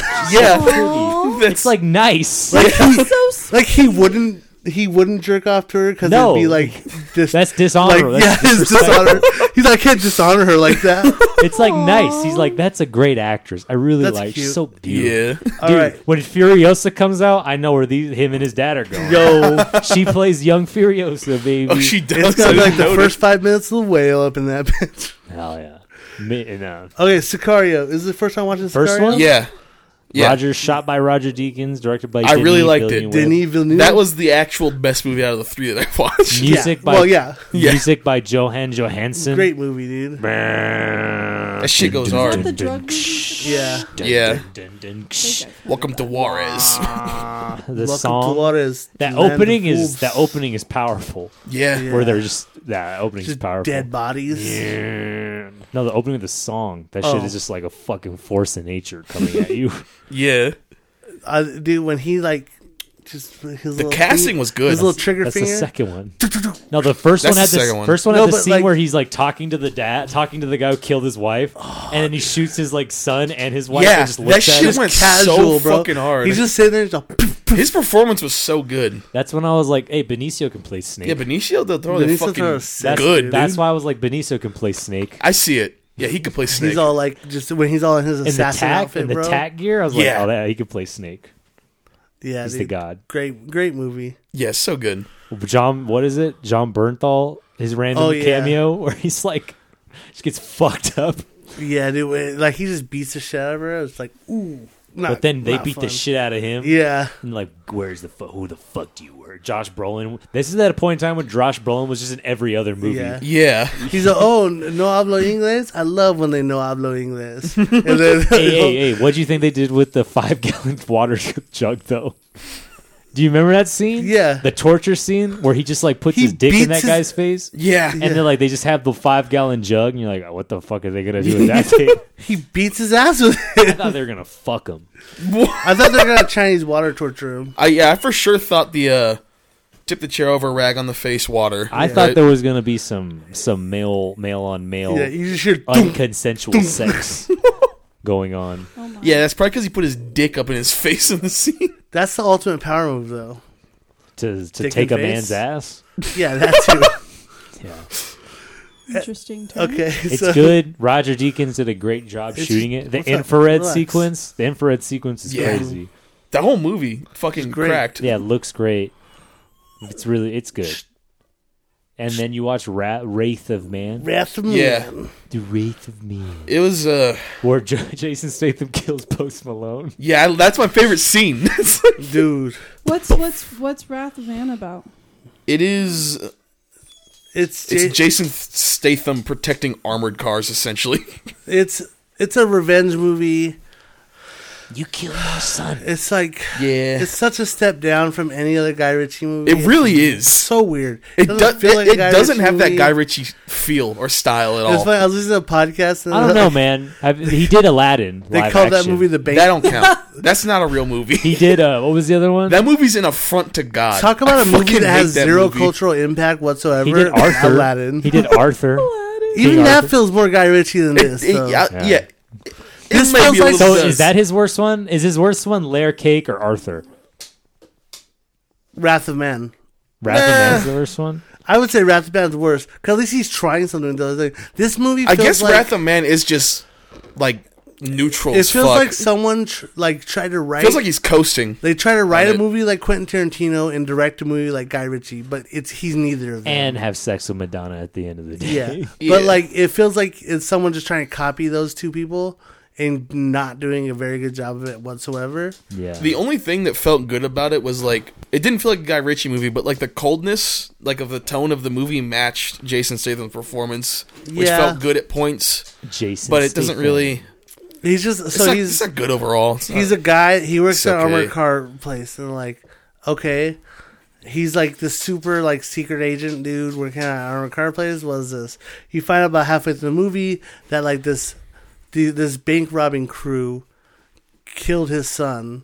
yeah,
Aw,
it's like nice.
like he,
so sweet.
like he wouldn't he wouldn't jerk off to her because
No.
it'd be like just
That's
like
dishonorable.
yeah,
That's
it's dishonor. He's like I can't dishonor her like that.
It's like nice. He's like, that's a great actress. I really
That's
like.
cute.
She's so beautiful.
Yeah.
All
Dude,
right,
when Furiosa comes out, I know where these him and his dad are going.
yo,
she plays young Furiosa, baby.
Oh, she does.
it's gonna
I
be like
didn't
the
notice.
first five minutes of the whale up in that bitch.
Hell yeah. Mi- and, uh,
Okay, Sicario. This is the first time watching Sicario.
First one?
Yeah. Yeah.
Roger, shot by Roger Deakins, directed by.
I really
Denis
liked it.
Villeneuve.
Denis Villeneuve.
That was the actual best movie out of the three that I watched.
Yeah.
music by
Well, yeah,
Yeah.
music by Johan Johansson.
great movie, dude.
That
shit goes
Is
hard.
that the drug movie?
Yeah.
Yeah.
Those guys.
Welcome to Juarez.
The
Welcome to
song.
Juarez.
That
Land of
opening is
Wolves.
that opening is powerful.
Yeah.
Yeah.
Where they're just that opening is
Just
powerful.
dead bodies.
No, the opening of the song. That shit
Oh.
is just like a fucking force of nature coming at you.
Yeah.
I, dude, when he like just his
The
little
casting was good.
his little trigger
That's the
finger.
second one. No, the first
That's
one had
the
the
second one.
first one
No,
had the
but,
scene
like-
where he's like talking to the dad, talking to the guy who killed his wife,
Oh,
and then he shoots his like son and his wife.
Yeah,
and just
that
looks at
shit
him.
Just
went so
casual, bro.
fucking hard.
He's just sitting there. Just like,
His performance was so good.
That's when I was like, "Hey, Benicio can play Snake."
Yeah, Benicio del Toro,
Benicio
they're
del
fucking
Toro is sick,
good.
dude.
that's why I was like, "Benicio can play Snake."
I see it. Yeah, he could play Snake.
he's all like, just when he's all in his
In the
assassin
tack,
outfit,
in the
bro.
tack gear, I was like,
Yeah.
"Oh, that he can play Snake."
yeah,
He's the
dude.
god.
Great, great movie.
yeah, so good.
John, what is it? John Bernthal, his random
Oh, yeah.
cameo where he's like, just gets fucked up.
Yeah, dude. when- Like he just beats the shit out of her. It's like, ooh. Not,
But then they
not
beat the
fun.
shit out of him.
Yeah,
And like, where's the fu- who the fuck do you were? Josh Brolin. This is at a point in time when Josh Brolin was just in every other movie.
yeah.
Yeah.
He's like, oh, no hablo inglés. I love when they no hablo inglés. And then
Hey, hey, hey! What do you think they did with the five gallon water jug though? Do you remember that scene?
Yeah.
the torture scene where he just like puts
He
his dick
beats
in that
his-
guy's face,
Yeah.
and then like they just have the five gallon jug, and you're like, oh, what the fuck are they gonna do with that thing?
he beats his ass with it.
I thought they were gonna fuck him.
I thought they were gonna Chinese water torture him.
I yeah, I for sure thought the uh tip the chair over rag on the face water.
I thought there was gonna be some some male male on male
Yeah, you just hear "Dunk."
unconsensual sex going on.
Oh my.
Yeah, that's probably because he put his dick up in his face in the scene.
That's the ultimate power move, though.
to to
Dick
take a
and
man's
face?
ass.
Yeah, that too.
Yeah,
Interesting. Turn.
Okay,
it's good. Roger Deakins did a great job
It's-
shooting it. The
what's up?
infrared
Relax.
sequence, the infrared sequence is
Yeah.
crazy.
That whole movie fucking
It's great.
cracked.
Yeah, it looks great. It's really it's good. And then you watch Ra- Wraith of Man,
Wrath of Man.
Yeah.
the Wraith of Man,
It was uh
where J- Jason Statham kills Post Malone.
yeah, I- that's my favorite scene. It's like-
dude,
What's what's what's Wrath of Man about?
it is
it's
it's
it's,
Jason Statham protecting armored cars essentially.
it's it's a revenge movie.
You killed my son.
It's like
Yeah.
it's such a step down from any other Guy Ritchie movie.
It really
It's
is.
so weird.
It, does, it,
a
it
Guy
doesn't
Ritchie
have that
movie.
Guy Ritchie feel or style at
It's
all.
funny. I was listening to a podcast. And
I don't know, man. i he did Aladdin.
They
live
called that
action.
movie the Bank.
That don't count. That's not a real movie.
He did. Uh, what was the other one?
That movie's an affront to God.
Talk about a
I
movie
fucking
that
hate
has zero
movie.
cultural impact whatsoever.
he did Arthur.
Aladdin.
He did Arthur.
Even
King
that
Arthur.
feels more Guy Ritchie than
It-
this.
it-
so.
yeah,
Yeah.
yeah. It
This
may
feels
be a
like-
little
So
sus.
is that his worst one? Is his worst one layer cake or Arthur?
Wrath of Man.
Wrath of Man's the worst one.
I would say Wrath of Man's worse because at least he's trying something. Though like, this movie,
I
feels
guess
like,
Wrath of Man is just like neutral.
It
as
feels
fuck.
like someone tr- like tried to write.
feels like he's coasting.
they try to write
on
a
it.
movie like Quentin Tarantino and direct a movie like Guy Ritchie, but it's he's neither of them.
And have sex with Madonna at the end of the
yeah.
day.
Yeah.
but like it feels like it's someone just trying to copy those two people and not doing a very good job of it whatsoever.
Yeah.
The only thing that felt good about it was like it didn't feel like a Guy Ritchie movie, but like the coldness, like of the tone of the movie, matched Jason Statham's performance, which
Yeah.
felt good at points,
Jason.
but it doesn't
Statham.
really.
He's just
It's,
so
not,
he's
it's not good overall. It's
he's
not-
a guy. He works
It's
at an
okay.
armored car place, and like, okay, he's like the super like secret agent dude working at an armored car place. What is this? You find out about halfway through the movie that like this, the, this bank robbing crew killed his son.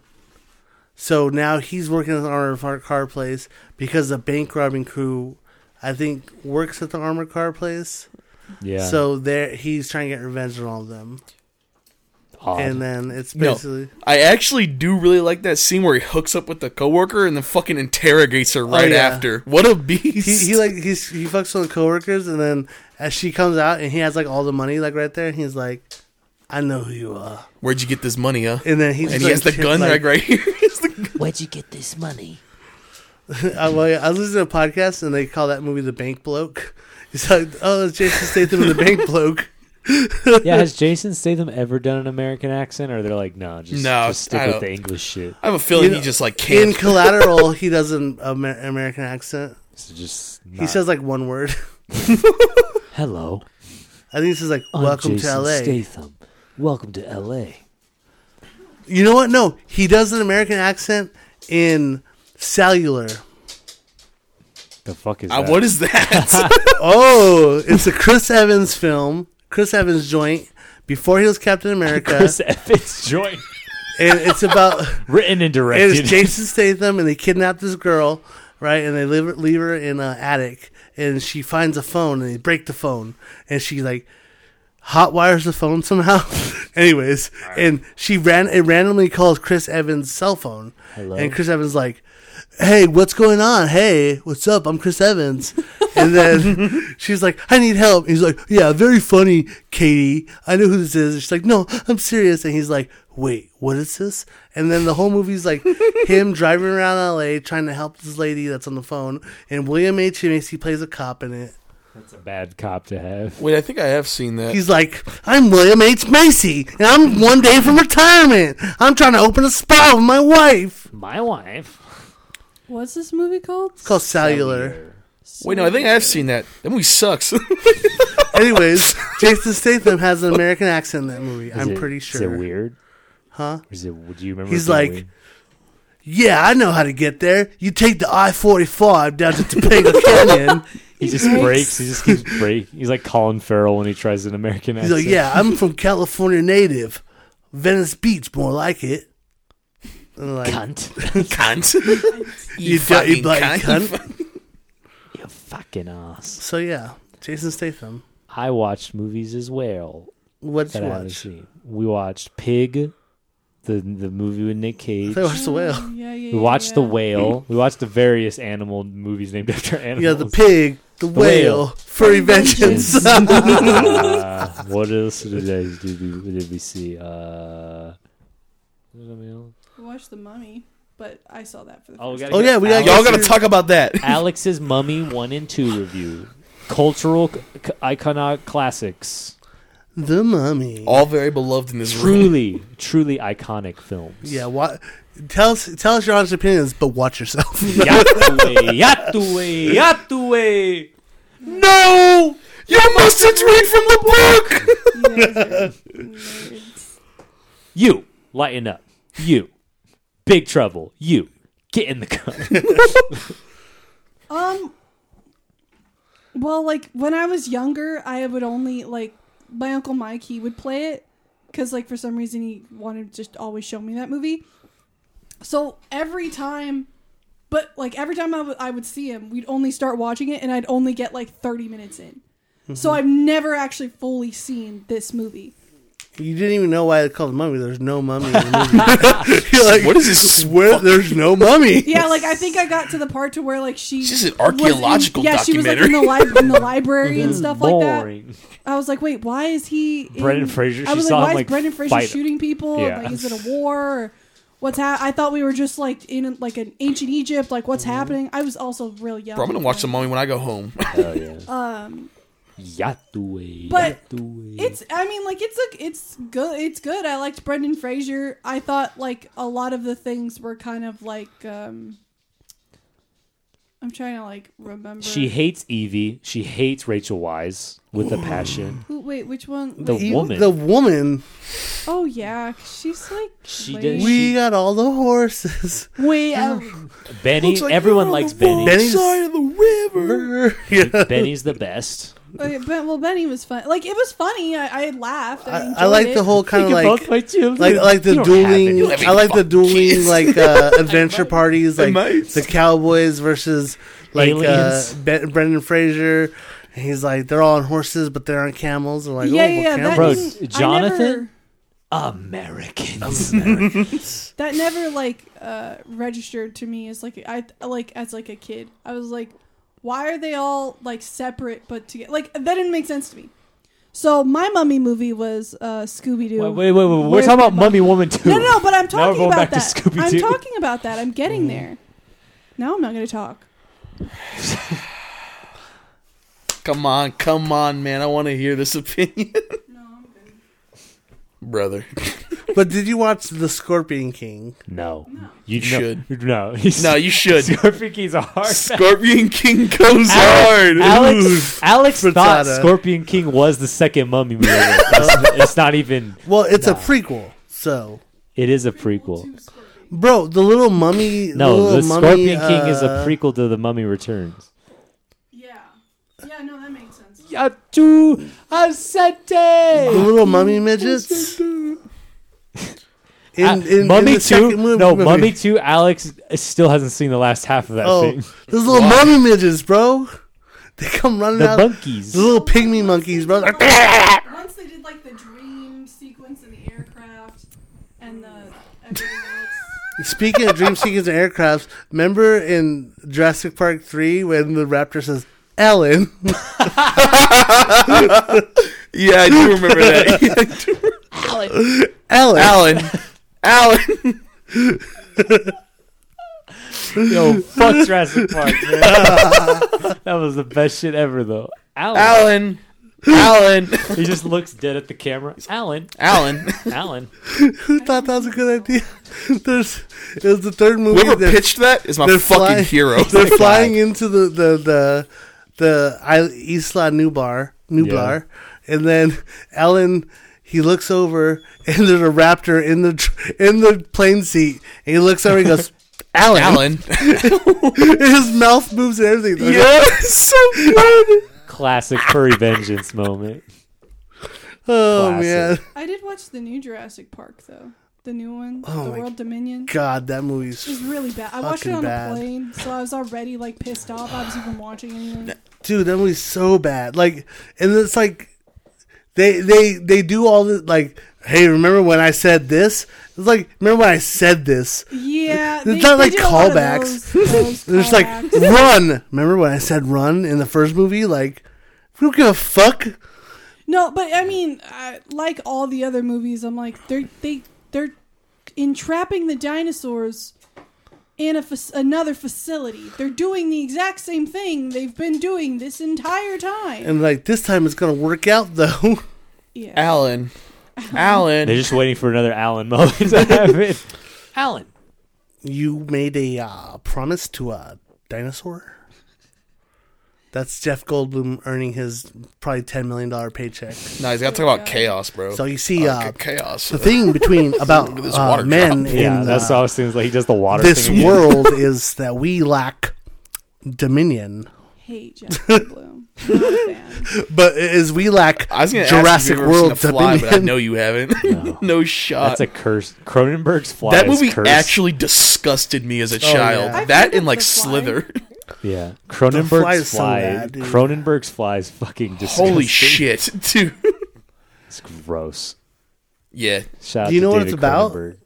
So now he's working at the armored car- car place because the bank robbing crew, I think, works at the armored car place.
Yeah.
So there, he's trying to get revenge on all of them.
odd.
and then it's
No.
basically
I actually do really like that scene where he hooks up with the coworker and then fucking interrogates her right
Oh, yeah.
after. What a beast!
he, he like he's, he fucks with the coworkers and then as she comes out and he has like all the money like right there and he's like, I know who you are.
Where'd you get this money, huh?
And then he
And
just,
he has the
like,
gun
like,
like, right here. It's the gun.
Where'd you get this money?
I, well, yeah, I was listening to a podcast and they call that movie The Bank Bloke. He's like, oh, it's Jason Statham in The Bank Bloke.
yeah, has Jason Statham ever done an American accent? Or they're like, no, just,
No,
just
I
stick with
don't-
the English shit.
I have a feeling
You know,
he just like
In
can't.
Collateral, he does an Amer- American accent.
It's just
He
not-
says like one word.
hello.
I think he says like,
I'm
welcome
Jason
to LA.
Statham. Welcome to L.A.
You know what? No, he does an American accent in Cellular.
The fuck is
Uh,
that?
what is that?
Oh, it's a Chris Evans film, Chris Evans joint before he was Captain America,
Chris Evans joint
and it's about
written and
and
directed.
it's Jason Statham, and they kidnap this girl, right? And they leave her, leave her in an attic, and she finds a phone, and they break the phone, and she like hot wires the phone somehow. Anyways, and she ran it randomly calls Chris Evans' cell phone,
Hello?
and Chris Evans like. Hey, what's going on? Hey, what's up? I'm Chris Evans. And then she's like, I need help. And he's like, Yeah, very funny, Katie. I know who this is. And she's like, No, I'm serious. And he's like, Wait, what is this? And then the whole movie's like him driving around LA trying to help this lady that's on the phone. And William H. Macy plays a cop in it.
That's a bad cop to have.
Wait, I think I have seen that.
He's like, I'm William H. Macy, and I'm one day from retirement. I'm trying to open a spa with my wife.
My wife.
What's this movie called?
It's called Cellular.
Wait, no, I think I have seen that. That movie sucks.
Anyways, Jason Statham has an American accent in that movie.
Is
I'm
it-
pretty
Is it
sure.
weird?
Huh?
Is it? Do you remember?
He's
it being
like,
weird?
Yeah, I know how to get there. You take the I-45 down to Topanga Canyon.
he just breaks. He just keeps break. He's like Colin Farrell when he tries an American
He's
accent.
like, yeah, I'm from California native, Venice Beach, more like it. And like,
cunt.
cunt.
you,
you
dirty
fucking
bloody
cunt.
cunt.
You fucking ass.
So yeah, Jason Statham.
I watched movies as well
What
that
did you
I haven't
watch?
seen. We watched Pig, the the movie with Nick
I
Cage.
thought you watched The Whale.
Oh, yeah, yeah,
We watched
yeah.
The Whale. We watched the various animal movies named after animals.
Yeah, the pig, the, whale,
whale.
furry vengeance.
Uh, what else did, I, did, we, did we see? Uh, what did I mean?
We watched The Mummy, but I saw that for the
Oh, we
first
gotta
Oh,
get
yeah, we gotta
Alex-
Y'all gotta talk about that.
Alex's Mummy One and Two review. Cultural c- c- iconic classics.
the mummy.
All very beloved in this room.
Truly, truly iconic films.
Yeah, wa- tell us tell us your honest opinions, but watch yourself.
Yatue, Yatue, Yatue.
No! You mustn't read from the book!
time. You guys are nerds.
You lighten up. You big trouble. You get in the car.
Um. Well, like when I was younger, I would only like my uncle Mike. He would play it because, like, for some reason, he wanted to just always show me that movie. So every time, but like every time I would- I would see him, we'd only start watching it, and I'd only get like thirty minutes in. So I've never actually fully seen this movie.
you didn't even know why they called the mummy. There's no mummy in the movie. You're like,
What is this?
Where, there's no mummy.
Yeah, like I think I got to the part to where like she
This is an
was in-
archaeological
yeah, she was like in the, li- in the library and stuff like that.
Boring.
I was like, wait, why is he? In-
Brendan Fraser,
I
she
was
saw
like, why
him,
is
like,
Brendan Fraser
fight-
shooting people?
Yeah.
Like, is it a war? Or what's hap I thought we were just like in like an ancient Egypt. Like,
Mm-hmm.
what's happening? I was also real young.
Bro, I'm gonna watch The
like,
Mummy when I go home.
Hell yeah.
Um,
Yatue.
But
Yatue.
it's. I mean, like, it's a. It's good. It's good. I liked Brendan Fraser. I thought like a lot of the things were kind of like. um I'm trying to like remember.
she hates Evie. She hates Rachel Wise with a passion.
Who, wait, which one?
The
You-
woman.
The woman.
oh yeah, 'cause she's like.
She
late.
did-
We got all the horses.
Wait, I-
Benny.
Looks like
everyone
you're on
likes
the wrong
Benny.
Benny's-
Side of the river.
yeah.
Benny's the best.
Okay, but, well, Benny was fun. Like it was funny. I, I laughed. I,
I, I
enjoyed
like
it.
the whole kind of like
my children.
like like the
You don't have any.
dueling. I like the
fucking
dueling
kids.
like uh, adventure parties, like
might.
the cowboys versus like uh,
Aliens.
ben, Brendan Fraser. And He's like they're all on horses, but they're on camels. And like,
yeah,
oh,
yeah,
well,
yeah.
camels.
That
Bro,
didn't- I
Jonathan?
never-
Americans.
that never like uh, registered to me as like I like as like a kid. I was like, why are they all like separate but together? Like that didn't make sense to me. So my mummy movie was uh, Scooby Doo.
wait, wait, wait, wait. We're talking about Mummy Woman too.
No, no, no, but I'm
Now we're
talking
going
about
back to
that.
Scooby-Doo.
I'm talking about that. I'm getting
Mm-hmm.
there. Now I'm not going to talk.
Come on, come on, man. I want to hear this opinion.
No, I'm good.
Brother.
But did you watch The Scorpion King?
No.
No.
You
should.
No.
No, you should.
Scorpion King's a hard.
Scorpion King goes hard.
Alex, Alex, Alex thought
frittata.
Scorpion King was the second Mummy movie. it's, it's not even.
Well, it's a
Nah.
prequel, so
It is a prequel.
bro, the little mummy.
No,
little
the
mummy,
Scorpion King is a
uh,
prequel to The Mummy Returns.
Yeah. Yeah, no, that makes sense.
Yatu
The
Asante.
little mummy midgets. In, in, in
Mummy
the
Two.
second movie,
no, Mummy Two. Alex still hasn't seen the last half of that
Oh,
thing.
those little mummy midgets, bro. They come running
The
out.
monkeys.
The little pygmy monkeys, bro.
Once they did like the dream sequence in the aircraft and the everything else.
Speaking of dream sequence and aircrafts, remember in Jurassic Park 3 when the raptor says, Ellen?
Yeah, I do remember that. Yeah, I do.
Ellen!
Alan. Alan.
Yo, fuck Jurassic Park, man. that was the best shit ever, though. Alan.
Alan. Alan.
He just looks dead at the camera. Alan.
Alan.
Alan.
Who thought that was a good idea? There's, it was the third movie.
Whoever
they're-
pitched that is my
they're
fucking
flying-
hero.
They're flying into the the the the I- Isla Nublar, Nublar, and then Ellen. He looks over and there's a raptor in the tr- in the plane seat, and he looks over and goes, "Alan."
Alan.
His mouth moves and everything. They're like,
yeah, so good.
Classic furry vengeance moment.
Oh
Classic.
man,
I did watch the new Jurassic Park though. The new one,
Oh
The
my
World Dominion.
God, that movie's
It was really bad. I watched it
Fucking
on
bad.
a plane, so I was already like pissed off. I was even watching anything.
dude that movie's so bad like and it's like they they they do all the like hey remember when i said this it's like remember when i said this
Yeah, they,
not
they
like
did a lot of
callbacks.
Those, those
they're just like
callbacks.
run remember when i said run in the first movie like we don't give a fuck
no, but I mean, I, like all the other movies, I'm like they're they they're entrapping the dinosaurs in a fac- another facility. They're doing the exact same thing they've been doing this entire time.
and like this time it's gonna work out though
yeah,
Alan. Alan.
They're just waiting for another Alan moment to happen. Alan.
you made a uh, promise to a dinosaur that's jeff goldblum earning his probably $10 million paycheck
No, he's got to talk about chaos, bro.
so you see uh,
Fucking chaos.
the thing between about
at this
uh,
water
men
drop.
in
Yeah, that's
uh,
all it seems like. He does the water
this
thing. again.
world is that we lack dominion,
hate Jack Bloom. Not a fan.
but as we lack
I was gonna ask if
Jurassic
you've ever seen
World
a fly, but I
dominion.
know you haven't. No, shot.
That's a curse. Cronenberg's fly.
that
is
movie
cursed.
actually disgusted me as a child.
yeah.
I've heard
That and
of
like
The Fly.
Slither.
Yeah.
fly
Cronenberg's
is so
fly.
bad, dude.
Cronenberg's fly is fucking disgusting.
Holy shit, dude.
It's gross.
yeah,
Shout out
Do you
to
know what
David
it's about?
Cronenberg.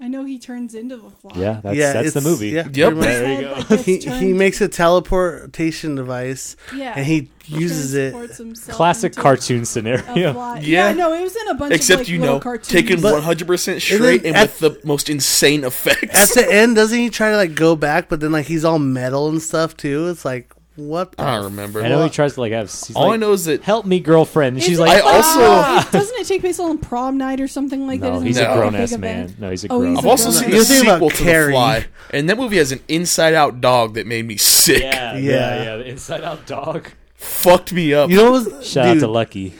I know he turns into a fly.
Yeah, that's,
yeah,
that's the
it's-
movie.
Yeah,
Yep.
pretty much.
There you
Instead,
go.
like, gets
He, he
turned-
makes a teleportation device
yeah,
and he uses it.
transports himself
Classic
into
cartoon
a
scenario.
fly.
Yeah.
Yeah. no, it was in a bunch
except
of like,
you
little
know,
cartoons.
taken
But-
one hundred percent straight and,
then at-
with the most insane effects.
At the end, doesn't he try to like go back? But then like he's all metal and stuff too. It's like what?
Uh,
The
I don't remember.
I know he tries to like have. He's
All I
like,
know is that
Help me, girlfriend. And
It's
she's
like,
like,
I also-
ah! It- doesn't it take place on prom night or something like that?
no,
Isn't
he's
it
No.
a
like
grown
big
ass
event?
man. No, he's a
Oh,
grown.
he's
I've
a
also
grown-up.
seen the
You're thinking
sequel
about
to
Carrie.
The Fly, and that movie has an inside out dog that made me sick.
Yeah, yeah,
Yeah.
yeah, The Inside Out dog.
Fucked me up.
You know what was
Shout out
dude,
to Lucky.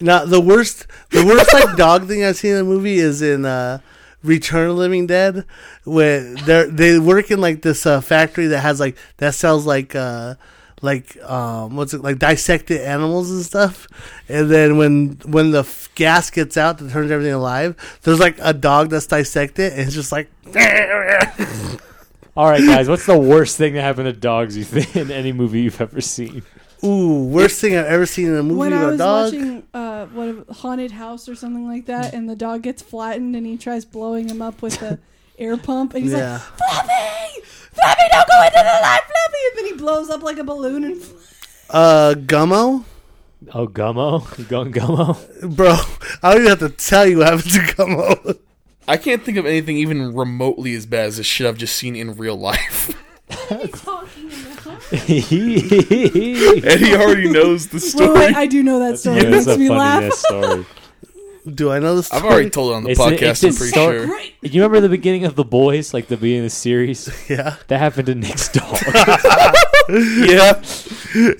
Now the worst, the worst like dog thing I've seen in a movie is in uh, Return of the Living Dead, where they they work in like this uh, factory that has like that sells like uh, like um, what's it like dissected animals and stuff, and then when when the f- gas gets out that turns everything alive, there's like a dog that's dissected and it's just like
All right, guys, what's the worst thing that happened to dogs you think in any movie you've ever seen?
Ooh, worst thing I've ever seen in a movie
when
about
I
a
was
dog.
watching uh, what a haunted house or something like that, and the dog gets flattened, and he tries blowing him up with the air pump, and he's
Yeah.
like, "Fluffy, Fluffy, don't go into the light, Fluffy!" And then he blows up like a balloon, and
Uh, Gummo,
Oh, Gummo, You going Gummo.
bro, I don't even have to tell you what happened to Gummo.
I can't think of anything even remotely as bad as the shit I've just seen in real life.
he's talking. about-
and he already knows the
Wait,
story.
wait, I do know that story. It makes me laugh.
story.
Do I know this?
I've
Story?
already told it on the
It's- it's
podcast, I'm
just
pretty
so-
sure.
Great.
You remember the beginning of The Boys, like the beginning of the series?
Yeah,
That happened to Nick's dog,
Yeah.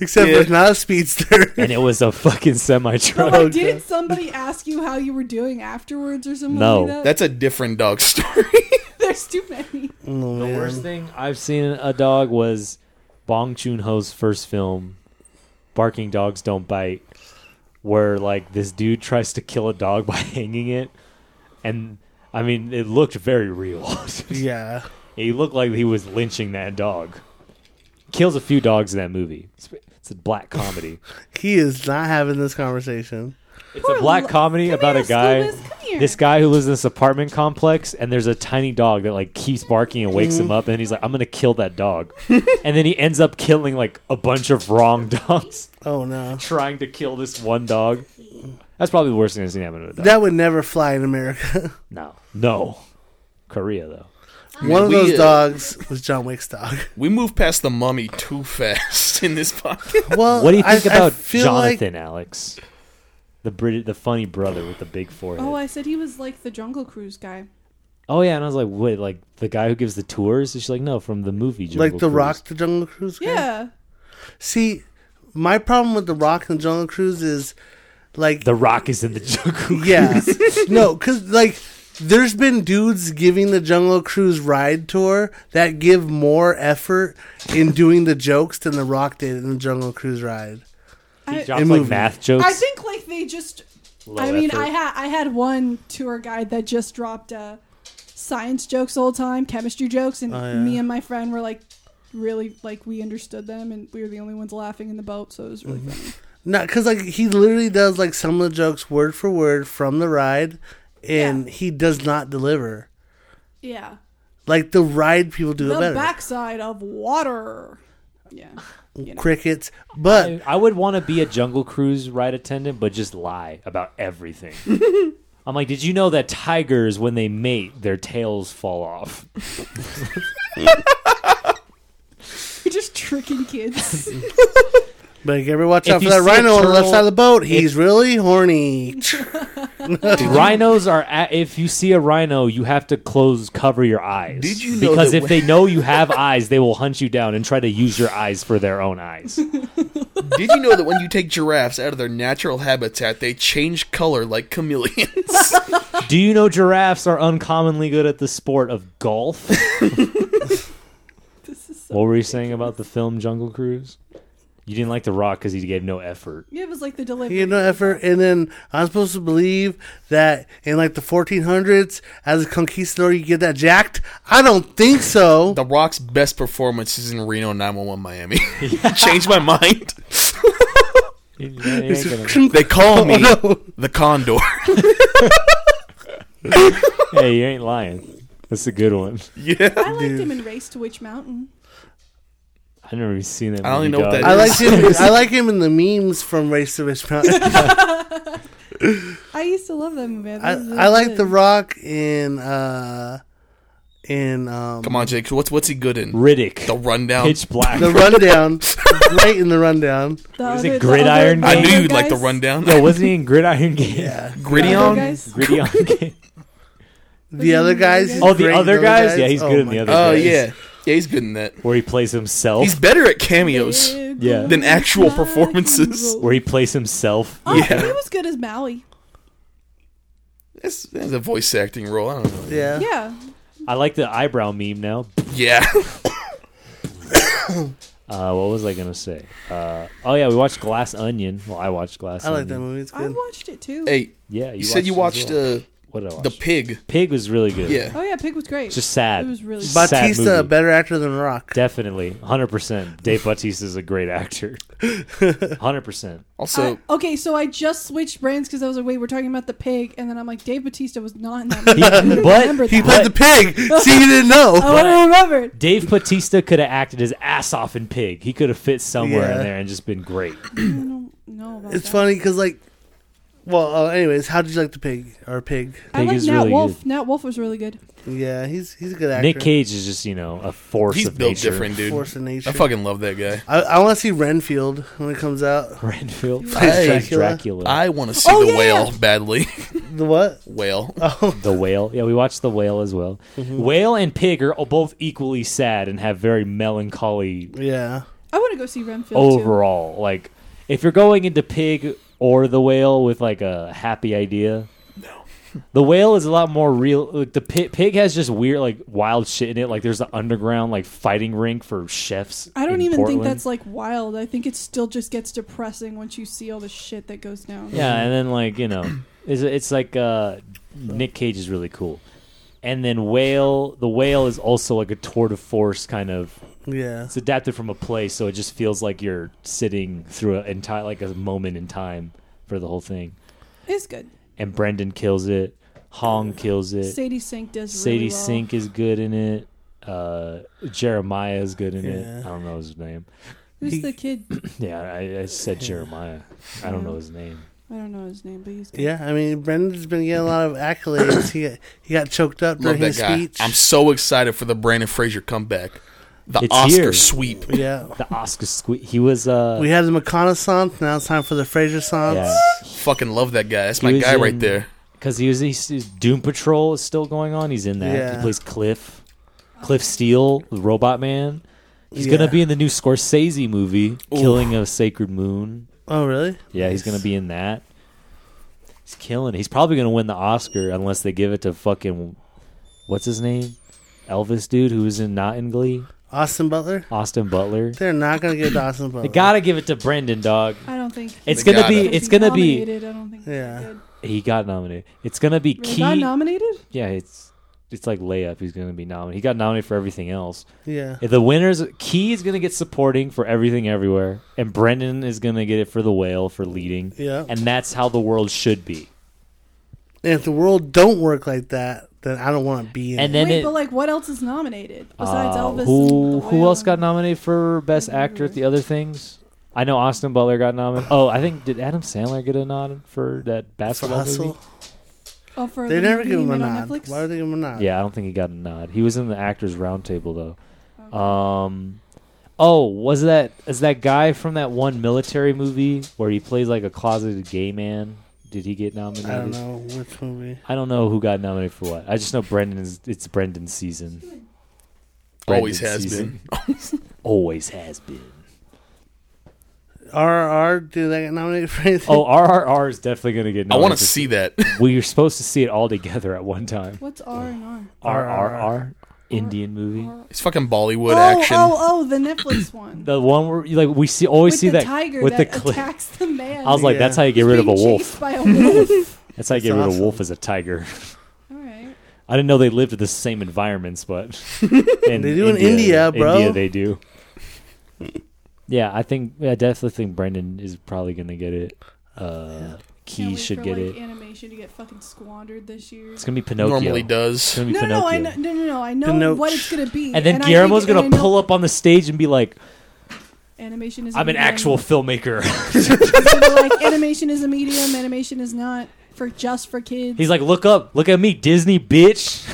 except
Yeah.
it's not a speedster.
and it was a fucking semi
But
truck.
like,
Okay.
didn't somebody ask you how you were doing afterwards or something
No.
like that?
That's a different dog story.
There's too many.
Oh,
The worst
man.
thing I've seen a dog was Bong Joon Ho's first film, "Barking Dogs Don't Bite," where like this dude tries to kill a dog by hanging it, and I mean it looked very real.
Yeah,
he looked like he was lynching that dog. Kills a few dogs in that movie. It's, it's a black comedy.
he is not having this conversation.
It's
Poor
a black
lo-
comedy
Come
about
here,
a guy.
Scoobus, come here.
this guy who lives in this apartment complex and there's a tiny dog that like keeps barking and wakes him
Mm.
up and he's like i'm gonna kill that dog and then he ends up killing like a bunch of wrong dogs
Oh no,
trying to kill this one dog that's probably the worst thing i've seen happen to a dog
that would never fly in America.
no no korea though
One of
We,
those
uh,
dogs was John Wick's dog.
We moved past the mummy too fast in this podcast.
Well,
what do you think
I, I
about
feel
jonathan alex the Brit- the funny brother with the big forehead
Oh,
oh,
I said he was like the Jungle Cruise guy.
yeah and i was like wait like the guy who gives the tours and she's like no from the movie Jungle
Like, like the
Cruise.
Rock, the Jungle Cruise. guy?
Yeah.
See, my problem with the Rock and the Jungle Cruise is, like,
the rock is in the jungle
yeah, no, because like, there's been dudes giving the Jungle Cruise ride tour that give more effort in doing the jokes than the Rock did in the Jungle Cruise ride.
he
I-
drops
In
like
movie.
math jokes
I think like they just.
Low
I mean,
effort.
I had I had one tour guide that just dropped uh, science jokes all the time, chemistry jokes, and
Oh, yeah.
me and my friend were like really like we understood them, and we were the only ones laughing in the boat, so it was
Mm-hmm.
really funny.
No, because like he literally does like some of the jokes word for word from the ride, and he does not deliver.
Yeah,
Like the ride people do
the
it better.
backside of water. Yeah, you know.
Crickets, but
I, I would want to be a jungle cruise ride attendant, but just lie about everything. I'm like, did you know that tigers, when they mate, their tails fall off?
you're just tricking kids.
But you ever watch
If
out for
you
that
see a
rhino on the left
turtle-
side of the boat. He's really horny.
Rhinos are. At, if you see a rhino, you have to close, cover your eyes.
Did you know
Because
that
if
when-
they know you have eyes, they will hunt you down and try to use your eyes for their own eyes.
Did you know that when you take giraffes out of their natural habitat, they change color like chameleons?
Do you know giraffes are uncommonly good at the sport of golf?
this is so.
what were you saying about the film Jungle Cruise? You didn't like The Rock because he gave no effort.
Yeah, it was like the delivery.
You know, effort. And then I'm supposed to believe that in like the 1400s, as a conquistador, you get that jacked. I don't think so.
the Rock's best performance is in Reno 911 Miami. Changed my mind.
He- he ain't gonna-
They call me
Oh, no.
the Condor.
hey, you ain't lying. That's a good one.
yeah.
I liked him in Race to Witch Mountain.
I've never even seen that.
I don't
movie,
even know what
dog.
that
I like him. I like him in the memes from Race to Rich Mountain.
I used to love that movie. I,
I,
thought it was
I like
good.
The Rock in uh in um
Come on, Jake. What's what's he good in?
Riddick.
The rundown.
Pitch Black.
the Rundown. right in the Rundown.
The
What is it,
other- the
Gridiron
I
other-
Gang?
knew
the
you'd like the
guys-
rundown.
Yo, wasn't he in Gridiron Gang? Yeah.
the other
Gridion.
guys.
Gridiron Gang.
The other guys.
Oh, the
Great in
other guys? Yeah, he's
Oh
good in
my
the other
Oh
guys.
yeah, yeah, he's good in that.
Where he plays himself.
He's better at cameos.
Yeah.
Than actual performances.
Where he plays himself.
Oh,
Yeah.
he was good as Maui.
That's, that's a voice acting role. I don't know.
Yeah.
Yeah,
I like the eyebrow meme now.
Yeah,
Uh, what was I gonna say? Uh, oh yeah, we watched Glass Onion. Well, I watched Glass.
I like that
Onion.
movie. It's
I
good.
watched it too.
hey,
Yeah,
you said you
it as
watched
well.
uh,
What did I watch?
The pig.
Pig was really good.
Yeah.
Oh yeah, Pig was great.
Just sad.
It was really
But- Sad
Batista,
movie.
better actor than Rock.
Definitely, hundred percent. Dave Bautista is a great actor. Hundred percent.
Also,
I- okay, so I just switched brands because I was like, wait, we're talking about the pig, and then I'm like, Dave Batista was not in that movie. I didn't
but
remember
He
that.
played the pig. See, you didn't know.
Oh, I would have remembered.
Dave Bautista could have acted his ass off in Pig. He could have fit somewhere
Yeah.
in there and just been great.
I don't know about
It's
that.
funny because, like, well, uh, anyways, how did you like the pig or pig?
I
Pig
like
is
Nat
really
Wolf.
good.
Nat Wolf was really good.
Yeah, he's he's a good actor.
Nick Cage is just you know a force
he's
of
built
nature.
different, dude.
Force of nature.
I fucking love that guy.
I, I want to see Renfield when it comes out.
Renfield
Hey,
plays
Dracula.
Dracula.
I want to see
Oh,
the
yeah,
whale
yeah.
badly.
The what?
whale.
Oh,
The whale. Yeah, we watched the whale as well. Whale and pig are both equally sad and have very melancholy
yeah.
I want to go see Renfield too.
overall. Like if you're going into pig or the whale with like a happy idea, no. The whale is a lot more real. Like the pig, pig has just weird, like wild shit in it. Like there's the underground, like fighting rink for chefs.
I don't
in
even
Portland.
think that's like wild. I think it still just gets depressing once you see all the shit that goes down.
Yeah, and then like you know, it's it's like uh, Nick Cage is really cool, and then whale. The whale is also like a tour de force kind of
Yeah.
It's adapted from a play, so it just feels like you're sitting through an entire like a moment in time for the whole thing.
It's good.
And Brendan kills it. Hong kills it.
Sadie Sink does
Sadie
really well.
Sink is good in it. Uh, Jeremiah is good in it.
Yeah.
I don't know his name.
Who's the kid?
Yeah, I, I said Jeremiah. I don't know his name.
I don't know his name, but he's good.
Yeah, I mean, Brendan's been getting a lot of accolades. he he got choked up
Love
during
that
his
guy.
speech.
I'm so excited for the Brandon Fraser comeback. The
It's
Oscar
here.
sweep.
yeah.
The Oscar squeak. He was. Uh,
We had the McConaissance. Now it's time for the Fraser songs.
yeah,
Fucking love that guy. That's
He
my
was
guy
in-
right there.
because he was. He's, he's- Doom Patrol is still going on. He's in that.
Yeah.
He plays Cliff. Cliff Steele, the Robot Man. He's
Yeah.
gonna be in the new Scorsese movie, Killing of a Sacred Moon.
Oh, really?
Yeah, he's gonna be in that. He's killing. it. He's probably gonna win the Oscar unless they give it to fucking what's his name, Elvis dude who was in not in Glee,
Austin Butler?
Austin Butler.
They're not going to give it to Austin Butler.
They gotta give it to Brendan, dog.
I don't think.
It's
They
gonna be.
gotta.
It's gonna be.
nominated. I don't think.
Yeah.
Good.
He got nominated. It's gonna be
Really got
key.
nominated?
Yeah, it's it's like layup. He's gonna be nominated. He got nominated for everything else.
Yeah.
If the winners, Key is gonna get supporting for everything everywhere, and Brendan is gonna get it for the whale for leading.
Yeah.
and that's how the world should be.
And if the world don't work like that, then I don't want to be in
And
it.
then
Wait,
it,
but like, what else is nominated besides
Uh,
Elvis?
Who
and the
who
whale?
else got nominated for best actor at the other things? I know Austin Butler got nominated. Oh, I think did Adam Sandler get a nod for that
For
basketball movie?
Hustle.
Oh, for
They
Living
never give
Being
him a
Made
nod.
on Netflix?
Why would they give him a nod?
Yeah, I don't think he got a nod. He was in the Actors Roundtable though. Um, oh, was that is that guy from that one military movie where he plays like a closeted gay man? Did he get nominated?
I don't know which movie.
I don't know who got nominated for what. I just know Brendan is. It's Brendan's season. Brendan's
Always has
season.
been.
Always has been.
RRR, do they get nominated for anything?
Oh, RRR is definitely going to get
I
nominated.
want
for
to see that.
We were supposed to see it all together at one time.
What's R and R?
RRR Indian movie.
R-
It's fucking Bollywood
Oh,
action.
oh, oh, the Netflix one.
The one where you, like we see always
with
see
the
that
tiger
with
that
the clip.
attacks the man.
I was like,
Yeah.
that's how you get rid of a
Being
wolf.
chased by a wolf.
That's how you get
That's
rid of a
awesome.
wolf as a tiger.
All right.
I didn't know they lived in the same environments, but and
They do in India, bro.
India, they do. Yeah, I think I definitely think Brendan is probably going to get it. Uh,
Can't
Key
wait
should
for,
get
like,
it.
Animation to get fucking squandered this year.
It's going to be Pinocchio.
Normally
It's
does.
going to be
No, no,
Pinocchio.
no, I know, no, no, no. I know
Pinocchio.
what it's gonna be.
And then
I
Guillermo's
think-
going
and
to
I know
pull up on the stage and be like,
Animation is. a
"I'm an
medium.
actual filmmaker."
It's gonna be like animation is a medium. Animation is not for just for kids.
He's like, look up, look at me, Disney bitch.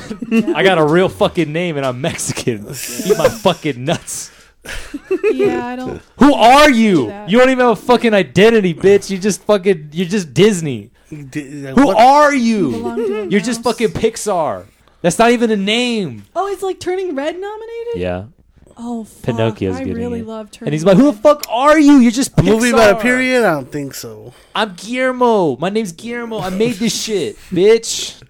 I got a real fucking name and I'm Mexican. Eat my fucking nuts.
yeah, I don't.
Who are you?
Do that.
you don't even have a fucking identity, bitch. You just fucking, you're just Disney.
You did- like,
Who
what-
are
belong
you?
to a
You're just
mouse.
fucking Pixar. That's not even a name.
Oh, it's like Turning Red nominated.
Yeah,
Oh, fuck.
Pinocchio's
I
getting
really
it.
love Turning.
and he's like, who the
Red.
fuck are you? You're just
a movie about a
Pixar.
period? I don't think so.
I'm Guillermo. My name's Guillermo. I made this shit, bitch.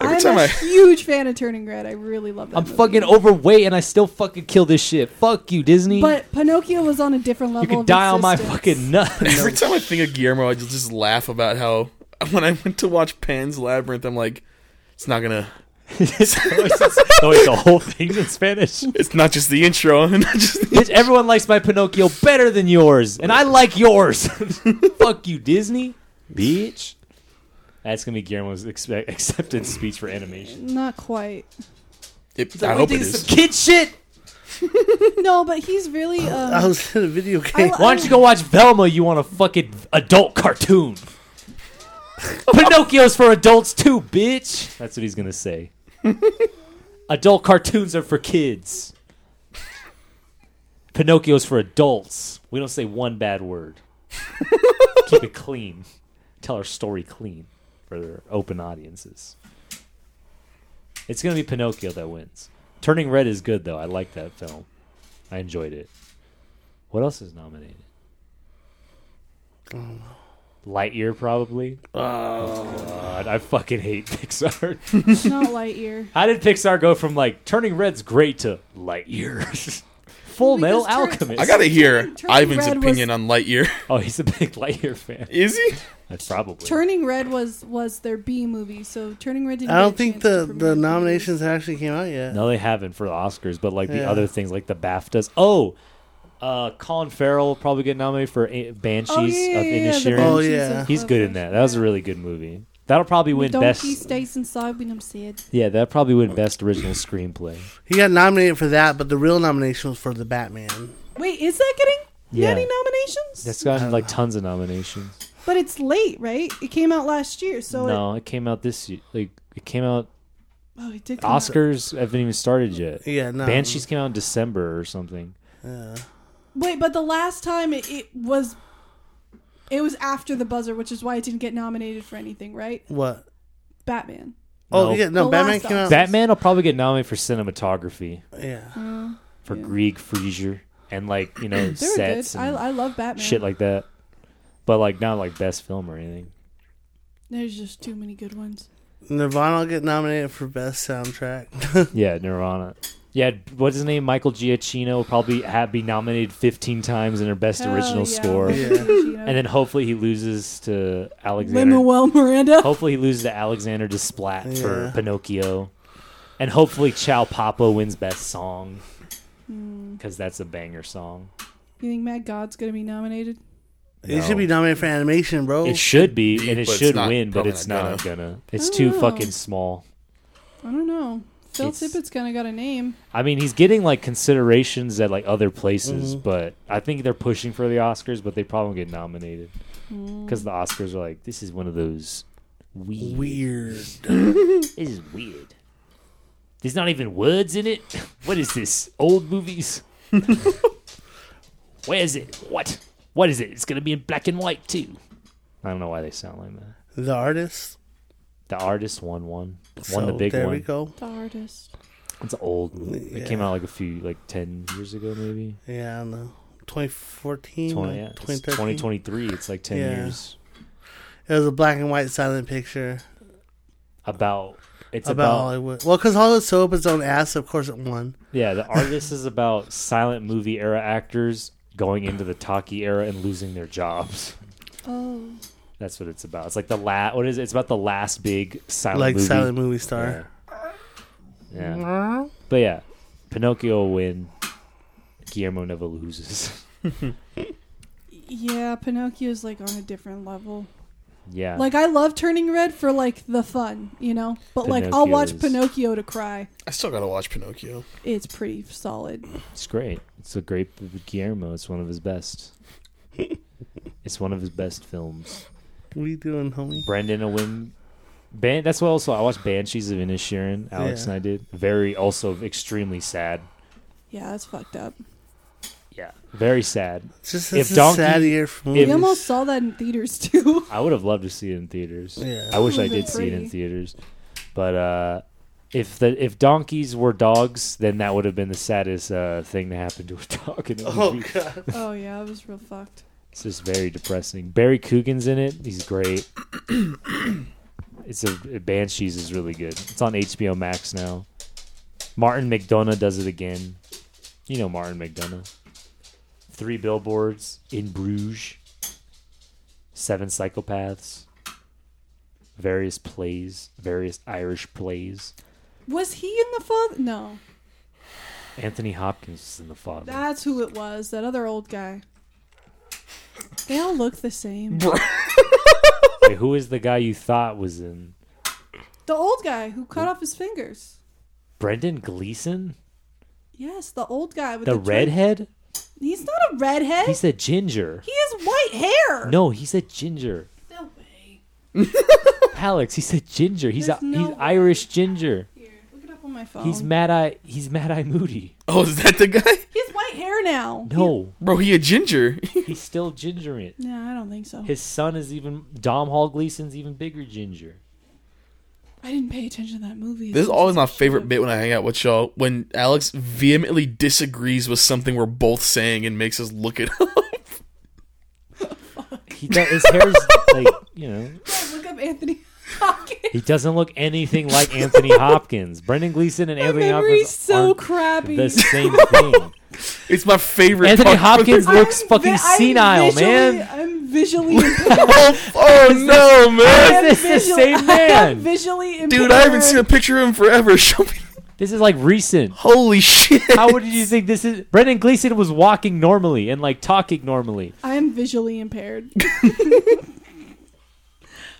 Every
I'm
time
a
I-
huge fan of Turning Red. I really love that.
I'm
movie.
fucking overweight and I still fucking kill this shit. Fuck you, Disney.
But Pinocchio was on a different level.
you can
of
die on my
existence.
fucking nuts.
Every time I think of Guillermo, I just, just laugh about how when I went to watch Pan's Labyrinth, I'm like, it's not gonna.
oh, wait, the whole thing's in Spanish.
It's not just the intro. and Not just the,
Bitch, everyone likes my Pinocchio better than yours, and I like yours. Fuck you, Disney, bitch. That's gonna be Guillermo's expe- acceptance speech for animation.
Not quite.
it,
Like,
I
we
hope
did
it is.
Some kid shit.
No, but he's really. Um,
I was in a video game.
I-
Why don't you go watch Velma? You want a fucking adult cartoon? Pinocchio's for adults too, bitch. That's what he's gonna say. adult cartoons are for kids. Pinocchio's for adults. We don't say one bad word. Keep it clean. Tell our story clean for their open audiences. It's gonna be Pinocchio that wins. Turning Red is good though. I like that film. I enjoyed it. What else is nominated? Lightyear, probably. Oh, God. I fucking hate Pixar.
not Lightyear.
How did Pixar go from, like, turning red's great to Lightyear? Full
Well,
Metal
because Tur-
Alchemist.
I gotta hear
Turning
Ivan's
red was-
opinion on Lightyear.
oh, he's a big Lightyear fan.
Is he?
That's probably.
Turning Red was was their B movie, so Turning Red didn't.
I
get a
don't think
chance to
the,
premiere
the
in
nominations actually came out yet.
no, they haven't for the Oscars, but, like, the
Yeah.
other things, like the BAFTAs. Oh, uh, Colin Farrell will probably get nominated for A- Banshees
theaters. Oh yeah,
of
yeah, yeah, the
Inisherin.
Oh,
Banshees
yeah.
of-
He's
of
good in that. That was a really good movie. That'll probably
The
win best.
Donkey stays inside when I'm sad.
Yeah, that probably win best original screenplay.
He got nominated for that, but the real nomination was for the Batman.
Wait, is that getting
Yeah.
any nominations?
That's gotten
Uh,
like tons of nominations.
But it's late, right? It came out last year, so it,
no, it came out this year. Like it came out.
oh, it did. Come out.
Oscars haven't even started yet.
Yeah, no.
Banshees came out in December or something.
Wait, but the last time it, it was, it was after the buzzer, which is why it didn't get nominated for anything, right?
What?
Batman.
Oh
No.
yeah, no.
The
Batman
last
came out.
Batman will probably get nominated for cinematography
yeah,
for Grieg Fraser and like you know
They were good.
sets
I,
and
I love Batman.
shit like that. But like not like best film or anything.
There's just too many good ones.
Nirvana will get nominated for best soundtrack.
Yeah, Nirvana. Yeah, what's his name? Michael Giacchino will probably have, be nominated 15 times in her best
Hell
original
yeah.
score.
Yeah.
And then hopefully he loses to Alexander
Lemuel Miranda.
Hopefully he loses to Alexander Desplat for
Yeah.
Pinocchio. And hopefully Chow Papa wins best song. Because that's a banger song.
You think Mad God's gonna be nominated?
He should be nominated for animation, bro.
It should be, and
Oh. But
it
it's
should
not-
win, but
probably
it's
not
not gonna. It's
I don't
too
know.
fucking small.
I don't know. Phil
It's-
Tippett's kind of got a name.
I mean, he's getting like considerations at like other
Mm-hmm.
places, but I think they're pushing for the Oscars, but they probably won't get nominated because the Oscars are like this is one of those weird.
Weird.
This is weird. There's not even words in it. What is this? Old movies? Where is it? What? What is it? It's gonna be in black and white too. I don't know why they sound like that.
The artist.
The artist won one. Won
So
the big
there
one.
we go.
The artist.
It's an old movie. It came
Yeah.
out like a few like ten years ago maybe.
Yeah, I don't know. 2014,
20, yeah, it's
2013.
2023. It's like 10
Yeah.
years.
It was a black and white silent picture
About it's
about,
about,
Hollywood. Well, because Hollywood soap its own ass, of course it won.
yeah. The artist is about silent movie era actors going into the talkie era and losing their jobs.
Oh,
That's what it's about. It's like the last. What is it? It's about the last big silent
like
movie.
silent movie star.
Yeah. Yeah. But yeah, Pinocchio will win. Guillermo never loses.
yeah. Pinocchio's like on a different level.
yeah.
Like I love Turning Red for like the fun, you know. But like I'll watch
Pinocchio's-
Pinocchio to cry.
I still gotta watch Pinocchio.
It's pretty solid.
It's great. It's a great Guillermo. It's one of his best. it's one of his best films.
What are you doing, homie?
Brendan will win. Ban- that's what also I watched Banshees of Inisherin. Alex and
Yeah.
I did. Very also extremely sad.
Yeah, that's fucked up.
Yeah. Very sad.
It's just
If
it's a
Donkey-
sad year for movies.
We almost saw that in theaters too.
I would have loved to see it in theaters.
Yeah.
I wish I
Would've been
did see it in
pretty.
theaters. But uh, if the if donkeys were dogs, then that would have been the saddest uh, thing to happen to a dog in a movie.
Oh god.
oh yeah, it was real fucked.
It's just very depressing. Barry Coogan's in it. He's great. it's a Banshees is really good. It's on HBO Max now. Martin McDonough does it again. You know Martin McDonough. Three billboards in Bruges. Seven psychopaths. various plays, various Irish plays.
Was he in the father? No,
Anthony Hopkins is in the father.
that's who it was. That other old guy. They all look the same.
Wait, who is the guy you thought was in?
The old guy who cut off his fingers.
Brendan Gleeson,
Yes, the old guy with
the
the,
redhead.
dread- He's not a redhead.
He's a ginger.
He has white hair.
No, he's a ginger.
No way.
Alex, he's a ginger. He's a,
There's no
he's
way. Oh.
Irish ginger.
Here, look it up on my phone.
He's Mad Eye. He's Mad Eye Moody.
Oh, is that the guy?
he has white hair now.
No,
Bro, he a ginger.
he's still ginger. It.
No, I don't think so.
His son is even Dom Hall Gleason's even bigger ginger.
I didn't pay attention to that movie.
This is always my favorite bit when I hang out with y'all. When Alex vehemently disagrees with something we're both saying and makes us look it up.
He does, his hair's like you know.
Look up Anthony Hopkins.
He doesn't look anything like Anthony Hopkins. Brendan Gleeson and
My
Anthony
memory's
Hopkins
so
aren't
crappy.
the same thing.
It's my favorite.
Anthony
part of
Hopkins
the-
looks fucking
vi- I'm
senile,
visually-
man.
I'm visually impaired.
Oh, oh no, man.
I'm
This is the
visual-
same
I am
man.
visually impaired.
Dude, I haven't seen a picture of him forever. Show me.
This is like recent.
Holy shit.
How would you think this is? Brendan Gleeson was walking normally and like talking normally.
I am visually impaired.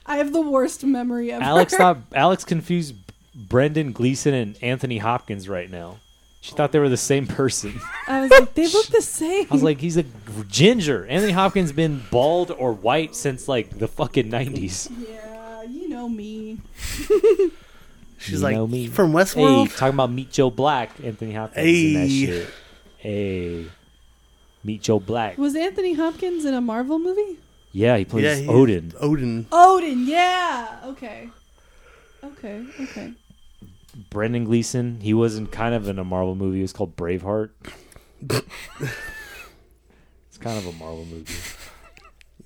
I have the worst memory ever.
Alex thought Alex confused Brendan Gleeson and Anthony Hopkins right now. She thought they were the same person.
I was like, they look the same.
I was like, he's a ginger. Anthony Hopkins been bald or white since like the fucking nineties.
yeah, you know me.
She's
You
like
know me.
from
Hey,
Westworld.
talking about Meet Joe Black, Anthony Hopkins and that
Hey.
shit. Hey, Meet Joe Black.
Was Anthony Hopkins in a Marvel movie?
Yeah, he plays
he-
Odin.
Odin.
Odin, yeah. Okay. Okay, okay.
Brendan Gleeson. He was in kind of in a Marvel movie. It was called Braveheart. it's kind of a Marvel movie,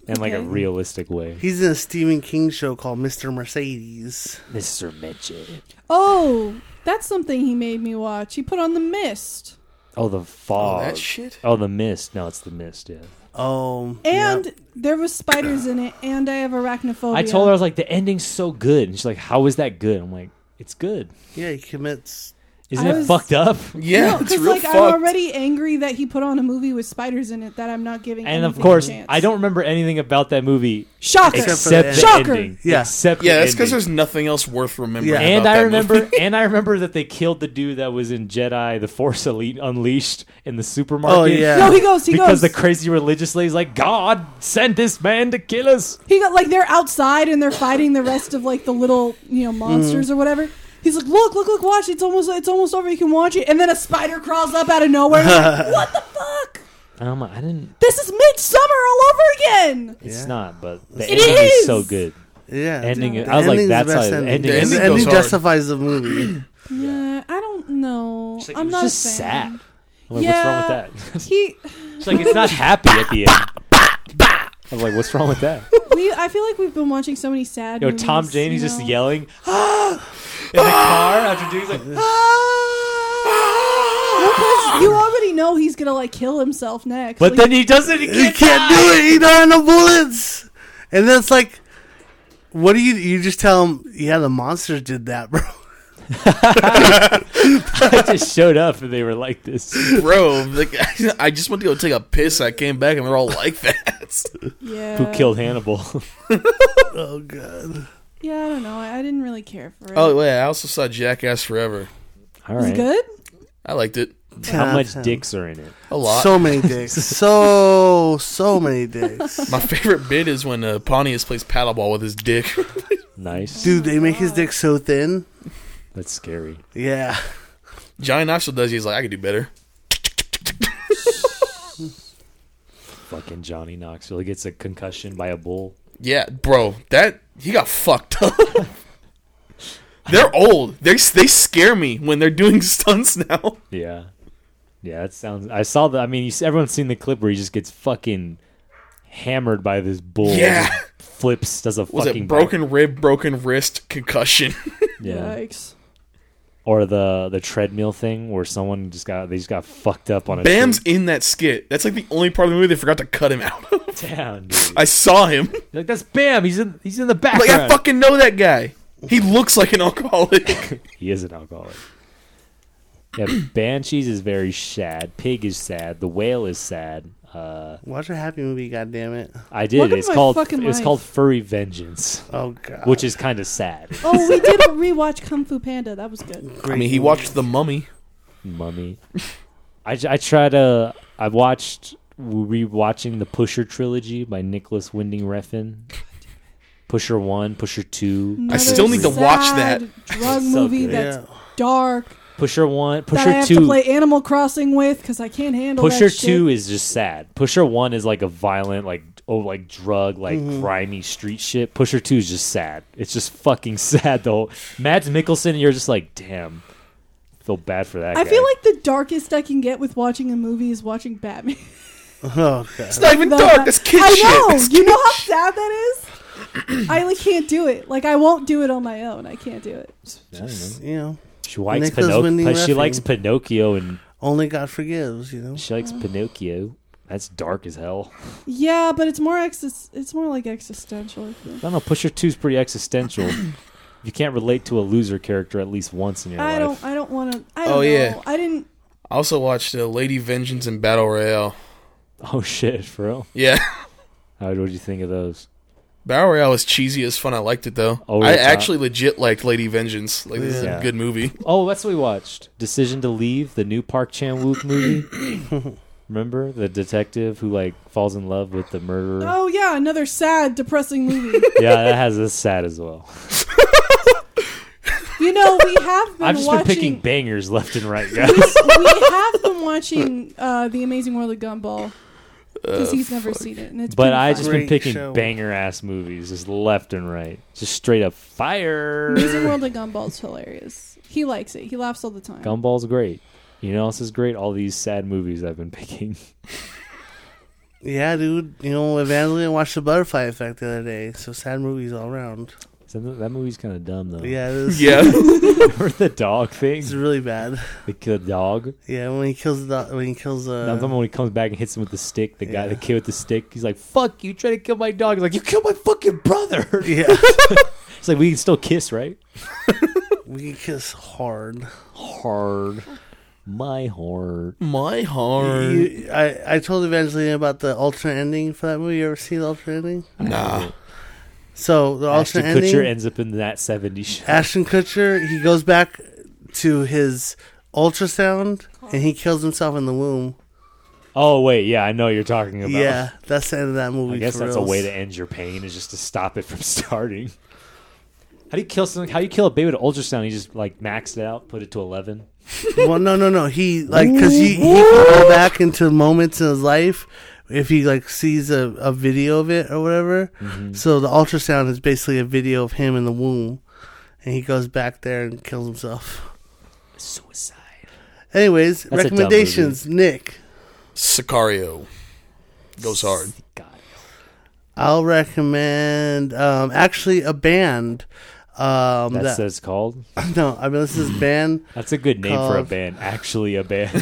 in like a
Okay.
realistic way.
He's in a Stephen King show called Mr. Mercedes.
Mister Midget.
Oh, that's something he made me watch. He put on The Mist.
Oh, the fog.
that shit?
Oh, the mist. No, it's the mist. Yeah.
Oh,
And
yeah.
there was spiders in it, and I have arachnophobia.
I told her I was like, the ending's so good, and she's like, how is that good? I'm like, it's good.
yeah, he commits.
Isn't
I
it
was-
fucked up?
Yeah,
no,
it's real
like
fucked.
I'm already angry that he put on a movie with spiders in it that I'm not giving.
And of
anything a
course,
chance.
I don't remember anything about that movie
Shocker!
Except for
except
the
the
Shocker!
ending.
Yeah.
Except
yeah,
the
that's because
ending.
there's nothing else worth remembering.
Yeah.
and
about
I
that
remember,
movie.
and I remember that they killed the dude that was in Jedi: The Force Elite Unleashed in the supermarket.
Oh, yeah.
no, he goes. He
because
goes.
the crazy religious lady's like, God sent this man to kill us.
he got like they're outside and they're fighting the rest of like the little you know
Mm.
monsters or whatever. He's like, look, look, look, watch! It's almost, it's almost over. You can watch it. And then a spider crawls up out of nowhere. He's like, what the fuck?
Um, I didn't.
This is midsummer all over again.
It's
Yeah.
not, but the
It
ending is.
is!
so good.
Yeah,
Ending.
the
I was like,
ending's the
that's how
best
the
ending.
ending.
The
is.
The
ending
ending
goes hard.
justifies the movie.
Yeah, Uh, I don't know.
It's like, it
I'm
was
not
just
a
sad.
fan.
I'm like, what's wrong with that?
He,
She's like, it's not happy at the end. I was like, what's wrong with that?
we, I feel like we've been watching so many sad.
Yo,
movies,
Tom Jane,
you
he's just
know?
yelling "Ah!" in the car after doing he's like,
Because you already know he's gonna like kill himself next.
but
Like,
then he does it again.
He can't do it. He don't have no bullets. And then it's like, what do you? You just tell him, yeah, the monsters did that, bro.
I just showed up and they were like this.
bro, like, I just went to go take a piss. I came back and they're all like that.
yeah,
Who killed Hannibal?
Oh god.
Yeah, I don't know. I, I didn't really care for it.
oh wait, I also saw Jackass Forever.
All
was
right.
it good?
I liked it
How much
Goddamn.
dicks are in it?
a lot.
So many dicks. so so many dicks.
My favorite bit is when uh, Pontius plays paddleball with his dick.
Nice.
Dude, they make his dick so thin.
That's scary.
Yeah.
Johnny Knoxville does. it, He's like, I could do better.
Fucking Johnny Knoxville gets a concussion by a bull.
Yeah, bro, that he got fucked up. they're old. They they scare me when they're doing stunts now.
Yeah. Yeah, that sounds. I saw the. I mean, you, s- everyone's seen the clip where he just gets fucking hammered by this bull.
Yeah.
Just Flips, does a
Was
fucking
it broken rib, broken wrist, concussion?
back- Yeah.
Yikes.
or the the treadmill thing where someone just got they just got fucked up on a
Bam's in that skit. That's like the only part of the movie they forgot to cut him out of.
down. Dude.
I saw him.
You're like that's Bam. He's in he's in the background.
Like I fucking know that guy. He looks like an alcoholic.
He is an alcoholic. Yeah, Banshees is very sad. Pig is sad. The whale is sad. Uh,
Watch a happy movie, God damn it!
I did.
Welcome
it's
to my
called
fucking
it's
life.
called Furry Vengeance,
Oh god,
which is kind of sad.
Oh, we did a rewatch Kung Fu Panda. That was good.
I mean, he watched The Mummy.
Mummy. I, j- I try to. I watched rewatching the Pusher trilogy by Nicholas Winding Refn. Pusher one, Pusher two,
I still need to watch
sad
that.
drug
So
movie
good.
that's dark
Pusher one,
that I
Pusher
have to
two.
play Animal Crossing with because I can't handle
Pusher
that shit.
two is just sad. Pusher one is like a violent, like oh, like drug, like grimy street shit. Pusher two is just sad. It's just fucking sad though. Mads Mikkelsen, you're just like, damn. Feel bad for that.
I
guy.
feel like the darkest I can get with watching a movie is watching Batman.
oh god.
It's not even
The-
dark. That's kid
I
shit.
know.
That's
you
kid
know how
shit.
sad that is. I like can't do it. Like I won't do it on my own. I can't do it.
I don't know.
You know,
she likes
Nicholas Winding
Pinocchio. She
Refn.
likes Pinocchio and
only God forgives. You know,
she likes Pinocchio. That's dark as hell.
Yeah, but it's more exis- It's more like existential. I think.
I don't know. Pusher Two's pretty existential. if you can't relate to a loser character at least once in your life,
I don't. I don't want to. I
Oh,
don't know.
yeah.
I didn't.
I also watched uh, Lady Vengeance and Battle Royale.
oh shit, for real.
Yeah.
How what do you think of those?
Battle Royale was cheesy as fun. I liked it though.
Over
I
the top.
actually legit liked Lady Vengeance. Like this is
Yeah.
a good movie.
Oh, that's what we watched. Decision to Leave, the new Park Chan Wook movie. Remember the detective who like falls in love with the murderer?
Oh yeah, another sad, depressing movie.
Yeah, that has us sad as well.
you know, we have been
I've just
watching.
been picking bangers left and right, guys.
we have been watching uh, the Amazing World of Gumball because he's never seen it, and it's
Oh, but
pretty
I
fun.
just been
Great
picking
show.
banger ass movies, just left and right, just straight up fire.
Amazing World of Gumball's hilarious. He likes it. He laughs all the time.
Gumball's great. You know what else is great? All these sad movies I've been picking.
yeah, dude. You know, Evangeline watched The Butterfly Effect the other day, so sad movies all around.
So th- that movie's kind of dumb though.
Yeah, it is,
Yeah.
Remember the dog thing?
it's really bad.
The kid dog.
Yeah, when he kills the when he kills
Now,
uh,
remember when he comes back and hits him with the stick? The guy,
Yeah.
the kid with the stick. He's like, "Fuck you, try to kill my dog." He's like, "You killed my fucking brother."
yeah,
It's like we can still kiss, right?
we kiss hard.
Hard, my heart.
My heart.
You, I I told Evangeline about the alternate ending for that movie. You ever see the alternate ending?
Uh, nah.
So the
Ashton
alternate
Kutcher
ending.
ends up in that '70s show.
Ashton Kutcher, he goes back to his ultrasound and he kills himself in the womb.
Oh wait, yeah, I know what you're talking about.
Yeah, that's the end of that
I
movie.
guess
for
that's a
reals.
way to end your pain is just to stop it from starting. How do you kill something? How do you kill a baby with ultrasound? You just like maxed it out, put it to eleven.
Well, no, no, no. He like because he he can go back into moments in his life if he like sees a, a video of it or whatever.
Mm-hmm.
So the ultrasound is basically a video of him in the womb, and he goes back there and kills himself.
Suicide.
Anyways,
That's a dumb
recommendations, Nick.
Sicario. Goes hard.
God.
I'll recommend um, actually a band. Um,
That's
that-
what it's called.
No, I mean this is band
That's a good name for a
Called-
band. Actually, a band.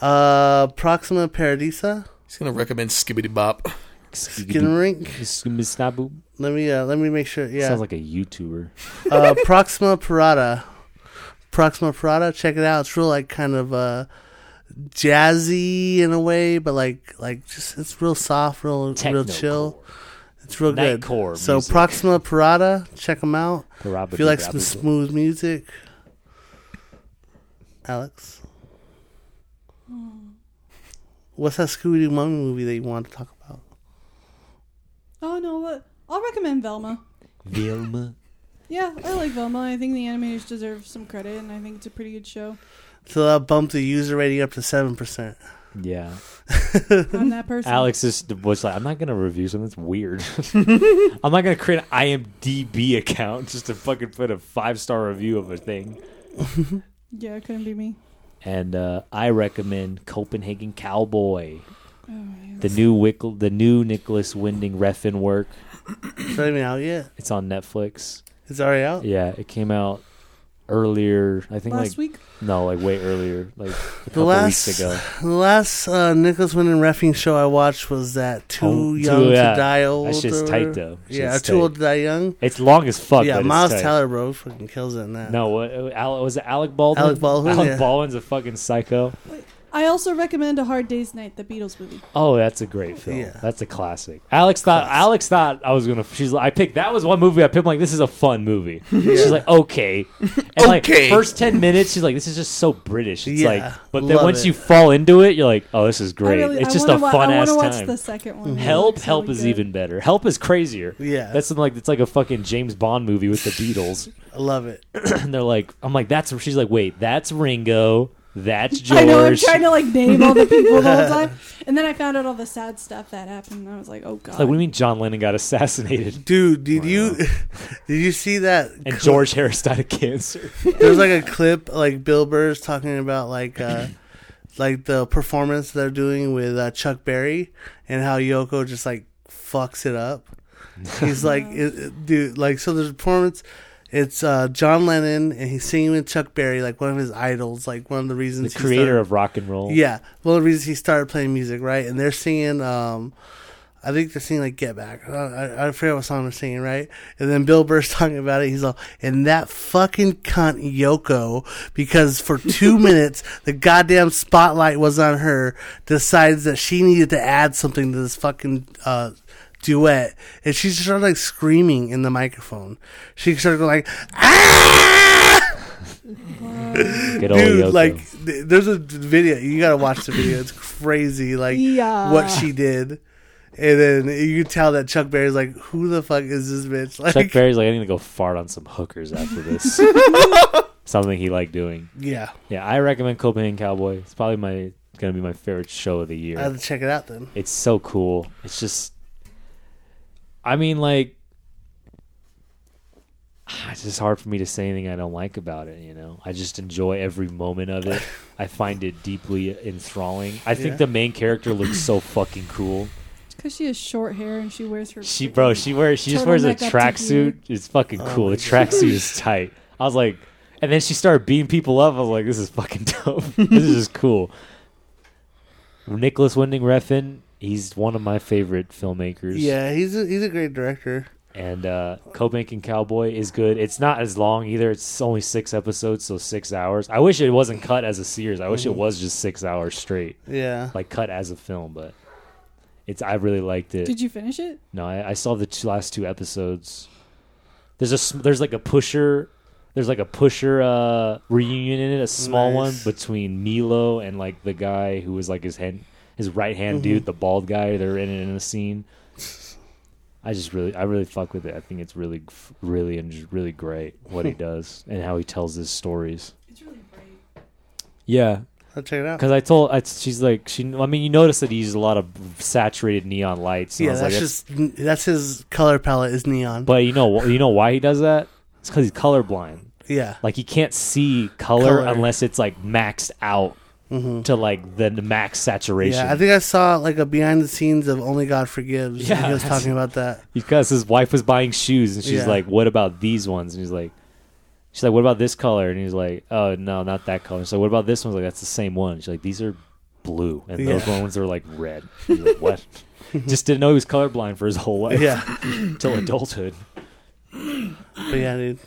uh Proxima Paradisa
He's gonna recommend Skibbity Bop.
Skin Rink.
Snabu
Let me uh, let me make sure. Yeah,
sounds like a YouTuber.
uh, Proxima Parada. Proxima Parada. Check it out. It's real like kind of uh jazzy in a way, but like like just it's real soft, real real chill. It's real good.
Nightcore
so
music.
Proxima Parada. Check them out if you like some
Parabadabra.
smooth music. Alex. What's that Scooby Doo Mummy movie that you want to talk about?
Oh no, look. I'll recommend Velma.
Vilma.
Yeah, I like Velma. I think the animators deserve some credit, and I think it's a pretty good show.
So that bumped the user rating up to seven percent.
Yeah.
I'm that person.
Alex is was like, I'm not gonna review something that's weird. I'm not gonna create an IMDb account just to fucking put a five star review of a thing.
Yeah, it couldn't be me.
And uh, I recommend Copenhagen Cowboy,
Oh, yeah.
the new Wickle, the new Nicholas Winding Refn work.
It's not even out yet.
It's on Netflix.
It's already out.
Yeah, it came out earlier. I think
Last
like
week,
no, like way earlier, like a couple
last
weeks ago.
The last uh, Nicholas Winton Refing show I watched was that Too
Oh,
Young
Too-
to
yeah.
Die Old.
That shit's
or-
tight though. Shit's
yeah,
tight.
Too Old to Die Young.
It's long as fuck.
yeah,
but it's
Miles
tight.
Teller, bro, fucking kills it in that.
No, what, uh, Al, was it Alec Baldwin?
Alec Baldwin,
Alec
yeah.
Baldwin's a fucking psycho.
I also recommend A Hard Day's Night, the Beatles movie.
Oh, that's a great film.
Yeah.
That's a classic. Alex thought Alex thought I was gonna. She's like, I picked that was one movie I picked. I'm like, this is a fun movie. She's like, okay, and like
Okay.
first ten minutes, she's like, this is just so British. It's
Yeah,
like, but then
love
once
it.
you fall into it, you're like, oh, this is
I
great.
really,
it's
I
just
wanna
a
wa-
fun
I
ass
wanna watch
time.
the second one.
Help,
It's
help
really
is
good.
even better. Help is crazier.
Yeah.
that's something like it's like a fucking James Bond movie with the Beatles.
I love it.
and they're like, I'm like, that's she's like, wait, that's Ringo, that's George.
I know I'm trying to like name all the people the whole time, and then I found out all the sad stuff that happened. And I was like, oh
like,
god.
what do you mean John Lennon got assassinated
Dude, did you did you see that?
and
cl-
George Harris died of cancer?
There's like a clip like Bill Burr's talking about like uh like the performance they're doing with uh, Chuck Berry and how Yoko just like fucks it up. He's like it, it- dude like so there's a performance it's uh John Lennon and he's singing with Chuck Berry like one of his idols like one of the
the
reasons he
creator
started-
of rock and roll.
Yeah, one of the reasons he started playing music, right? And they're singing, um, I think they're singing like "Get Back." I, I, I forget what song they're singing, right? And then Bill Burr's talking about it. He's all, "And that fucking cunt Yoko, because for two minutes the goddamn spotlight was on her, decides that she needed to add something to this fucking." Uh, Duet, and she started like screaming in the microphone. She started going like, "Ah!"
Good old
dude
Yoko.
like th- there's a video you gotta watch the video it's crazy like
Yeah.
what she did and then you can tell that chuck berry's like who the fuck is this bitch like
Chuck Berry's like, I need to go fart on some hookers after this. Something he liked doing.
yeah
Yeah, I recommend Copenhagen Cowboy. It's probably my gonna be my favorite show of the year.
i have to check it out then
It's so cool. It's just, I mean, like, it's just hard for me to say anything I don't like about it. You know, I just enjoy every moment of it. I find it deeply enthralling. I think
Yeah.
the main character looks so fucking cool.
Because she has short hair and she wears her.
She, bro, she wears, she just wears a
Turtleneck up to here.
tracksuit. It's fucking cool. The tracksuit is tight. I was like, and then she started beating people up. I was like, this is fucking dope. this is just cool. Nicholas Winding Refn, he's one of my favorite filmmakers.
yeah he's a, he's a great director
and uh Cobank and Cowboy is good. It's not as long either. It's only six episodes, so six hours. I wish it wasn't cut as a series. I wish it was just six hours straight,
yeah
like cut as a film. But it's I really liked it.
Did you finish it?
no, I, I saw the two, last two episodes. There's a s- there's like a pusher. There's like a pusher uh, reunion in it, a small
Nice.
one between Milo and like the guy who was like his hand, his right hand
Mm-hmm.
dude, the bald guy. They're in it in a scene. I just really, I really fuck with it. I think it's really, f- really, and just really great what he does and how he tells his stories.
It's really bright.
Yeah,
i'll check it out
because I told, I, she's like, she. I mean, you notice that he uses a lot of saturated neon lights. And I
yeah
was
that's
like, that's-
just that's his color palette is neon
But you know, you know why he does that? It's because he's colorblind.
yeah
Like he can't see color,
Color. Mm-hmm.
unless it's like maxed out to like the, the max saturation.
yeah i think i saw like a behind the scenes of only god forgives
Yeah,
yeah he was
that's-
talking about that
because his wife was buying shoes, and she's
Yeah.
like, "What about these ones?" And he's like, "She's like, what about this color?" And he's like, "Oh no, not that color." She's like, "What about this one?" He's like, "That's the same one." She's like, "These are blue, and those
Yeah.
ones are like red." He's like, what? Just didn't know he was colorblind for his whole life
yeah
until adulthood.
but yeah dude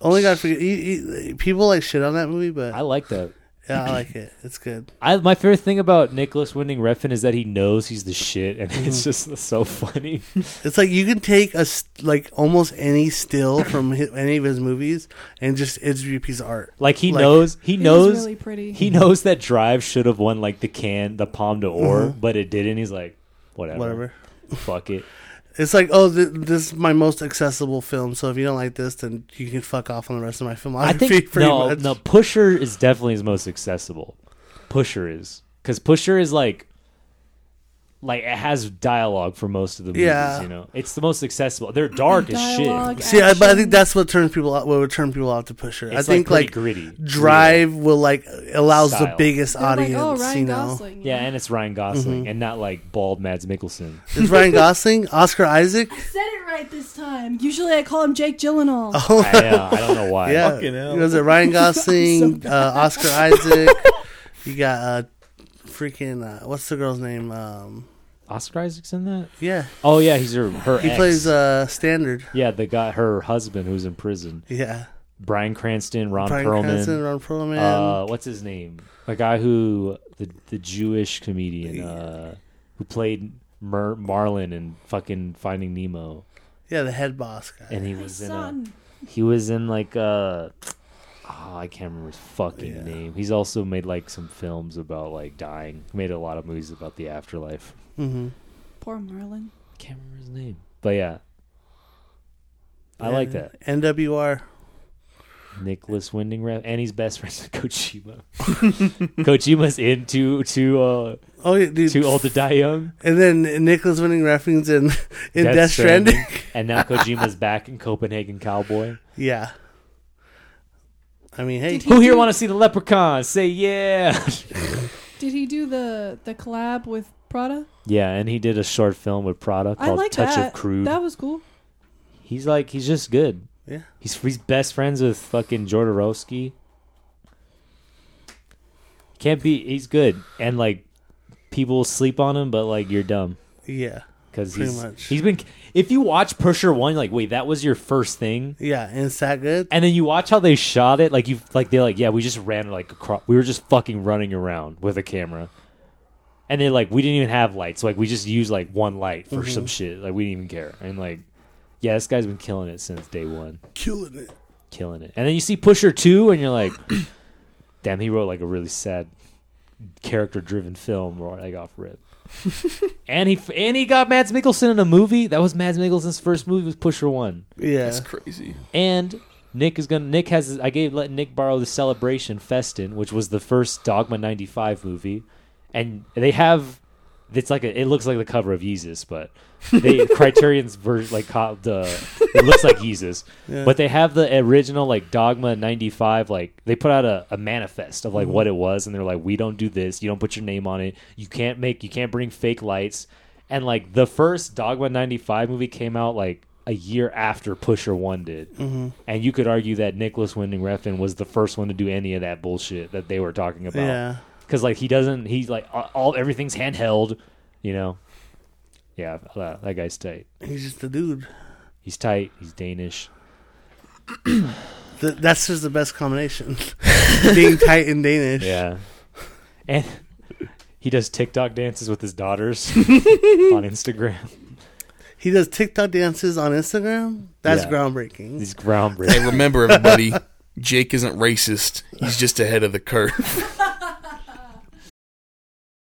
only god forgives he, he, people like shit on that movie but
I like that.
yeah, i like it it's good
I my favorite thing about Nicholas Winding Refn is that he knows he's the shit, and
Mm.
it's just so funny.
It's like you can take a s- like almost any still from hi any of his movies and just it's a piece of art.
Like he
Like-
knows, he knows,
really pretty.
he knows that Drive should have won like the can, the Palm d'Or, but it didn't. He's like, whatever,
Uh-huh. Whatever.
fuck it.
It's like oh, th- this is my most accessible film. So if you don't like this, then you can fuck off on the rest of my filmography.
I think
pretty
no,
much.
no. Pusher is definitely his most accessible. Pusher is because Pusher is like like it has dialogue for most of the movies.
Yeah.
You know, it's the most accessible. They're dark as shit.
Dialogue,
See, I, but I think
action.
that's what turns people out. What would turn people out to Pusher.
It's
I think
pretty
like
gritty,
Drive will like allows the
Style.
biggest
They're
audience.
Like, oh, Ryan
you know,
Gosling.
Yeah, and it's Ryan
Mm-hmm.
Gosling and not like bald Mads Mikkelsen.
is Ryan Gosling, Oscar Isaac?
said it right this time. Usually I call him Jake Gyllenhaal.
I, uh, I don't know why.
Yeah,
Fucking hell.
was it Ryan Gosling, uh, Oscar Isaac? You got uh, freaking uh, what's the girl's name? Um,
Oscar Isaac's in that.
yeah,
Oh yeah, he's her. her
he
ex.
plays uh, Standard.
yeah, the guy, her husband, who's in prison.
Yeah,
Brian Cranston, Ron
Bryan
Perlman.
Cranston, Ron Perlman.
uh, what's his name? The guy who the the Jewish comedian uh, who played Mer- Marlin in fucking Finding Nemo,
yeah, the head boss guy.
and he
My
was in a,
son.
he was in like uh oh, I can't remember his fucking name. He's also made like some films about like dying. He made a lot of movies about the afterlife.
hmm
Poor Marlon.
Can't remember his name, but yeah, I
Uh,
like that.
NWR.
Nicholas Winding Refn, and he's best friends with Kojima. Kojima's in to to uh,
Oh yeah, dude.
too old to die young.
And then Nicholas winning reference in in Death,
Death
Stranding.
and now Kojima's back in Copenhagen Cowboy.
yeah. I mean, hey,
Did
Who
He
here
did-
want to see the leprechaun? Say yeah.
Did he do the the collab with Prada?
yeah, and he did a short film with Prada
I
called
like
Touch
that.
of Crude.
That was cool.
he's like he's just good.
Yeah.
He's he's best friends with fucking Jodorowsky. Can't be he's good. And like people sleep on him, but like you're dumb.
yeah,
Because
Pretty
he's
much.
he's been if you watch Pusher One, you're like, wait, that was your first thing?
yeah, and it's that good.
And then you watch how they shot it, like you like they're like, yeah, we just ran like across. We were just fucking running around with a camera, and they like we didn't even have lights. Like we just used like one light for
Mm-hmm.
some shit. Like we didn't even care. And like, yeah, this guy's been killing it since day one,
Killing it.
killing it. And then you see Pusher Two, and you're like, damn, he wrote like a really sad character-driven film right off rip. and he and he got Mads Mikkelsen in a movie. That was Mads Mikkelsen's first movie was Pusher One
Yeah,
That's crazy.
and Nick is gonna. Nick has. I gave let Nick borrow the Celebration Festin, which was the first Dogma '95 movie, and they have. It's like a, it looks like the cover of Yeezus, but they Criterion's version like co- the it looks like Yeezus, but they have the original like Dogma '95. Like they put out a, a manifest of like what it was, and they're like, we don't do this. You don't put your name on it. You can't make. You can't bring fake lights. And like the first Dogma '95 movie came out like a year after Pusher One did, and you could argue that Nicholas Winding Refn was the first one to do any of that bullshit that they were talking about.
yeah.
because like he doesn't, he's like all- all everything's handheld, you know. Yeah, uh, that guy's tight.
He's just a dude.
He's tight. He's Danish.
Th- that's just the best combination. Being tight and Danish.
Yeah, and he does TikTok dances with his daughters on Instagram.
He does TikTok dances on Instagram. That's
Yeah.
groundbreaking.
He's groundbreaking.
Hey, remember everybody, Jake isn't racist. He's just ahead of the curve.